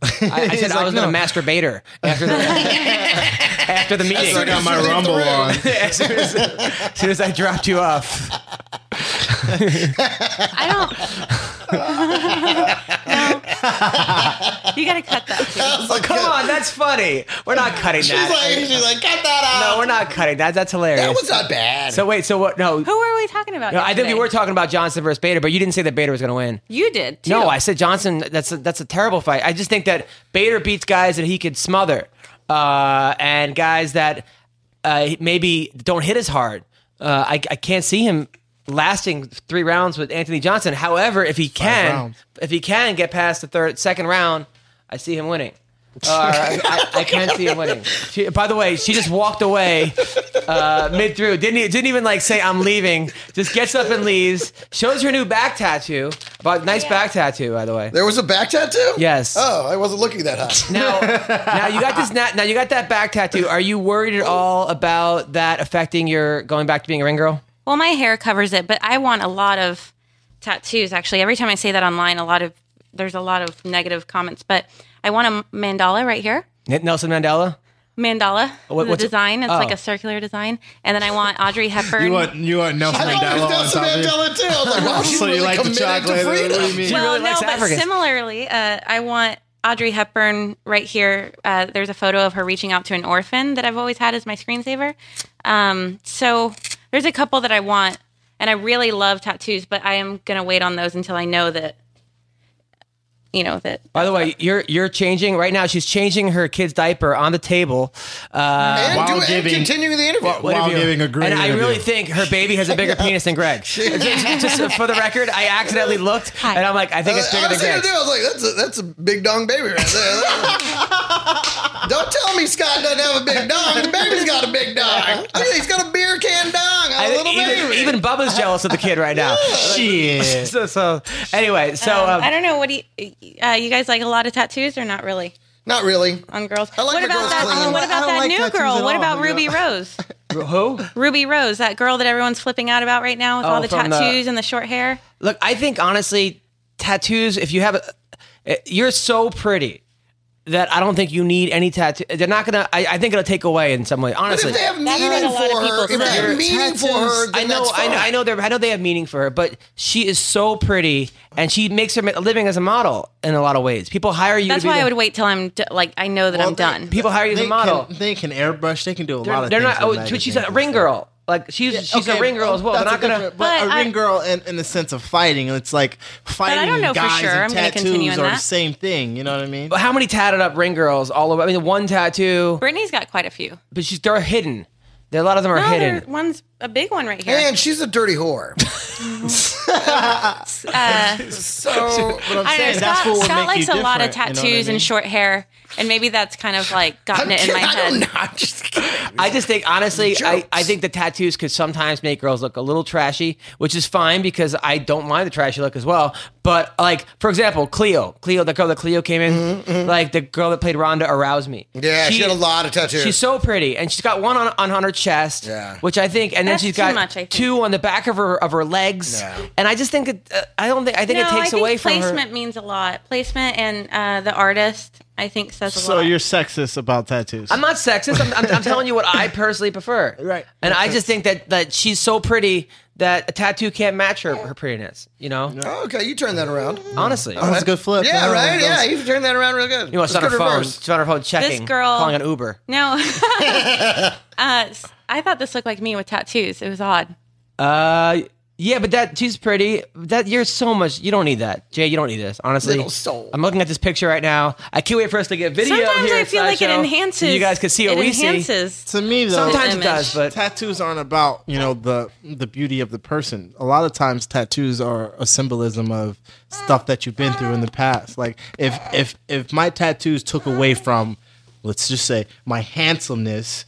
Speaker 1: I, I said
Speaker 4: He's
Speaker 1: I
Speaker 4: like,
Speaker 1: was going to
Speaker 4: no.
Speaker 1: masturbate her after the, after the meeting.
Speaker 2: I got my Leave the Rumble room. on.
Speaker 1: as, soon as, as soon as I dropped you off.
Speaker 3: I don't. no. You gotta cut that. please.
Speaker 2: I was like,
Speaker 1: Oh, Come on, that's funny. We're not cutting
Speaker 2: She's
Speaker 1: that.
Speaker 2: like, she's like, cut that out.
Speaker 1: no, we're not cutting that. That's hilarious.
Speaker 2: That was not bad.
Speaker 1: so wait, so what? No,
Speaker 3: Who were we talking about?
Speaker 1: no I think we
Speaker 3: yesterday?
Speaker 1: were talking about Johnson versus Bader, but you didn't say that Bader was going to win.
Speaker 3: You did. Too.
Speaker 1: No, I said Johnson. That's a, that's a terrible fight. I just think that Bader beats guys that he could smother, uh, and guys that uh, maybe don't hit as hard. Uh, I I can't see him lasting three rounds with Anthony Johnson. However, if he can,
Speaker 4: rounds.
Speaker 1: if he can get past the third second round, I see him winning. Uh, I, I, I can see him winning. She, by the way, she just walked away uh, mid through. Didn't e- didn't even like say I'm leaving. Just gets up and leaves. Shows her new back tattoo. But nice back tattoo, by the way.
Speaker 2: there was a back tattoo.
Speaker 1: Yes.
Speaker 2: Oh, I wasn't looking that high.
Speaker 1: Now, now you got this. na- Now you got that back tattoo. Are you worried at all about that affecting your going back to being a ring girl?
Speaker 3: Well, my hair covers it, but I want a lot of tattoos. Actually, every time I say that online, a lot of there's a lot of negative comments. But I want a mandala right here.
Speaker 1: N- Nelson Mandela.
Speaker 3: Mandala.
Speaker 1: What-
Speaker 3: the
Speaker 1: what's-
Speaker 3: design. It's
Speaker 1: oh.
Speaker 3: like a circular design, and then I want Audrey Hepburn.
Speaker 4: You want you want Nelson
Speaker 2: I thought it
Speaker 4: Mandela
Speaker 2: was
Speaker 4: on
Speaker 2: Nelson
Speaker 4: top of it?
Speaker 2: Mandela too. I was like, wow, she's
Speaker 4: So you
Speaker 2: really
Speaker 4: like the
Speaker 2: committed to
Speaker 4: chocolate, what do you
Speaker 2: freedom.
Speaker 4: mean?
Speaker 1: really
Speaker 3: well,
Speaker 1: likes
Speaker 3: no, but
Speaker 1: Africans.
Speaker 3: similarly, uh, I want Audrey Hepburn right here. Uh, there's a photo of her reaching out to an orphan that I've always had as my screensaver. Um, so there's a couple that I want, and I really love tattoos, but I am gonna wait on those until I know that, you know that.
Speaker 1: By the way, you're you're changing right now. She's changing her kid's diaper on the table. Uh,
Speaker 2: And,
Speaker 4: While
Speaker 2: do, and
Speaker 4: giving-
Speaker 2: continuing the interview. Uh,
Speaker 4: While
Speaker 1: interview.
Speaker 4: giving a great
Speaker 1: and I
Speaker 4: interview.
Speaker 1: really think her baby has a bigger penis than Greg. just, just for the record, I accidentally looked, and I'm like, I think it's
Speaker 2: Uh, I
Speaker 1: bigger
Speaker 2: was
Speaker 1: than
Speaker 2: sitting
Speaker 1: Greg.
Speaker 2: there, I was like, that's a, that's a big dong baby right there. don't tell me Scott doesn't have a big dong. The baby's got a big dong. Look, at- he's got a beer can dong. A
Speaker 1: I think
Speaker 2: little
Speaker 1: even,
Speaker 2: baby.
Speaker 1: even Bubba's jealous of the kid right now.
Speaker 4: Shit.
Speaker 1: So, so anyway, so
Speaker 3: Um,
Speaker 1: um,
Speaker 3: I don't know. What do you, uh, you guys like? A lot of tattoos or not really
Speaker 2: Not really.
Speaker 3: on girls?
Speaker 2: I like
Speaker 3: what
Speaker 2: my
Speaker 3: about
Speaker 2: girls
Speaker 3: that?
Speaker 2: clean.
Speaker 3: What
Speaker 4: I don't
Speaker 3: about that
Speaker 4: like
Speaker 3: new
Speaker 4: tattoos
Speaker 3: girl?
Speaker 4: at
Speaker 3: What
Speaker 4: all.
Speaker 3: about
Speaker 4: Yeah.
Speaker 3: Ruby Rose?
Speaker 1: who?
Speaker 3: Ruby Rose, that girl that everyone's flipping out about right now with
Speaker 1: Oh,
Speaker 3: all the
Speaker 1: from the-
Speaker 3: tattoos and the short hair.
Speaker 1: Look, I think honestly, tattoos. If you have, a, eh, you're so pretty that I don't think you need any tattoo. They're not gonna. I, I think it'll take away in some way.
Speaker 2: But
Speaker 1: Honestly,
Speaker 2: if they have
Speaker 3: That hurt
Speaker 2: meaning
Speaker 3: a lot of
Speaker 2: for her,
Speaker 3: people's
Speaker 2: if they have
Speaker 3: feelings.
Speaker 2: meaning for
Speaker 1: I
Speaker 2: her, then
Speaker 1: know,
Speaker 2: that's
Speaker 1: I know,
Speaker 2: fine.
Speaker 1: I know. They're, I know they have meaning for her, but she is so pretty, and she makes her a living as a model in a lot of ways. People hire you.
Speaker 3: That's
Speaker 1: to be
Speaker 3: why
Speaker 1: the-
Speaker 3: I would wait till I'm d- like I know that I'm
Speaker 4: they-
Speaker 3: done.
Speaker 1: People hire you as
Speaker 4: They
Speaker 1: a model.
Speaker 4: can, they can airbrush. They can do a lot
Speaker 1: they're
Speaker 4: of.
Speaker 1: they're
Speaker 4: things
Speaker 1: not. Oh,
Speaker 4: with
Speaker 1: but she's a
Speaker 4: magazines
Speaker 1: ring
Speaker 4: and stuff.
Speaker 1: girl. Like she's she's
Speaker 4: Okay,
Speaker 1: a ring girl as well. They're
Speaker 4: that's
Speaker 1: not
Speaker 4: a
Speaker 1: gonna.
Speaker 4: different- But,
Speaker 3: But
Speaker 4: a
Speaker 3: I-
Speaker 4: ring girl, in, in the sense of fighting, it's like fighting.
Speaker 3: don't know for
Speaker 4: guys
Speaker 3: sure. I'm
Speaker 4: And
Speaker 3: gonna
Speaker 4: tattoos
Speaker 3: continue on
Speaker 4: are the
Speaker 3: that.
Speaker 4: same thing. You know what I mean?
Speaker 1: But how many tatted up ring girls all over? I mean, one tattoo,
Speaker 3: Brittany's got quite a few.
Speaker 1: but she's they're hidden. There, a lot of them are
Speaker 3: No,
Speaker 1: hidden.
Speaker 3: there- one's a big one right here.
Speaker 2: And she's a dirty whore.
Speaker 3: Uh,
Speaker 2: So
Speaker 4: But
Speaker 3: I
Speaker 4: I'm
Speaker 3: don't know,
Speaker 4: saying that's
Speaker 3: Scott,
Speaker 4: what would
Speaker 3: Scott
Speaker 4: make you
Speaker 3: likes a lot of
Speaker 4: different, you know what I
Speaker 3: tattoos
Speaker 4: mean?
Speaker 3: and short hair. and maybe that's kind of like
Speaker 2: I'm
Speaker 3: gotten it in
Speaker 2: kidding.
Speaker 3: my
Speaker 2: I don't
Speaker 3: head.
Speaker 2: know. I'm just kidding.
Speaker 1: I just think honestly, I, I
Speaker 2: Jokes.
Speaker 1: think the tattoos could sometimes make girls look a little trashy, which is fine because I don't mind the trashy look as well. But like for example, Cleo, Cleo, the girl that Cleo came in, like the girl that played Rhonda aroused me.
Speaker 2: Mm-hmm, Yeah, she, had a lot of tattoos.
Speaker 1: She's so pretty, and she's got one on, on, on her chest,
Speaker 2: Yeah.
Speaker 1: which I think, and
Speaker 3: That's
Speaker 1: then she's
Speaker 3: too
Speaker 1: got
Speaker 3: much, I think.
Speaker 1: two on the back of her of her legs,
Speaker 2: Yeah.
Speaker 1: and I just think that uh, I don't think I think
Speaker 3: no,
Speaker 1: it
Speaker 3: I
Speaker 1: takes
Speaker 3: think
Speaker 1: away from her.
Speaker 3: placement means a lot. Placement and uh, the artist, I think, says a
Speaker 4: So
Speaker 3: lot.
Speaker 4: you're sexist about tattoos.
Speaker 1: I'm not sexist. I'm, I'm, I'm telling you what I personally prefer.
Speaker 4: Right.
Speaker 1: And I just think that that she's so pretty that a tattoo can't match her her prettiness. You know,
Speaker 2: oh, okay, you turned that around.
Speaker 1: honestly.
Speaker 2: Oh.
Speaker 4: that was a good flip.
Speaker 2: Yeah,
Speaker 4: That was-
Speaker 2: right.
Speaker 4: that was-
Speaker 2: Yeah, you turned that around real good.
Speaker 1: You know, she's on her phone. She's on her phone checking.
Speaker 3: girl-
Speaker 1: calling an Uber.
Speaker 3: no, uh, s- I thought this looked like me with tattoos. It was odd.
Speaker 1: Uh, yeah, but that she's pretty. That you're so much. You don't need that, Jay. You don't need this, honestly.
Speaker 2: Little soul.
Speaker 1: I'm looking at this picture right now. I can't wait for us to get video.
Speaker 3: Sometimes
Speaker 1: here
Speaker 3: I
Speaker 1: at
Speaker 3: feel like it
Speaker 1: Slideshow.
Speaker 3: enhances.
Speaker 1: You guys can see what
Speaker 3: it
Speaker 1: we see.
Speaker 3: enhances.
Speaker 4: To me, though,
Speaker 1: Sometimes it
Speaker 3: Image.
Speaker 1: does, but
Speaker 4: tattoos aren't about you know the the beauty of the person. A lot of times, tattoos are a symbolism of stuff that you've been through in the past. Like if if if my tattoos took away from, let's just say, my handsomeness.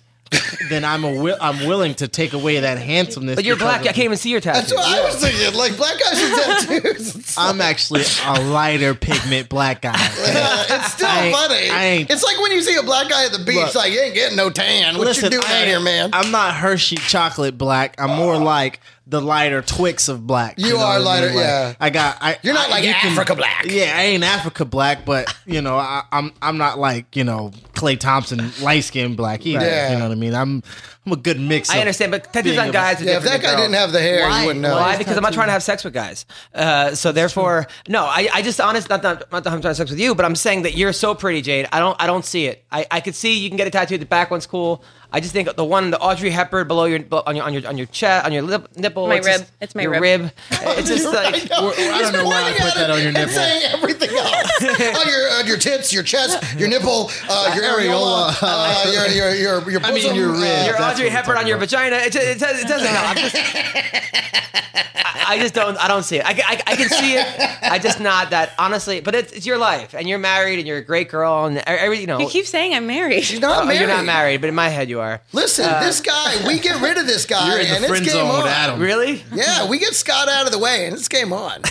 Speaker 4: then I'm a wi- I'm willing to take away that handsomeness.
Speaker 1: but you're
Speaker 4: because
Speaker 1: black. I
Speaker 4: of-
Speaker 1: can't even see your tattoo.
Speaker 2: That's what I was thinking. Like black guys with tattoos. It's,
Speaker 4: I'm actually a lighter pigment black guy.
Speaker 2: uh, it's still
Speaker 4: I ain't-
Speaker 2: funny.
Speaker 4: I ain't-
Speaker 2: it's like when you see a black guy at the beach,
Speaker 4: Look.
Speaker 2: like you ain't getting no tan. What you doing out
Speaker 4: ain't-
Speaker 2: here, man?
Speaker 4: I'm not Hershey chocolate black. I'm more like the lighter Twix of black.
Speaker 2: You are
Speaker 4: what I mean?
Speaker 2: lighter,
Speaker 4: Like,
Speaker 2: yeah.
Speaker 4: I got. I,
Speaker 2: You're not
Speaker 4: I-
Speaker 2: like
Speaker 4: you can-
Speaker 2: Africa black.
Speaker 4: Yeah, I ain't Africa black, but you know, I, I'm I'm not like you know Clay Thompson light skin black either.
Speaker 2: Yeah.
Speaker 4: You know what I mean? I'm I'm a good mix.
Speaker 1: I
Speaker 4: of-
Speaker 1: understand, but tattoos
Speaker 4: being
Speaker 1: on
Speaker 4: a-
Speaker 1: guys. Are
Speaker 2: yeah, if that
Speaker 1: different
Speaker 2: guy
Speaker 1: than girls.
Speaker 2: didn't have the hair, you wouldn't know.
Speaker 1: Why? Because I'm not trying to have sex with guys. Uh, so therefore, no. I, I just honest not, not not that I'm trying to have sex with you, but I'm saying that you're so pretty, Jade. I don't I don't see it. I, I could see you can get a tattoo. The back one's cool. I just think the one the Audrey Hepburn below your on your on your on your chest on your lip, nipple.
Speaker 3: My
Speaker 1: just-
Speaker 3: rib. It's my
Speaker 1: your
Speaker 3: rib.
Speaker 1: It's just like
Speaker 2: I know.
Speaker 4: Well, I don't know why I
Speaker 2: Pointing
Speaker 4: put
Speaker 2: at
Speaker 4: that
Speaker 2: it
Speaker 4: on your
Speaker 2: and
Speaker 4: nipple.
Speaker 2: saying everything else. on your on your tits, your chest, your nipple, uh, your areola, uh, your your your your bosom,
Speaker 4: mean, your
Speaker 1: uh,
Speaker 4: rib.
Speaker 1: your
Speaker 4: That's what
Speaker 1: Audrey
Speaker 4: we're
Speaker 1: Hepburn on
Speaker 4: talking
Speaker 1: your
Speaker 4: about.
Speaker 1: vagina. It, it, does- it doesn't. No, I'm just, I, I just don't. I don't see it. I, ca- I, I can see it. I just not that honestly. But it's, it's your life, and you're married, and you're a great girl, and every you know.
Speaker 3: You keep saying I'm married.
Speaker 2: She's not
Speaker 1: Oh,
Speaker 2: married.
Speaker 1: you're not married, but in my head you are.
Speaker 2: Listen, this guy, we get rid of this guy,
Speaker 4: Uh, You're in the
Speaker 2: and it's
Speaker 4: friend
Speaker 2: game
Speaker 4: zone
Speaker 2: on.
Speaker 4: with Adam.
Speaker 1: Really?
Speaker 2: Yeah, we get Scott out of the way, and it's game on.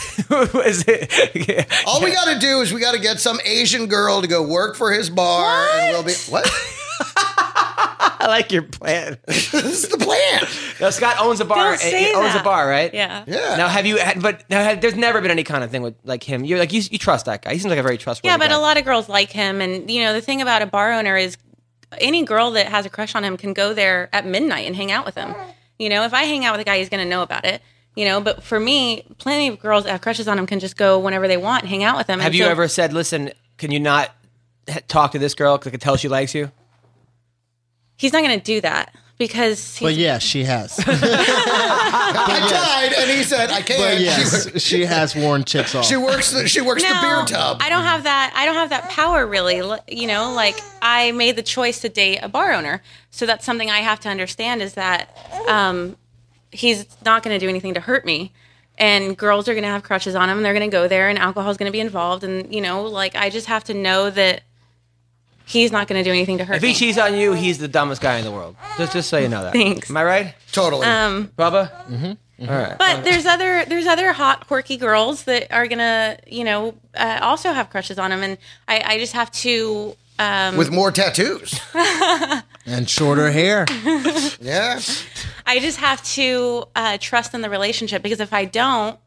Speaker 1: Is it?
Speaker 2: All we got to do is we got to get some Asian girl to go work for his bar, and we'll be what?
Speaker 1: I like your plan.
Speaker 2: this is the plan.
Speaker 1: Now Scott owns a bar.
Speaker 3: Don't say
Speaker 1: he owns a
Speaker 3: that.
Speaker 1: bar, right?
Speaker 3: yeah.
Speaker 2: Yeah.
Speaker 1: Now have you? Had, but now have, there's never been any kind of thing with like him. You're like you, you trust that guy. He seems like a very trustworthy.
Speaker 3: Yeah, but
Speaker 1: guy.
Speaker 3: a lot of girls like him, and you know the thing about a bar owner is any girl that has a crush on him can go there at midnight and hang out with him. You know, if I hang out with a guy, he's going to know about it. You know, but for me, plenty of girls that have crushes on him can just go whenever they want and hang out with him.
Speaker 1: Have you ever said, "Listen, can you not h- talk to this girl because I can tell she likes you"?
Speaker 3: He's not going to do that because he's,
Speaker 4: But yeah, she has.
Speaker 2: I tried, and he said I can't.
Speaker 4: But
Speaker 2: She,
Speaker 4: yes, she has worn chips off.
Speaker 2: she works. The, she works the beer tub.
Speaker 3: I don't have that. I don't have that power, really. L- You know, like I made the choice to date a bar owner, so that's something I have to understand is that um, he's not going to do anything to hurt me, and girls are going to have crushes on him. And they're going to go there, and alcohol's going to be involved, and you know, like I just have to know that he's not going to do anything to hurt
Speaker 1: If
Speaker 3: me.
Speaker 1: he cheats on you, he's the dumbest guy in the world. Just, just so you know that.
Speaker 3: Thanks.
Speaker 1: Am I right,
Speaker 2: totally.
Speaker 3: um,
Speaker 1: Bubba? Mm-hmm. right.
Speaker 3: but there's other there's other hot quirky girls that are gonna you know uh, also have crushes on him, and I, I just have to. Um,
Speaker 2: with more tattoos.
Speaker 4: and shorter hair.
Speaker 2: Yeah.
Speaker 3: I just have to uh, trust in the relationship because if I don't,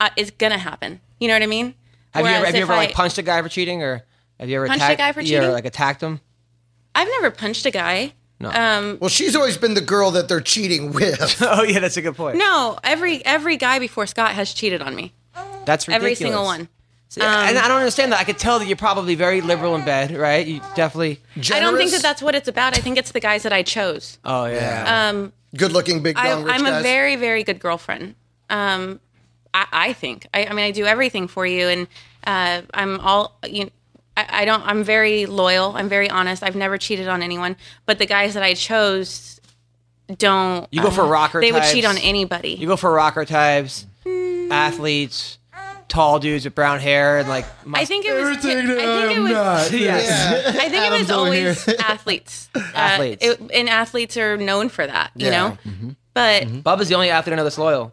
Speaker 3: uh, it's gonna happen. You know what I mean?
Speaker 1: have you ever,
Speaker 3: Whereas
Speaker 1: have you
Speaker 3: if
Speaker 1: ever
Speaker 3: I-
Speaker 1: like punched a guy for cheating, or have you ever
Speaker 3: Punched a
Speaker 1: attacked,
Speaker 3: guy for
Speaker 1: You ever,
Speaker 3: cheating?
Speaker 1: like attacked him?
Speaker 3: I've never punched a guy.
Speaker 1: No.
Speaker 2: Well, she's always been the girl that they're cheating with.
Speaker 1: oh yeah, that's a good point.
Speaker 3: No, every every guy before Scott has cheated on me.
Speaker 1: That's ridiculous.
Speaker 3: Every single one. Um,
Speaker 1: See, and I don't understand that. I could tell that you're probably very liberal in bed, right? You definitely.
Speaker 2: Generous,
Speaker 3: I don't think that that's what it's about. I think it's the guys that I chose.
Speaker 1: Oh yeah.
Speaker 3: Um,
Speaker 2: good-looking big
Speaker 3: I,
Speaker 2: dong rich
Speaker 3: I'm a
Speaker 2: guys.
Speaker 3: very very good girlfriend. Um, I, I think. I, I mean, I do everything for you, and uh, I'm all you. I, I don't. I'm very loyal. I'm very honest. I've never cheated on anyone. But the guys that I chose don't. um,
Speaker 1: You go for rocker
Speaker 3: They would
Speaker 1: types.
Speaker 3: cheat on anybody. Mm.
Speaker 1: you go for rocker types, athletes, tall dudes with brown hair and like. Mus-
Speaker 3: I think it was.
Speaker 4: Everything
Speaker 3: I
Speaker 4: that
Speaker 3: think it
Speaker 4: I'm
Speaker 3: was.
Speaker 4: not.
Speaker 1: Yes.
Speaker 3: I think it
Speaker 4: Adam's
Speaker 3: was
Speaker 4: over
Speaker 3: always athletes. Uh,
Speaker 1: Athletes. Mm-hmm.
Speaker 3: it- and athletes are known for that, you
Speaker 2: Yeah.
Speaker 3: know. But
Speaker 1: Bubba's the only athlete I know that's loyal.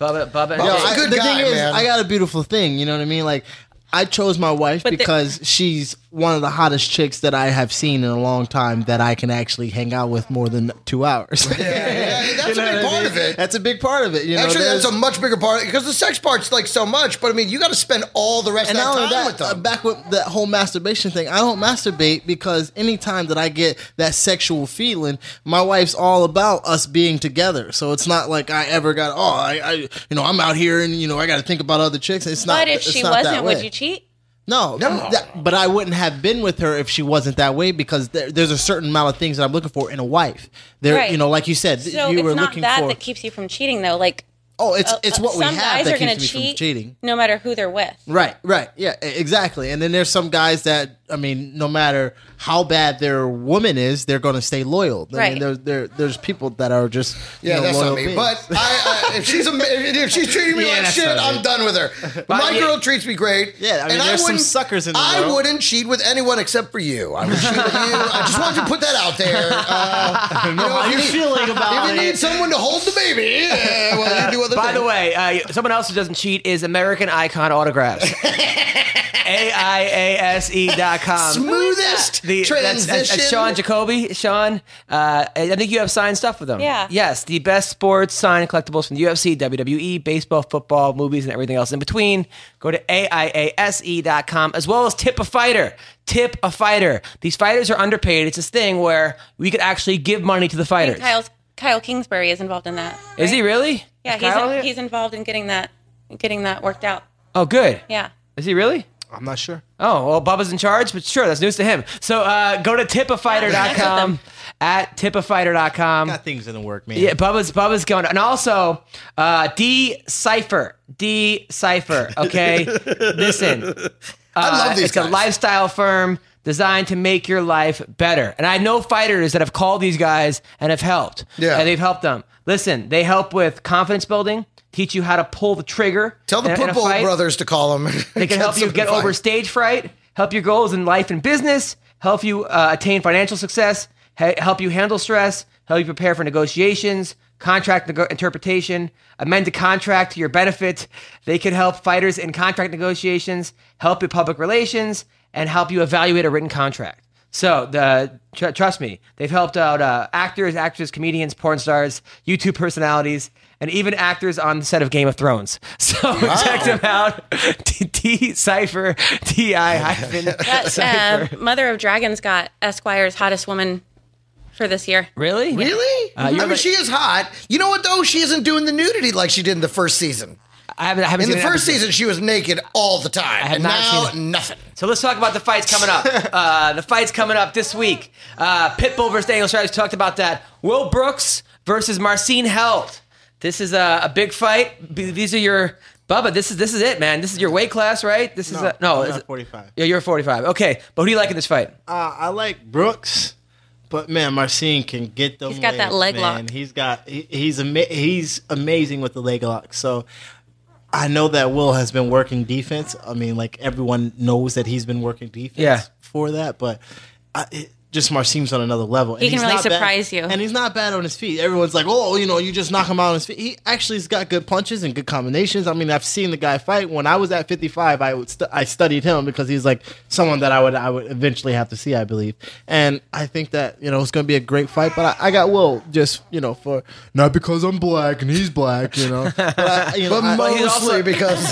Speaker 1: Bubba, Bubba, and
Speaker 4: Yo,
Speaker 2: He's
Speaker 1: Jake.
Speaker 2: a
Speaker 4: I-
Speaker 2: good
Speaker 4: the
Speaker 2: guy,
Speaker 4: thing is,
Speaker 2: man.
Speaker 4: I got a beautiful thing. You know what I mean? Like, I chose my wife
Speaker 3: But the-
Speaker 4: because she's one of the hottest chicks that I have seen in a long time that I can actually hang out with more than two hours.
Speaker 2: Yeah, that's
Speaker 4: You know
Speaker 2: a big
Speaker 4: what I
Speaker 2: part
Speaker 4: mean?
Speaker 2: of it.
Speaker 4: That's a big part of it. You know,
Speaker 2: Actually, that's
Speaker 4: there's-
Speaker 2: a much bigger part because the sex part's like so much. But I mean, you got to spend all the rest
Speaker 4: and
Speaker 2: of
Speaker 4: not
Speaker 2: that time
Speaker 4: only that,
Speaker 2: with
Speaker 4: uh,
Speaker 2: them.
Speaker 4: back with that whole masturbation thing, I don't masturbate because anytime that I get that sexual feeling, my wife's all about us being together. So it's not like I ever got, oh, I, I you know, I'm out here and, you know, I got to think about other chicks. It's not.
Speaker 3: but if
Speaker 4: it's
Speaker 3: she
Speaker 4: not that
Speaker 3: wasn't, would
Speaker 4: way.
Speaker 3: you cheat?
Speaker 4: No,
Speaker 2: No.
Speaker 4: that- but I wouldn't have been with her if she wasn't that way because there, there's a certain amount of things that I'm looking for in a wife. There,
Speaker 3: Right.
Speaker 4: you know, like you said, th-
Speaker 3: So
Speaker 4: you
Speaker 3: it's
Speaker 4: were
Speaker 3: not
Speaker 4: looking
Speaker 3: that
Speaker 4: for.
Speaker 3: that keeps you from cheating, though. Like
Speaker 4: oh, it's it's
Speaker 3: uh,
Speaker 4: what we
Speaker 3: some
Speaker 4: have
Speaker 3: guys
Speaker 4: that
Speaker 3: are going
Speaker 4: keeps
Speaker 3: to
Speaker 4: me
Speaker 3: cheat,
Speaker 4: from cheating.
Speaker 3: no matter who they're with.
Speaker 4: Right, right, yeah, e- exactly. And then there's some guys that I mean, no matter how bad their woman is, they're going to stay loyal. I mean,
Speaker 3: Right.
Speaker 4: there, there, there's people that are just you
Speaker 2: yeah,
Speaker 4: know,
Speaker 2: that's
Speaker 4: loyal
Speaker 2: not me.
Speaker 4: beings.
Speaker 2: But I, I, if she's a, ma- if she's treating me
Speaker 4: Yeah,
Speaker 2: like
Speaker 4: that's
Speaker 2: shit,
Speaker 4: not me.
Speaker 2: I'm done with her. My
Speaker 1: yeah.
Speaker 2: girl treats me great.
Speaker 4: Yeah, I mean, there's some
Speaker 2: wouldn't-
Speaker 4: suckers in the
Speaker 2: I
Speaker 4: world.
Speaker 2: wouldn't cheat with anyone except for you. I would cheat with you. I just wanted to put that out there. Uh, you know,
Speaker 4: how
Speaker 2: if
Speaker 4: you feeling about
Speaker 2: If you
Speaker 4: it?
Speaker 2: need someone to hold the baby, yeah, well, you do other
Speaker 1: By
Speaker 2: things.
Speaker 1: the way, uh, someone else who doesn't cheat is American Icon Autographs. A I A S E dot com.
Speaker 2: smoothest
Speaker 1: The, that's,
Speaker 2: transition.
Speaker 1: that's, that's Sean Jacoby. Sean, uh, I think you have signed stuff with them.
Speaker 3: Yeah.
Speaker 1: Yes, the best sports signed collectibles from the UFC, WWE, E, baseball, football, movies, and everything else in between. Go to AIASE.com E as well as Tip a Fighter. Tip a Fighter. These fighters are underpaid. It's this thing where we could actually give money to the fighters.
Speaker 3: Kyle's, Kyle Kingsbury is involved in that.
Speaker 1: Is he really?
Speaker 3: Yeah,
Speaker 1: Is Kyle
Speaker 3: he's
Speaker 1: here?
Speaker 3: in, he's involved in getting that getting that worked out.
Speaker 1: Oh, good.
Speaker 3: Yeah.
Speaker 1: Is he really?
Speaker 4: I'm not sure.
Speaker 1: Oh, well, Bubba's in charge, but sure, that's news to him. So uh, go to tipafighter.com at tipafighter.com.
Speaker 4: Got things in the work, man.
Speaker 1: Yeah, Bubba's Bubba's going, and also uh, decipher, decipher. Okay, listen,
Speaker 2: I
Speaker 1: uh,
Speaker 2: love these
Speaker 1: it's a
Speaker 2: guys.
Speaker 1: lifestyle firm designed to make your life better. And I know fighters that have called these guys and have helped.
Speaker 2: Yeah.
Speaker 1: and they've helped them. Listen, they help with confidence building, teach you how to pull the trigger.
Speaker 2: Tell the
Speaker 1: in a- in a
Speaker 2: Pitbull
Speaker 1: fight.
Speaker 2: brothers to call him.
Speaker 1: They can help you get over stage fright, help your goals in life and business, help you uh, attain financial success, he- help you handle stress, help you prepare for negotiations, contract nego- interpretation, amend a contract to your benefit. They can help fighters in contract negotiations, help with public relations, and help you evaluate a written contract. So the tr- trust me, they've helped out uh, actors, actresses, comedians, porn stars, YouTube personalities, and even actors on the set of Game of Thrones. So check them out. D cipher D I hyphen
Speaker 3: That
Speaker 1: cipher.
Speaker 2: um,
Speaker 3: uh, Mother of Dragons got Esquire's hottest woman for this year.
Speaker 1: Really?
Speaker 2: Really? I
Speaker 1: you're
Speaker 2: mean,
Speaker 1: right.
Speaker 2: she is hot. You know what though? She isn't doing the nudity like she did in the first season.
Speaker 1: I haven't. I haven't
Speaker 2: In
Speaker 1: seen
Speaker 2: the
Speaker 1: an
Speaker 2: first
Speaker 1: episode.
Speaker 2: season, she was naked all the time,
Speaker 1: have
Speaker 2: and
Speaker 1: not
Speaker 2: now
Speaker 1: seen
Speaker 2: nothing.
Speaker 1: So let's talk about the fights coming up. uh, the fights coming up this week. Uh, Pitbull versus Daniel Strives talked about that. Will Brooks versus Marcin Held. This is a, a big fight. B- these are your Bubba. This is this is it, man. This is your weight class, right? This is
Speaker 4: No,
Speaker 1: a, no.
Speaker 4: I'm
Speaker 1: is
Speaker 4: not
Speaker 1: it-
Speaker 4: 45.
Speaker 1: Yeah, you're 45. Okay, but who do you like in this fight?
Speaker 4: Uh, I like Brooks, but man, Marcin can get them.
Speaker 3: He's got that leg
Speaker 4: legs, man.
Speaker 3: lock.
Speaker 4: He's got he, he's ama- he's amazing with the leg lock. So I know that Will has been working defense. I mean, like everyone knows that he's been working defense
Speaker 1: Yeah.
Speaker 4: for that, but I, it, just Marcin's on another level. He and
Speaker 3: can
Speaker 4: he's
Speaker 3: really
Speaker 4: not bad-
Speaker 3: surprise you.
Speaker 4: and he's not bad on his feet. Everyone's like, oh, you know, you just knock him out on his feet. He actually has got good punches and good combinations. I mean, I've seen the guy fight. When I was at 55, I would stu- I studied him because he's like someone that I would I would eventually have to see, I believe. And I think that you know it's going to be a great fight. But I, I got Will just you know for not because I'm black and he's black, you know. But, I, you know,
Speaker 2: But
Speaker 4: I-
Speaker 2: mostly
Speaker 1: he's also-
Speaker 2: because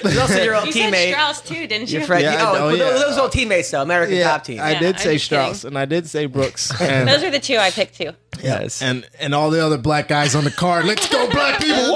Speaker 1: He's also your old
Speaker 3: You said
Speaker 1: teammate.
Speaker 3: Strauss too, didn't you?
Speaker 1: your friend.
Speaker 4: Yeah, I
Speaker 1: oh,
Speaker 4: know,
Speaker 1: well,
Speaker 4: yeah.
Speaker 1: those old teammates though. American
Speaker 4: yeah,
Speaker 1: top team.
Speaker 4: I
Speaker 3: Yeah,
Speaker 4: did
Speaker 3: I'm
Speaker 4: say
Speaker 3: just kidding.
Speaker 4: Strauss and I did say Brooks. And,
Speaker 3: Those are the two I picked too.
Speaker 1: yes.
Speaker 4: and and all the other black guys on the card. Let's go, black people! Woo!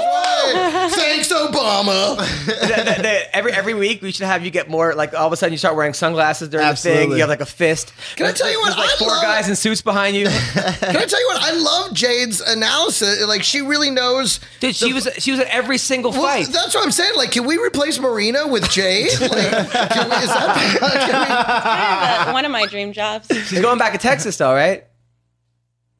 Speaker 2: thanks Obama.
Speaker 1: Th- th- th- every every week we should have you get more like all of a sudden you start wearing sunglasses during the thing
Speaker 4: Absolutely.
Speaker 1: you have like a fist
Speaker 2: Can I tell you what?
Speaker 1: There's like
Speaker 2: I
Speaker 1: four
Speaker 2: love-
Speaker 1: guys in suits behind you
Speaker 2: Can I tell you what? I love Jade's analysis. Like she really knows.
Speaker 1: dude she was she was at every single
Speaker 2: Well,
Speaker 1: fight
Speaker 2: that's what I'm saying. Like, can we replace Marina with Jade? Like, can we, is that, can we,
Speaker 3: Kind of a- one of my dream jobs.
Speaker 1: she's going back to texas though right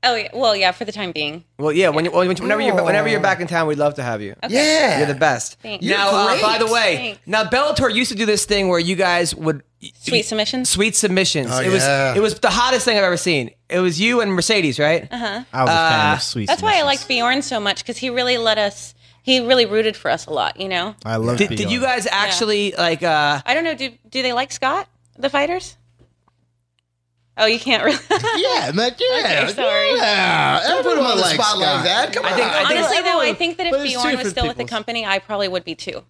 Speaker 3: Oh yeah. Well, yeah. For the time being.
Speaker 1: Well, yeah. When, you- when, whenever you're whenever you're back in town, we'd love to have you.
Speaker 2: Yeah.
Speaker 1: You're the best.
Speaker 3: Thanks.
Speaker 2: You're
Speaker 1: now, uh,
Speaker 2: great.
Speaker 1: by the way,
Speaker 3: Thanks.
Speaker 1: now Bellator used to do this thing where you guys would
Speaker 3: Sweet submissions.
Speaker 1: sweet submissions.
Speaker 2: Oh,
Speaker 1: it was
Speaker 2: yeah.
Speaker 1: it was the hottest thing I've ever seen. It was you and Mercedes, right? Uh-huh.
Speaker 4: I was a fan of sweet.
Speaker 3: That's why I
Speaker 4: Solutions.
Speaker 3: liked Bjorn so much because he really let us. He really rooted for us a lot. You know.
Speaker 4: I love.
Speaker 1: Did, did you guys actually like? uh
Speaker 3: I don't know. Do do they like Scott? The fighters? Oh, you can't really.
Speaker 4: Yeah, man. Yeah.
Speaker 3: Okay, sorry.
Speaker 4: Yeah. Don't
Speaker 2: Put him on the spot like
Speaker 4: Scott.
Speaker 2: that. Come on.
Speaker 1: I think-
Speaker 3: Honestly, though, I think that
Speaker 4: But
Speaker 3: if
Speaker 4: it's
Speaker 3: Bjorn was
Speaker 4: two different
Speaker 3: still with the
Speaker 4: peoples.
Speaker 3: company, I probably would be too.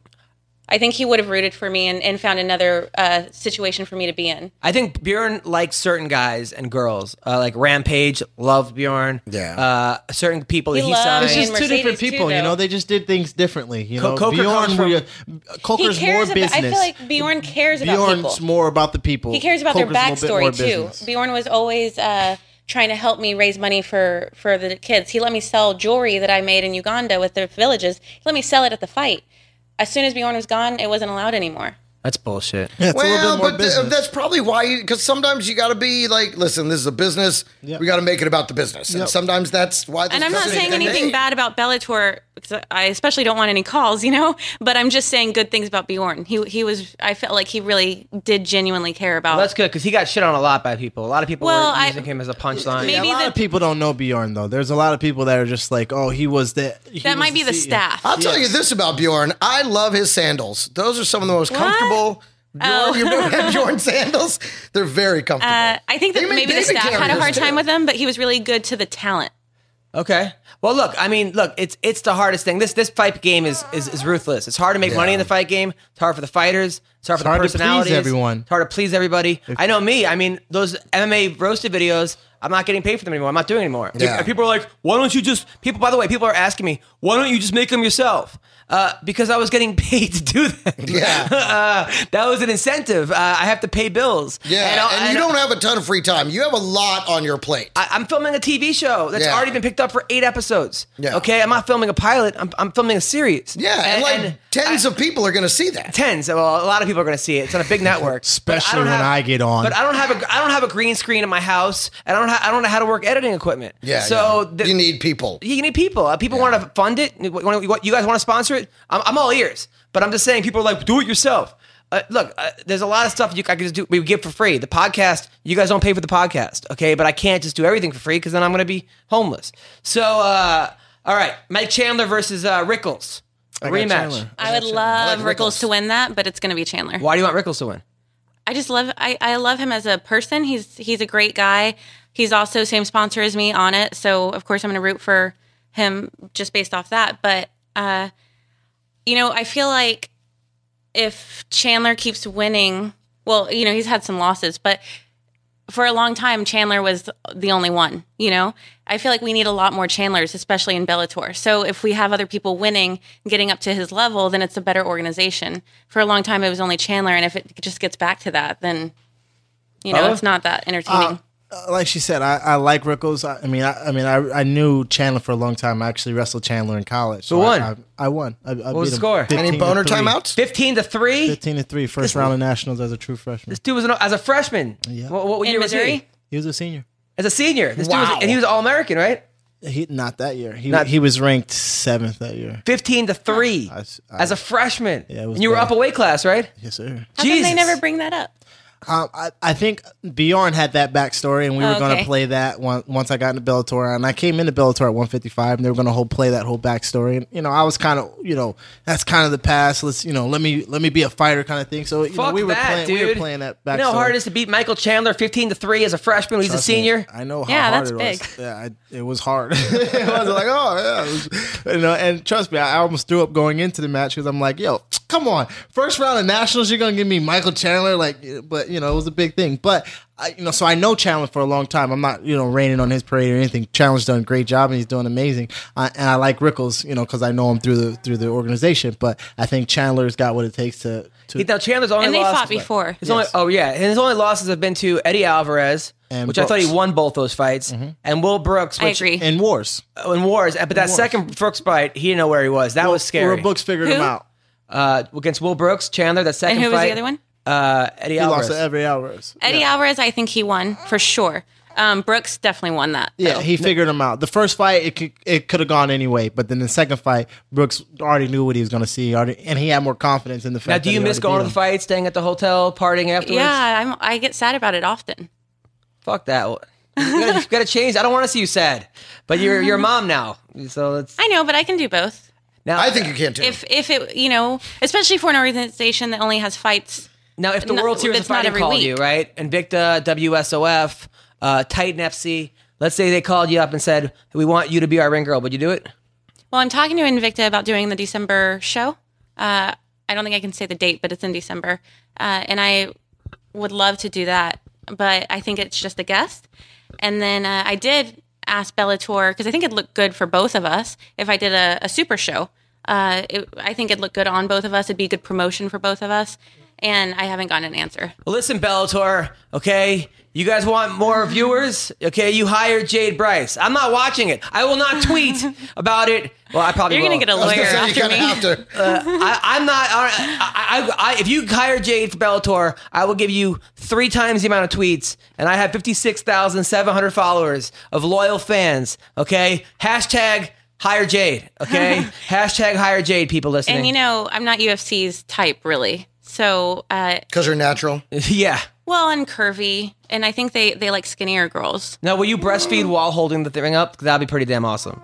Speaker 3: I think he would have rooted for me and, and found another uh, situation for me to be in.
Speaker 1: I think Bjorn likes certain guys and girls. Uh, like Rampage loved Bjorn.
Speaker 2: Yeah.
Speaker 1: Uh, certain people that
Speaker 3: He
Speaker 1: he
Speaker 3: loved
Speaker 1: signed.
Speaker 3: It's
Speaker 4: It's
Speaker 3: and
Speaker 4: just two different
Speaker 3: Mercedes, too,
Speaker 4: people, you
Speaker 3: though.
Speaker 4: know. They just did things differently. You know,
Speaker 1: Coker comes
Speaker 4: Bjorn,
Speaker 1: from-
Speaker 4: we- Coker's
Speaker 3: he cares
Speaker 4: more
Speaker 3: about.
Speaker 4: business.
Speaker 3: I feel like Bjorn cares about
Speaker 4: Bjorn's
Speaker 3: people.
Speaker 4: more about the people.
Speaker 3: he cares about their
Speaker 4: Coker's a little bit more
Speaker 3: backstory too.
Speaker 4: business.
Speaker 3: Bjorn was always uh, trying to help me raise money for for the kids. He let me sell jewelry that I made in Uganda with the villages. He let me sell it at the fight. As soon as Bjorn was gone, it wasn't allowed anymore.
Speaker 1: That's bullshit.
Speaker 4: Yeah, it's a little
Speaker 2: well,
Speaker 4: bit more
Speaker 2: but th-
Speaker 4: business.
Speaker 2: that's probably why, because sometimes you got to be like, listen, this is a business. We got to make it about the business. And sometimes that's why.
Speaker 3: And I'm not saying anything
Speaker 2: bad.
Speaker 3: bad about Bellator because I especially don't want any calls, you know. But I'm just saying good things about Bjorn. He he was. I felt like he really did genuinely care about.
Speaker 1: That's good because he got shit on a lot by people. A lot of people
Speaker 3: Well,
Speaker 1: were
Speaker 3: I-
Speaker 1: using him as a punchline.
Speaker 4: Yeah,
Speaker 3: Maybe-
Speaker 4: a lot
Speaker 3: the-
Speaker 4: of people don't know Bjorn though. There's a lot of people that are just like, oh, he was the. E he
Speaker 3: that
Speaker 4: was
Speaker 3: might be the
Speaker 4: CEO.
Speaker 3: staff.
Speaker 2: I'll tell you this about Bjorn. I love his sandals. Those are some of the most comfortable. Bjorn,
Speaker 3: Oh.
Speaker 2: You've never had Bjorn sandals. They're very comfortable.
Speaker 3: Uh, I think that
Speaker 2: They made
Speaker 3: maybe the
Speaker 2: David
Speaker 3: staff had a
Speaker 2: carriers,
Speaker 3: hard
Speaker 2: too.
Speaker 3: time with him, but he was really good to the talent.
Speaker 1: Okay. Well, look. I mean, look. It's it's the hardest thing. This this fight game is is, is ruthless. It's hard to make money in the fight game. It's hard for the fighters. It's hard for the
Speaker 4: hard to please
Speaker 1: personalities.
Speaker 4: everyone.
Speaker 1: It's hard to please everybody. I know me. I mean, those MMA roasted videos. I'm not getting paid for them anymore. I'm not doing it anymore.
Speaker 2: Yeah.
Speaker 1: And people are like, why don't you just people? By the way, people are asking me, why don't you just make them yourself? Uh, because I was getting paid to do that.
Speaker 2: yeah,
Speaker 1: Uh, that was an incentive. Uh, I have to pay bills.
Speaker 2: yeah.
Speaker 1: I-
Speaker 2: And,
Speaker 1: I-
Speaker 2: you don't have a ton of free time. You have a lot on your plate.
Speaker 1: I, I'm filming a TV show that's
Speaker 2: Yeah.
Speaker 1: already been picked up for eight episodes.
Speaker 2: Yeah.
Speaker 1: Okay, I'm not filming a pilot. I'm, I'm filming a series.
Speaker 2: yeah, and, like
Speaker 1: and
Speaker 2: tens of people are going to see that.
Speaker 1: tens. Well, a lot of people are going to see it. It's on a big network,
Speaker 4: Especially
Speaker 1: But don't
Speaker 4: when
Speaker 1: have-
Speaker 4: I get on.
Speaker 1: But I don't have a I don't have a green screen in my house, and I don't ha- I don't know how to work editing equipment.
Speaker 2: Yeah.
Speaker 1: So
Speaker 2: yeah.
Speaker 1: the-
Speaker 2: you need people.
Speaker 1: you need people. Uh, people want to fund it. You wanna- you- you guys want to sponsor it? I'm, I'm all ears. But I'm just saying, people are like, do it yourself. Uh, look, uh, there's a lot of stuff you I can just do. We give for free. The podcast, you guys don't pay for the podcast, okay? But I can't just do everything for free because then I'm going to be homeless. So, uh, all right, Mike Chandler versus uh, Rickles
Speaker 4: I got
Speaker 1: rematch.
Speaker 4: Chandler.
Speaker 3: I would love
Speaker 2: like
Speaker 3: Rickles
Speaker 2: Rickles.
Speaker 3: to win that, but it's going to be Chandler.
Speaker 1: Why do you want Rickles to win?
Speaker 3: I just love I, I love him as a person. He's he's a great guy. He's also same sponsor as me on it, so of course I'm going to root for him just based off that. But uh, you know, I feel like if Chandler keeps winning, well, you know, he's had some losses, but for a long time Chandler was the only one. You know, I feel like we need a lot more Chandlers, especially in Bellator. So if we have other people winning, getting up to his level, then it's a better organization. For a long time, it was only Chandler, and if it just gets back to that, then you know
Speaker 1: Bubba?
Speaker 3: it's not that
Speaker 1: Ah.
Speaker 3: entertaining.
Speaker 4: Uh, like she said, I, I like Rickles. I, I mean, I, I mean, I, I knew Chandler for a long time. I actually wrestled Chandler in college. So
Speaker 1: Who won?
Speaker 4: I, I, I won. I, I what
Speaker 1: was the score?
Speaker 2: Any boner timeouts?
Speaker 1: 15 to 3?
Speaker 4: 15 to 3, first round of nationals as a true freshman.
Speaker 1: This dude was an, as a freshman. What, what
Speaker 3: In
Speaker 1: year was he?
Speaker 3: Missouri?
Speaker 4: He was a senior.
Speaker 1: As a senior. This dude
Speaker 2: Wow.
Speaker 1: was, and he was All American, right?
Speaker 4: He Not that year. He,
Speaker 1: Not-
Speaker 4: he was ranked seventh that year.
Speaker 1: 15 to 3
Speaker 4: s- I-
Speaker 1: as a freshman.
Speaker 4: it was
Speaker 1: and you were
Speaker 4: bad.
Speaker 1: up a weight class, right?
Speaker 4: Yes, sir.
Speaker 3: How come
Speaker 1: Jesus.
Speaker 3: they never bring that up?
Speaker 4: Um, I, I think Bjorn had that backstory, and we were
Speaker 3: Oh,
Speaker 4: going to
Speaker 3: okay.
Speaker 4: play that one, once I got into Bellator. And I came into Bellator at 155, and they were going to whole play that whole backstory. And you know, I was kind of, you know, that's kind of the past. Let's, you know, let me let me be a fighter kind of thing. So you know,
Speaker 1: Fuck
Speaker 4: we were
Speaker 1: that,
Speaker 4: playing,
Speaker 1: dude.
Speaker 4: we were playing that backstory.
Speaker 1: You know how hard it is to beat Michael Chandler 15 to 3 as a freshman when he's a
Speaker 4: Trust me,
Speaker 1: senior?
Speaker 4: I know how
Speaker 3: Yeah,
Speaker 4: hard
Speaker 3: that's
Speaker 4: it was.
Speaker 3: big.
Speaker 4: Yeah, I, it was hard. I was like, oh yeah, it was- you know. And trust me, I almost threw up going into the match because I'm like, yo, come on, first round of nationals, you're gonna give me Michael Chandler, like, but you know, it was a big thing. But I, you know, so I know Chandler for a long time. I'm not, you know, raining on his parade or anything. Chandler's done a great job and he's doing amazing. I, and I like Rickles, you know, because I know him through the through the organization. But I think Chandler's got what it takes to. to
Speaker 1: He- now Chandler's only
Speaker 3: And they
Speaker 1: lost-
Speaker 3: fought before.
Speaker 1: His only, oh yeah, and his only losses have been to Eddie Alvarez,
Speaker 4: And
Speaker 1: which I thought he
Speaker 4: Brooks. Mm-hmm.
Speaker 1: won both those fights, and Will Brooks,
Speaker 3: I
Speaker 1: which uh,
Speaker 3: agree.
Speaker 4: in wars,
Speaker 1: in wars. But that second Brooks fight, he didn't know where he was. That was scary.
Speaker 4: Where Brooks figured him
Speaker 3: Who?
Speaker 4: out.
Speaker 1: uh, against Will Brooks, Chandler, that second
Speaker 3: And who was
Speaker 1: fight.
Speaker 3: the other one?
Speaker 1: Uh, Eddie
Speaker 4: He
Speaker 1: Alvarez.
Speaker 4: lost to every Alvarez.
Speaker 3: Eddie Alvarez, I think he won for sure. um, Brooks definitely won that.
Speaker 4: Yeah,
Speaker 3: though.
Speaker 4: he figured him out. The first fight, it could, it could have gone any way, but then the second fight, Brooks already knew what he was going to see, already, and he had more confidence in the fact.
Speaker 1: Now, do
Speaker 4: that
Speaker 1: you
Speaker 4: he
Speaker 1: miss
Speaker 4: already
Speaker 1: going
Speaker 4: beat
Speaker 1: to the
Speaker 4: him.
Speaker 1: fight, staying at the hotel, partying afterwards?
Speaker 3: yeah, I'm, I get sad about it often.
Speaker 1: Fuck that. You gotta, you gotta change. I don't want to see you sad. But you're you're a mom now, so that's
Speaker 3: I know, but I can do both.
Speaker 1: now.
Speaker 2: I think you can too.
Speaker 3: If if it you know, especially for an organization that only has fights.
Speaker 1: Now, if the
Speaker 3: No,
Speaker 1: World Series of
Speaker 3: it's not
Speaker 1: Fighting
Speaker 3: every
Speaker 1: called
Speaker 3: week.
Speaker 1: you, right? Invicta, WSOF, uh, Titan FC, let's say they called you up and said, we want you to be our ring girl. Would you do it?
Speaker 3: Well, I'm talking to Invicta about doing the December show. Uh, I don't think I can say the date, but it's in December, uh, and I would love to do that, but I think it's just a guest. And then uh, I did ask Bellator because I think it looked good for both of us if I did a, a super show. Uh, it, I think it'd look good on both of us. It'd be good promotion for both of us. And I haven't gotten an answer.
Speaker 1: Well, listen, Bellator, okay? You guys want more viewers? Okay, you hired Jade Bryce. I'm not watching it. I will not tweet about it. Well, I probably
Speaker 3: You're
Speaker 1: will.
Speaker 3: gonna get a
Speaker 2: I was
Speaker 3: lawyer
Speaker 2: gonna say,
Speaker 3: after
Speaker 2: you
Speaker 3: me.
Speaker 2: kinda have to.
Speaker 1: I, I'm not. I, I, I, if you hire Jade for Bellator, I will give you three times the amount of tweets, and I have 56,700 followers of loyal fans. Okay, hashtag hire Jade. Okay, hashtag hire Jade. People listening.
Speaker 3: And you know, I'm not UFC's type really. So, uh,
Speaker 2: Because you're natural.
Speaker 1: yeah.
Speaker 3: well, and curvy, and I think they they like skinnier girls.
Speaker 1: Now, will you breastfeed while holding the thing up? That'd be pretty damn awesome.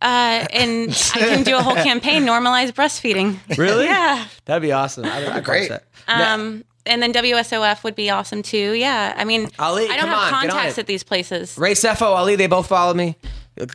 Speaker 3: Uh, and I can do a whole campaign normalize breastfeeding.
Speaker 1: Really?
Speaker 3: Yeah.
Speaker 1: That'd be awesome. I'd, I'd watch
Speaker 2: Great.
Speaker 1: That.
Speaker 3: Um, and then WSOF would be awesome too. Yeah, I mean,
Speaker 1: Ali, come
Speaker 3: I don't have
Speaker 1: on, get on
Speaker 3: contacts
Speaker 1: it.
Speaker 3: at these places.
Speaker 1: Ray Cepho, Ali, they both follow me.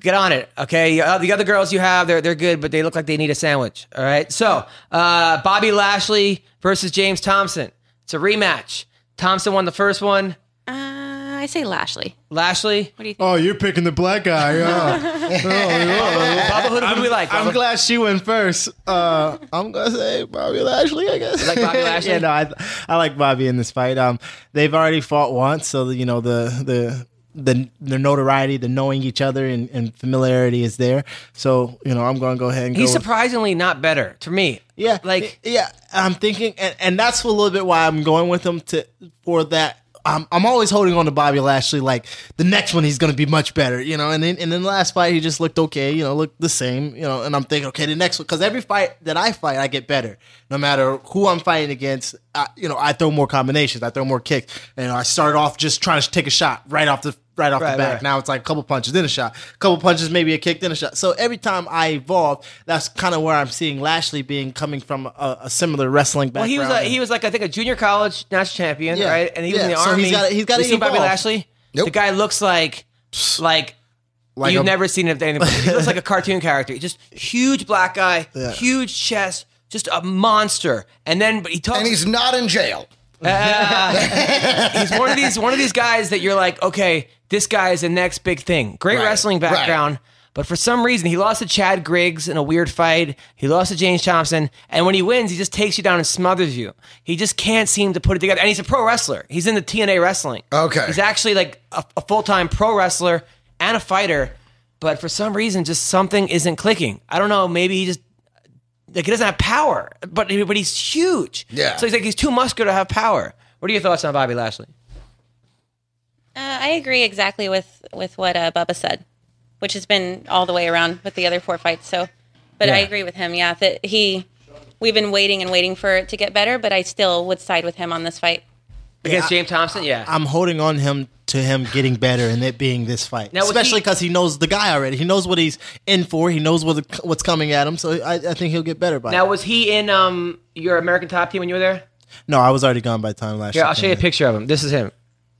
Speaker 1: Get on it, okay? Uh, The other girls you have, they're, they're good, but they look like they need a sandwich, all right? So, uh, Bobby Lashley versus James Thompson. It's a rematch. Thompson won the first one.
Speaker 3: Uh, I say Lashley.
Speaker 1: Lashley,
Speaker 3: What do you think?
Speaker 4: Oh, you're picking the black guy. Yeah.
Speaker 1: Baba, who, who do we like?
Speaker 4: I'm
Speaker 1: Baba?
Speaker 4: glad she went first. Uh, I'm gonna say Bobby Lashley. I guess
Speaker 1: like Bobby Lashley?
Speaker 4: yeah, no, I, I like Bobby in this fight. Um, they've already fought once, so you know the the. The, the notoriety, the knowing each other, and, and familiarity is there. So you know, I'm going to go ahead and
Speaker 1: He's
Speaker 4: go. with-
Speaker 1: surprisingly not better to me.
Speaker 4: Yeah,
Speaker 1: Like,
Speaker 4: yeah, I'm thinking, and, and that's a little bit why I'm going with him to for that. I'm, I'm always holding on to Bobby Lashley. Like the next one, he's going to be much better, you know. And then and then the last fight, he just looked okay, you know, looked the same, you know. And I'm thinking, okay, the next one, because every fight that I fight, I get better. No matter who I'm fighting against, I, you know, I throw more combinations, I throw more kicks, and I start off just trying to take a shot right off the right off
Speaker 1: Right,
Speaker 4: the back.
Speaker 1: right.
Speaker 4: Now it's like a couple punches, then a shot, couple punches, maybe a kick, then a shot. So every time I evolve, that's kind of where I'm seeing Lashley being coming from a, a similar wrestling
Speaker 1: well,
Speaker 4: background.
Speaker 1: he was a, he was like I think a junior college national champion,
Speaker 4: Yeah.
Speaker 1: right? And he was in
Speaker 4: Yeah.
Speaker 1: the
Speaker 4: So
Speaker 1: army.
Speaker 4: he's gotta- he's gotta
Speaker 1: You seen Bobby
Speaker 4: evolve.
Speaker 1: Lashley.
Speaker 2: Nope.
Speaker 1: The guy looks like like
Speaker 4: like
Speaker 1: You've
Speaker 4: a-
Speaker 1: never seen it. Anybody. He looks like a cartoon character. He's Just huge black guy,
Speaker 4: Yeah.
Speaker 1: huge chest, just a monster. And then but he talks.
Speaker 2: And he's not in jail.
Speaker 1: he's one of these one of these guys that you're like, okay, this guy is the next big thing. Great
Speaker 2: Right,
Speaker 1: wrestling background. But for some reason, he lost to Chad Griggs in a weird fight. He lost to James Thompson. And when he wins, he just takes you down and smothers you. He just can't seem to put it together. And he's a pro wrestler. He's in the TNA wrestling.
Speaker 2: Okay.
Speaker 1: He's actually like a, a full time pro wrestler and a fighter. But for some reason, just something isn't clicking. I don't know. Maybe he just like he doesn't have power, but but he's huge.
Speaker 2: Yeah.
Speaker 1: So he's like he's too muscular to have power. What are your thoughts on Bobby Lashley?
Speaker 3: Uh, I agree exactly with with what uh, Bubba said, which has been all the way around with the other four fights. So, but I
Speaker 1: Yeah.
Speaker 3: agree with him. Yeah, that he we've been waiting and waiting for it to get better, but I still would side with him on this fight.
Speaker 1: Against James Thompson, yeah.
Speaker 4: I'm holding on him to him getting better and it being this fight,
Speaker 1: Now, was
Speaker 4: especially
Speaker 1: he-
Speaker 4: because he, knows the guy already. He knows what he's in for. He knows what the, what's coming at him. So I, I think he'll get better by
Speaker 1: now
Speaker 4: it.
Speaker 1: was he in um your American Top Team when you were there?
Speaker 4: No, I was already gone by the time last.
Speaker 1: Here, I'll show you a picture of him. This is him.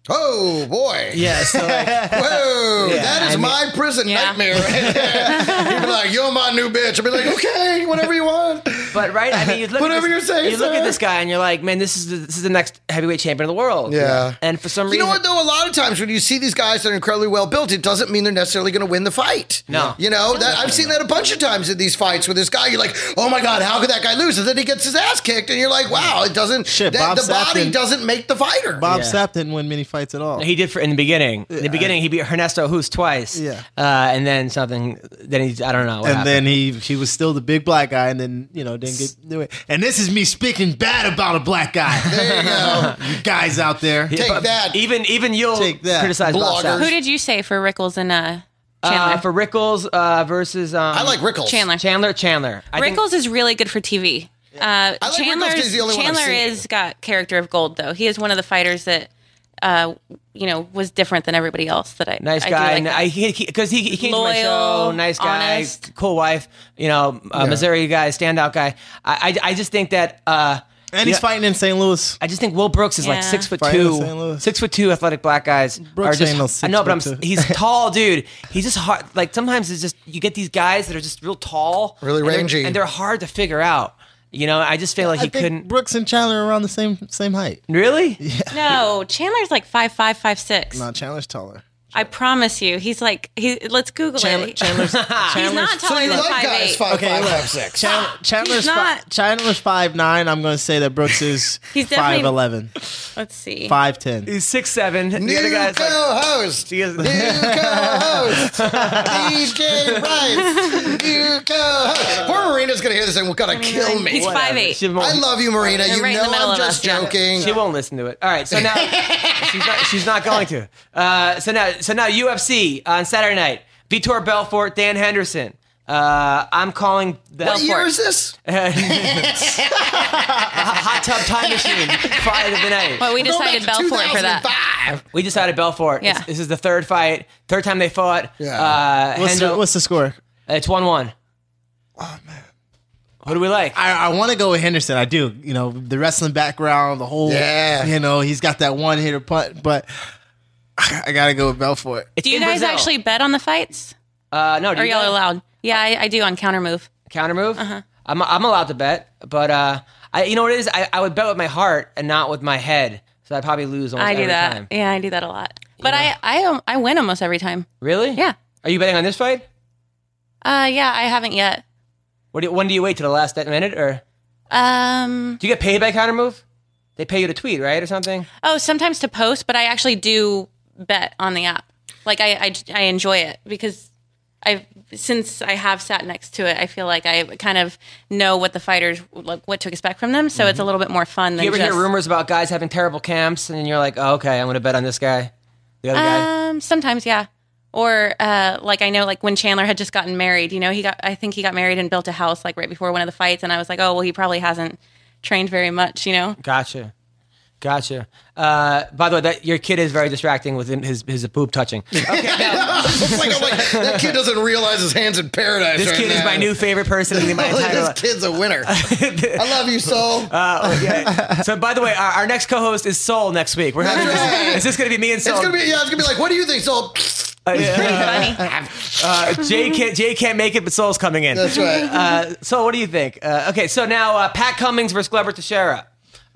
Speaker 2: Oh boy!
Speaker 1: Yeah. So like,
Speaker 2: Whoa! that is
Speaker 1: I mean-
Speaker 2: my prison
Speaker 3: Yeah.
Speaker 2: nightmare. Right there. You'd be like, "You're my new bitch." I'd be like, "Okay, whatever you want."
Speaker 1: but right, I mean, you look
Speaker 2: Whatever
Speaker 1: at
Speaker 2: you're
Speaker 1: this,
Speaker 2: saying,
Speaker 1: You look
Speaker 2: sir.
Speaker 1: at this guy and you're like, man, this is the, this is the next heavyweight champion of the world.
Speaker 2: Yeah.
Speaker 1: And for some
Speaker 2: You
Speaker 1: reason,
Speaker 2: know what though? A lot of times when you see these guys that are incredibly well built, it doesn't mean they're necessarily going to win the fight.
Speaker 1: No.
Speaker 2: You know that I've seen that a bunch of times in these fights with this guy. You're like, "Oh my god, how could that guy lose?" And then he gets his ass kicked, and you're like, "Wow, it doesn't.
Speaker 4: Shit,
Speaker 2: that-
Speaker 4: Bob
Speaker 2: the body
Speaker 4: Sapp-
Speaker 2: doesn't make the fighter."
Speaker 4: Bob
Speaker 1: Yeah.
Speaker 4: Sapp didn't win many fights at all.
Speaker 1: He did for in the beginning. In the beginning, he beat Ernesto Hoos twice.
Speaker 4: Yeah.
Speaker 1: Uh, and then something. Then he's I don't know. What
Speaker 4: and
Speaker 1: happened.
Speaker 4: then he he was still the big black guy, and then you know didn't get do it. And this is me speaking bad about a black guy.
Speaker 2: There you go.
Speaker 4: you guys out there.
Speaker 2: Take that.
Speaker 1: Even even you'll
Speaker 4: Take that,
Speaker 1: criticize Bob Sapp.
Speaker 2: bloggers.
Speaker 3: Who did you say for Rickles and uh, Chandler?
Speaker 1: Uh, for Rickles uh, versus um,
Speaker 2: I like Rickles.
Speaker 3: Chandler.
Speaker 1: Chandler. Chandler. I think-
Speaker 3: Rickles is really good for TV. Uh,
Speaker 2: I like Rickles 'cause
Speaker 3: Chandler's-
Speaker 2: he's the only one I've
Speaker 3: Chandler
Speaker 2: seen.
Speaker 3: is got character of gold though. He is one of the fighters that, uh, you know, was different than everybody else. That I
Speaker 1: Nice
Speaker 3: I do
Speaker 1: guy,
Speaker 3: like that.
Speaker 1: because he, he, 'cause he, he came to my
Speaker 3: Loyal,
Speaker 1: show. Nice guy,
Speaker 3: honest.
Speaker 1: cool wife. You know, uh, Missouri guy, standout guy. I, I, I just think that. Uh,
Speaker 4: And he's
Speaker 1: yeah,
Speaker 4: fighting in St. Louis.
Speaker 1: I just think Will Brooks is like
Speaker 3: Yeah.
Speaker 1: six foot
Speaker 4: Fighting in St.
Speaker 1: two,
Speaker 4: Louis.
Speaker 1: six foot two athletic black guys
Speaker 4: Brooks
Speaker 1: are just.
Speaker 4: ain't no six
Speaker 1: I know, but I'm.
Speaker 4: foot two.
Speaker 1: He's tall, dude. He's just hard. Like sometimes it's just you get these guys that are just real tall,
Speaker 2: Really
Speaker 1: and they're-
Speaker 2: rangy.
Speaker 1: and they're hard to figure out. You know, I just feel like
Speaker 4: I
Speaker 1: he
Speaker 4: think
Speaker 1: couldn't
Speaker 4: Brooks and Chandler are around the same same height.
Speaker 1: really.
Speaker 3: No, Chandler's like five five five six.
Speaker 4: No, Chandler's taller.
Speaker 3: I promise you, he's like he. Let's Google
Speaker 4: Chandler,
Speaker 3: it.
Speaker 4: Chandler's,
Speaker 3: he's
Speaker 4: Chandler's,
Speaker 3: not taller
Speaker 2: You
Speaker 3: than
Speaker 2: like
Speaker 3: five
Speaker 2: guys
Speaker 3: eight.
Speaker 2: five
Speaker 4: Okay,
Speaker 2: five,
Speaker 4: look.
Speaker 2: five, six.
Speaker 4: Chandler, Chandler's,
Speaker 3: He's
Speaker 4: fi-
Speaker 3: not.
Speaker 4: Chandler's five nine. I'm going to say that Brooks is
Speaker 3: He's definitely-
Speaker 4: five eleven,
Speaker 3: Let's see.
Speaker 4: five ten.
Speaker 1: He's six seven. The
Speaker 2: New
Speaker 1: other guy's like
Speaker 2: co-host.
Speaker 1: he is.
Speaker 2: New co-host. DJ Rice. New co-host. Poor Marina's gonna hear this and gonna kill me.
Speaker 3: He's five eight.
Speaker 1: She won't-
Speaker 2: I love you, Marina. You
Speaker 3: right in the
Speaker 2: know
Speaker 3: middle
Speaker 2: I'm
Speaker 3: of
Speaker 2: just
Speaker 3: us, yeah.
Speaker 2: joking.
Speaker 1: She won't listen to it. All right, so now she's, not, she's not going to. Uh, so now, so now UFC uh, on Saturday night. Vitor Belfort, Dan Henderson. Uh, I'm calling the
Speaker 2: What year is this?
Speaker 1: hot tub time machine Friday of the night.
Speaker 3: But we decided Belfort for that.
Speaker 2: 2005.
Speaker 1: We decided Belfort. It's-
Speaker 3: Yeah.
Speaker 1: This is the third fight, third time they fought.
Speaker 2: Yeah.
Speaker 1: Uh,
Speaker 4: What's the,
Speaker 1: Hendo-
Speaker 4: what's the score?
Speaker 1: it's one one. Oh man,
Speaker 2: Oh,
Speaker 1: what do we like?
Speaker 4: I, I want to go with Henderson. I do. You know, the wrestling background, the whole.
Speaker 2: Yeah.
Speaker 4: You know, he's got that one hitter punt, but I, got to go with Belfort.
Speaker 1: It's
Speaker 3: Do you
Speaker 1: in
Speaker 3: guys
Speaker 1: Brazil.
Speaker 3: actually bet on the fights?
Speaker 1: Uh, no, do
Speaker 3: Are
Speaker 1: you
Speaker 3: y'all
Speaker 1: guys?
Speaker 3: allowed? Yeah, I, I do on counter move.
Speaker 1: counter move.
Speaker 3: Uh-huh.
Speaker 1: I'm I'm allowed to bet, but uh, I you know what it is. I, I would bet with my heart and not with my head, so I probably lose almost
Speaker 3: I do
Speaker 1: every
Speaker 3: that.
Speaker 1: time.
Speaker 3: Yeah, I do that a lot. But I, I um, I win almost every time.
Speaker 1: Really?
Speaker 3: Yeah.
Speaker 1: Are you betting on this fight?
Speaker 3: Uh, yeah, I haven't yet.
Speaker 1: What do you, when do you wait to the last minute, or
Speaker 3: Um,
Speaker 1: do you get paid by counter move? They pay you to tweet, right, or something?
Speaker 3: oh, sometimes to post, but I actually do bet on the app. Like I, I, I enjoy it because I've since I have sat next to it, I feel like I kind of know what the fighters like what to expect from them. So it's a little bit more fun than
Speaker 1: Mm-hmm. You ever
Speaker 3: just.
Speaker 1: hear rumors about guys having terrible camps, and you're like, oh, okay, I'm going to bet on this guy, the other guy.
Speaker 3: Um, sometimes, yeah. Or uh, like I know, like when Chandler had just gotten married, you know, he got I think he got married and built a house like right before one of the fights, and I was like, oh well, he probably hasn't trained very much, you know.
Speaker 1: Gotcha. Gotcha. Uh, by the way, that your kid is very distracting with him- his his boob touching. Okay, now,
Speaker 2: It's like, I'm like, that kid doesn't realize his hands in paradise.
Speaker 1: this
Speaker 2: right
Speaker 1: kid is
Speaker 2: now.
Speaker 1: my new favorite person in my entire
Speaker 2: this
Speaker 1: life.
Speaker 2: kid's a winner. I love you, Soul.
Speaker 1: Uh, So, by the way, our, our next co-host is Soul next week. We're having
Speaker 2: That's right.
Speaker 1: this. Is this going to be me and Soul?
Speaker 2: it's gonna be yeah. It's gonna be like, what do you think, Soul?
Speaker 3: Pretty funny.
Speaker 1: uh, Jay can't Jay can't make it, but Soul's coming in.
Speaker 2: That's right.
Speaker 1: Uh, Soul, what do you think? Uh, okay, so now uh, Pat Cummings versus Glover Teixeira.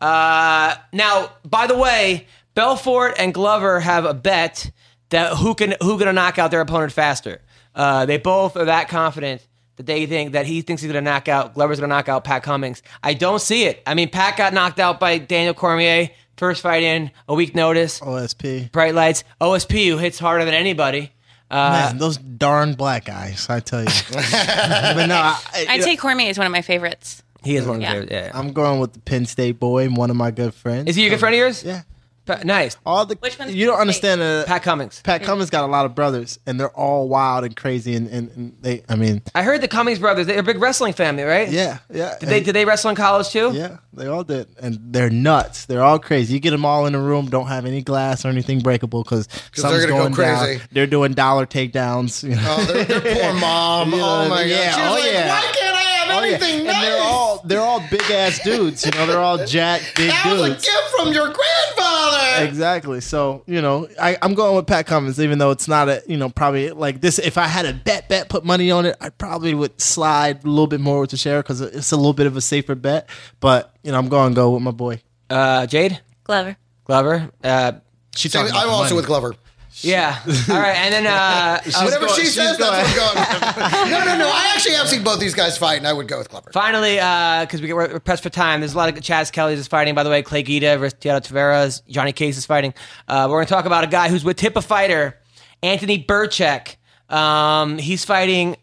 Speaker 1: Uh, now, by the way, Belfort and Glover have a bet that who can who gonna knock out their opponent faster. Uh, they both are that confident that they think that he thinks he's gonna knock out Glover's gonna knock out Pat Cummings. I don't see it. I mean, Pat got knocked out by Daniel Cormier first fight in a week notice.
Speaker 4: OSP.
Speaker 1: Bright lights. OSP, who hits harder than anybody.
Speaker 4: Man, those darn black guys, I tell you. but no, I, I,
Speaker 3: I'd say Cormier is one of my favorites.
Speaker 1: He is one of the
Speaker 3: Yeah.
Speaker 1: favorites. Yeah.
Speaker 4: am going with the Penn State boy, one of my good friends.
Speaker 1: Is he your good friend of yours?
Speaker 4: Yeah.
Speaker 1: Pa- nice.
Speaker 4: All the
Speaker 3: Which one's
Speaker 4: you don't
Speaker 3: Penn
Speaker 4: understand. Uh,
Speaker 1: Pat Cummings.
Speaker 4: Pat Cummins got a lot of brothers, and they're all wild and crazy, and, and, and they. I mean,
Speaker 1: I heard the Cummings brothers. They're a big wrestling family, right?
Speaker 4: yeah, yeah.
Speaker 1: Did they
Speaker 4: and-
Speaker 1: did they wrestle in college too?
Speaker 4: Yeah, they all did, and they're nuts. They're all crazy. You get them all in a room, don't have any glass or anything breakable because something's
Speaker 2: they're gonna
Speaker 4: going
Speaker 2: go
Speaker 4: crazy.
Speaker 2: crazy.
Speaker 4: down. They're doing dollar takedowns. You know?
Speaker 2: Oh, their, their poor mom.
Speaker 4: You know what
Speaker 2: oh
Speaker 4: I
Speaker 2: my
Speaker 4: mean? Yeah,
Speaker 2: god. She was
Speaker 4: oh
Speaker 2: like,
Speaker 4: yeah.
Speaker 2: why can't I have
Speaker 4: Oh, yeah.
Speaker 2: anything
Speaker 4: And
Speaker 2: nice?
Speaker 4: they're all they're all big ass dudes. You know, they're all jacked big
Speaker 2: that was a
Speaker 4: dudes.
Speaker 2: gift from your grandfather.
Speaker 4: Exactly. So you know, I, I'm going with Pat Cummins, even though it's not a you know probably like this. If I had a bet, bet put money on it, I probably would slide a little bit more with the share because it's a little bit of a safer bet. But you know, I'm going to go with my boy.
Speaker 1: Uh, Jade
Speaker 3: Glover.
Speaker 1: Glover. Uh,
Speaker 4: She
Speaker 2: Same-
Speaker 4: talking
Speaker 2: I'm
Speaker 4: about
Speaker 2: also
Speaker 4: money.
Speaker 2: with Glover.
Speaker 1: yeah. All right, and then uh, uh,
Speaker 2: Whatever
Speaker 4: going-
Speaker 2: she
Speaker 4: she's
Speaker 2: says, that's what I'm going. no, no, no. I actually have seen both these guys fight, and I would go with Glover.
Speaker 1: finally, because we get we're pressed for time, there's a lot of Chaz Kelly's is fighting. By the way, Clay Guida versus Tiago Taveras. Johnny Case is fighting. Uh, we're going to talk about a guy who's with Tipa fighter Anthony Burchek. Um, he's fighting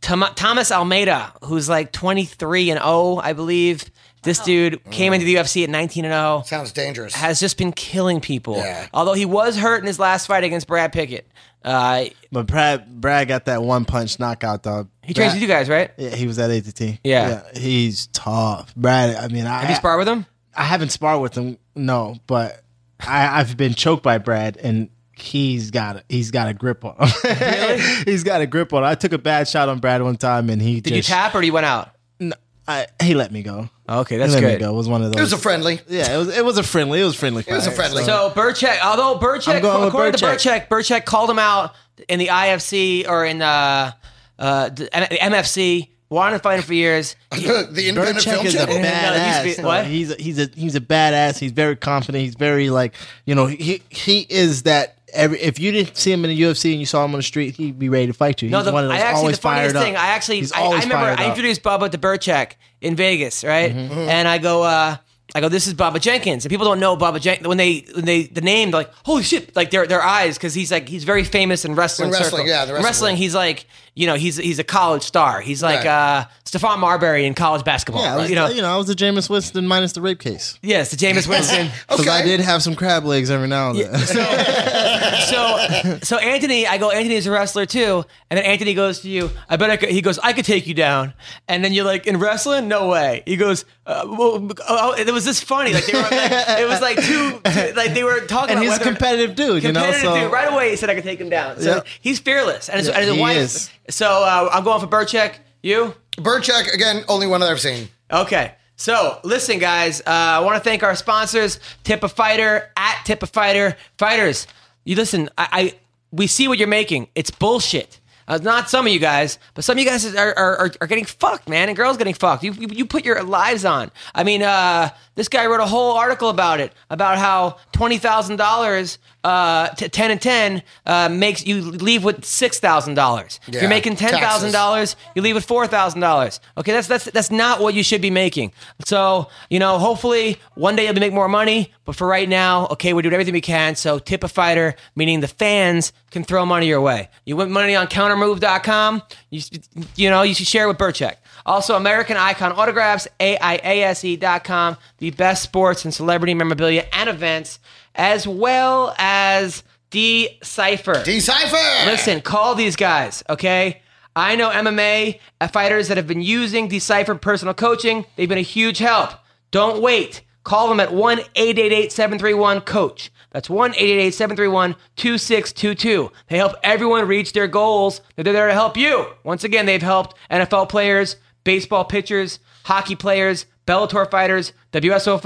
Speaker 1: Tom- Thomas Almeida, who's like 23 and 0, I believe. This dude came into the UFC at 19 and 0
Speaker 2: Sounds dangerous.
Speaker 1: has just been killing people.
Speaker 2: Yeah.
Speaker 1: Although he was hurt in his last fight against Brad Pickett. Uh,
Speaker 4: But Brad, Brad got that one punch knockout dog.
Speaker 1: he trains with you guys, right?
Speaker 4: Yeah, he was at ATT.
Speaker 1: Yeah.
Speaker 4: he's tough, Brad. I mean, I
Speaker 1: Have you sparred with him?
Speaker 4: I haven't sparred with him, no, but I, I've been choked by Brad, and he's got a, he's got a grip on. Him. he's got a grip on. Him. I took a bad shot on Brad one time, and he
Speaker 1: Did you
Speaker 4: just,
Speaker 1: tap or you went out?
Speaker 4: I, he let me go.
Speaker 1: Okay,
Speaker 4: He
Speaker 1: that's
Speaker 4: let me
Speaker 1: good.
Speaker 4: go. It was one of those.
Speaker 2: it was a friendly.
Speaker 4: yeah, it was it was a friendly. It was a friendly. Fight,
Speaker 2: It was a friendly.
Speaker 1: So Burchek, although Burchek,
Speaker 4: I'm going with
Speaker 1: according to Burchek, Burchek called him out in the IFC or in uh, uh, the M- MFC, wanted to fight him for years.
Speaker 2: the independent
Speaker 4: Burchak
Speaker 2: film
Speaker 4: is a
Speaker 2: channel.
Speaker 1: Yeah,
Speaker 4: badass.
Speaker 1: no, he's be- what?
Speaker 4: He's a, he's a he's a badass. He's very confident. He's very like you know he he is that. Every, if you didn't see him in the UFC and you saw him on the street, he'd be ready to fight you. He's
Speaker 1: No, the,
Speaker 4: one of those
Speaker 1: I actually
Speaker 4: always
Speaker 1: the funniest
Speaker 4: fired up.
Speaker 1: thing. I actually
Speaker 4: He's
Speaker 1: I, I
Speaker 4: always
Speaker 1: remember
Speaker 4: fired
Speaker 1: I
Speaker 4: up. Mm-hmm.
Speaker 1: introduced Bubba to Burchak in Vegas, right? And I go, uh, I go, this is Bubba Jenkins, and people don't know Bubba Jenkins when they when they the name they're like, holy shit, like their their eyes because he's like he's very famous in wrestling.
Speaker 2: In wrestling,
Speaker 1: circles.
Speaker 2: yeah, the
Speaker 1: In
Speaker 2: wrestling
Speaker 1: wrestling.
Speaker 2: world.
Speaker 1: He's like you know he's he's a college star. He's like
Speaker 2: Right.
Speaker 1: uh, Stephon Marbury in college basketball.
Speaker 4: Yeah, I
Speaker 1: right?
Speaker 4: was,
Speaker 1: you know,
Speaker 4: I was the Jameis Winston minus the rape case
Speaker 1: yes, the Jameis Winston.
Speaker 4: because I
Speaker 2: Okay.
Speaker 4: did have some crab legs every now and then.
Speaker 1: so so Anthony, I go, Anthony's a wrestler too. And then Anthony goes to you, I bet I could, he goes, I could take you down. And then you're like, in wrestling? No way. He goes, uh, well, oh, it was just funny. Like, they were, like it was like two, two- like they were talking about
Speaker 4: and he's a
Speaker 1: whether-
Speaker 4: competitive dude, you know.
Speaker 1: Competitive
Speaker 4: So
Speaker 1: dude. Right away, he said I could take him down. So
Speaker 4: Yeah.
Speaker 1: he's fearless. And as,
Speaker 4: Yeah,
Speaker 1: and as a
Speaker 4: he
Speaker 1: wife,
Speaker 4: is.
Speaker 1: so uh, I'm going for Burchek. You?
Speaker 2: Burchak again, only one that I've seen.
Speaker 1: Okay. So, listen, guys, uh, I want to thank our sponsors, Tip a Fighter, at Tip a Fighter. Fighters, you listen, I, I we see what you're making. It's bullshit. Uh, not some of you guys, but some of you guys are, are, are, are getting fucked, man, and girls getting fucked. You, you, you put your lives on. I mean, uh, this guy wrote a whole article about it, about how $20,000 uh, to 10 and 10 uh, makes you leave with $6,000. If
Speaker 2: Yeah,
Speaker 1: you're making $10,000, dollars, you leave with four thousand dollars. Okay, that's that's that's not what you should be making. So you know, hopefully one day you'll be make more money. But for right now, okay, we're doing everything we can. So tip a fighter, meaning the fans can throw money your way. You win money on countermove.com. You you know you should share it with Burchek. Also, American Icon Autographs, AIASE.com, E the best sports and celebrity memorabilia and events, as well as D Cipher.
Speaker 2: Decipher.
Speaker 1: Listen, call these guys, okay? I know MMA uh, fighters that have been using Decipher personal coaching. They've been a huge help. Don't wait. Call them at 1 888 731 Coach. That's 1 888 731 2622. They help everyone reach their goals. They're there to help you. Once again, they've helped NFL players, baseball pitchers, hockey players, Bellator fighters, WSOF,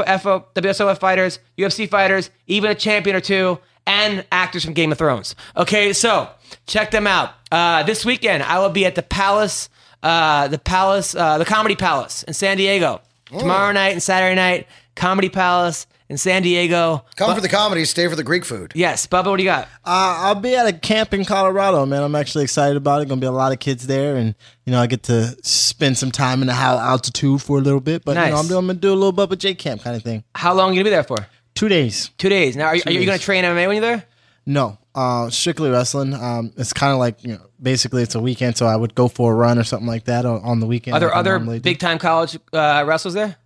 Speaker 1: WSOF fighters, UFC fighters, even a champion or two and actors from Game of Thrones. Okay, so check them out. Uh, this weekend, I will be at the Palace, uh, the Palace, uh, the Comedy Palace in San Diego.
Speaker 4: Oh.
Speaker 1: Tomorrow night and Saturday night, Comedy Palace in San Diego.
Speaker 2: Come for the comedy, stay for the Greek food.
Speaker 1: Yes, Bubba, what do you got?
Speaker 4: Uh, I'll be at a camp in Colorado, man. I'm actually excited about it. Going to be a lot of kids there, and you know, I get to spend some time in the high altitude for a little bit. But you know,
Speaker 1: Nice.
Speaker 4: I'm, doing- I'm going to do a little Bubba J camp kind of thing.
Speaker 1: How long you gonna be there for?
Speaker 4: Two days.
Speaker 1: Two days. Now, are, you- are you
Speaker 4: days.
Speaker 1: gonna train MMA when you're there?
Speaker 4: No, uh, strictly wrestling. Um, it's kind of like you know, basically it's a weekend, so I would go for a run or something like that on, on the weekend.
Speaker 1: Are there
Speaker 4: like I
Speaker 1: other
Speaker 4: normally do.
Speaker 1: big time college uh, wrestlers there?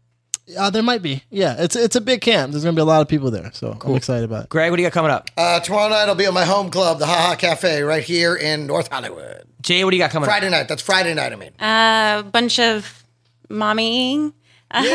Speaker 4: Uh, there might be. Yeah, it's it's a big camp. There's going to be a lot of people there, so I'm excited about it.
Speaker 1: Greg, what do you got coming up?
Speaker 2: Uh, tomorrow night I'll be at my home club, the Ha Ha Cafe, right here in North Hollywood.
Speaker 1: Jay, what do you got coming up?
Speaker 2: Friday night. That's Friday night. I mean,
Speaker 3: A bunch of mommying.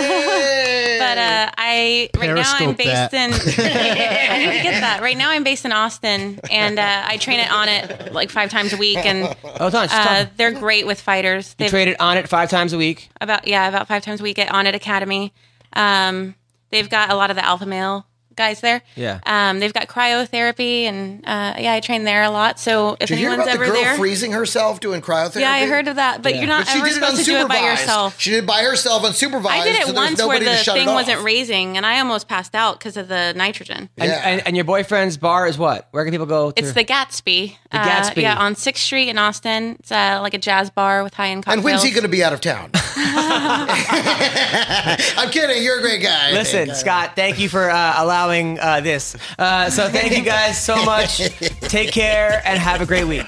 Speaker 2: Yay!
Speaker 3: But uh, I right now I'm
Speaker 4: Periscope
Speaker 3: based
Speaker 4: that.
Speaker 3: in. I need to get that. Right now I'm based in Austin, and uh, I train it on it like five times a week, and
Speaker 1: Oh, hold on, just
Speaker 3: uh,
Speaker 1: talk.
Speaker 3: they're great with fighters. They've
Speaker 1: Traded on it five times a week.
Speaker 3: about yeah about five times a week at On It Academy. Um, they've got a lot of the alpha male guys there.
Speaker 1: Yeah.
Speaker 3: Um, they've got cryotherapy, and uh, yeah, I train there a lot. So if
Speaker 2: Did you hear
Speaker 3: anyone's
Speaker 2: about the
Speaker 3: ever
Speaker 2: girl
Speaker 3: there,
Speaker 2: freezing herself doing cryotherapy?
Speaker 3: yeah, I heard of that. But you're not
Speaker 2: But she
Speaker 3: ever
Speaker 2: did it
Speaker 3: supposed to do it by
Speaker 2: unsupervised.
Speaker 3: yourself.
Speaker 2: She did it by herself unsupervised.
Speaker 3: I did
Speaker 2: so there
Speaker 3: it
Speaker 2: was
Speaker 3: once where
Speaker 2: nobody to
Speaker 3: the
Speaker 2: shut it
Speaker 3: thing
Speaker 2: off.
Speaker 3: wasn't raising, and I almost passed out because of the nitrogen.
Speaker 1: And,
Speaker 2: Yeah.
Speaker 1: and, and your boyfriend's bar is what? Where can people go? To?
Speaker 3: It's the Gatsby. The
Speaker 1: Gatsby.
Speaker 3: yeah, on Sixth Street in Austin. It's uh, like a jazz bar with high end cocktails.
Speaker 2: And when's he going to be out of town? I'm kidding. You're a great guy. I
Speaker 1: Listen,
Speaker 2: think.
Speaker 1: Scott, thank you for uh, allowing uh, this. Uh, so, thank you guys so much. Take care and have a great week.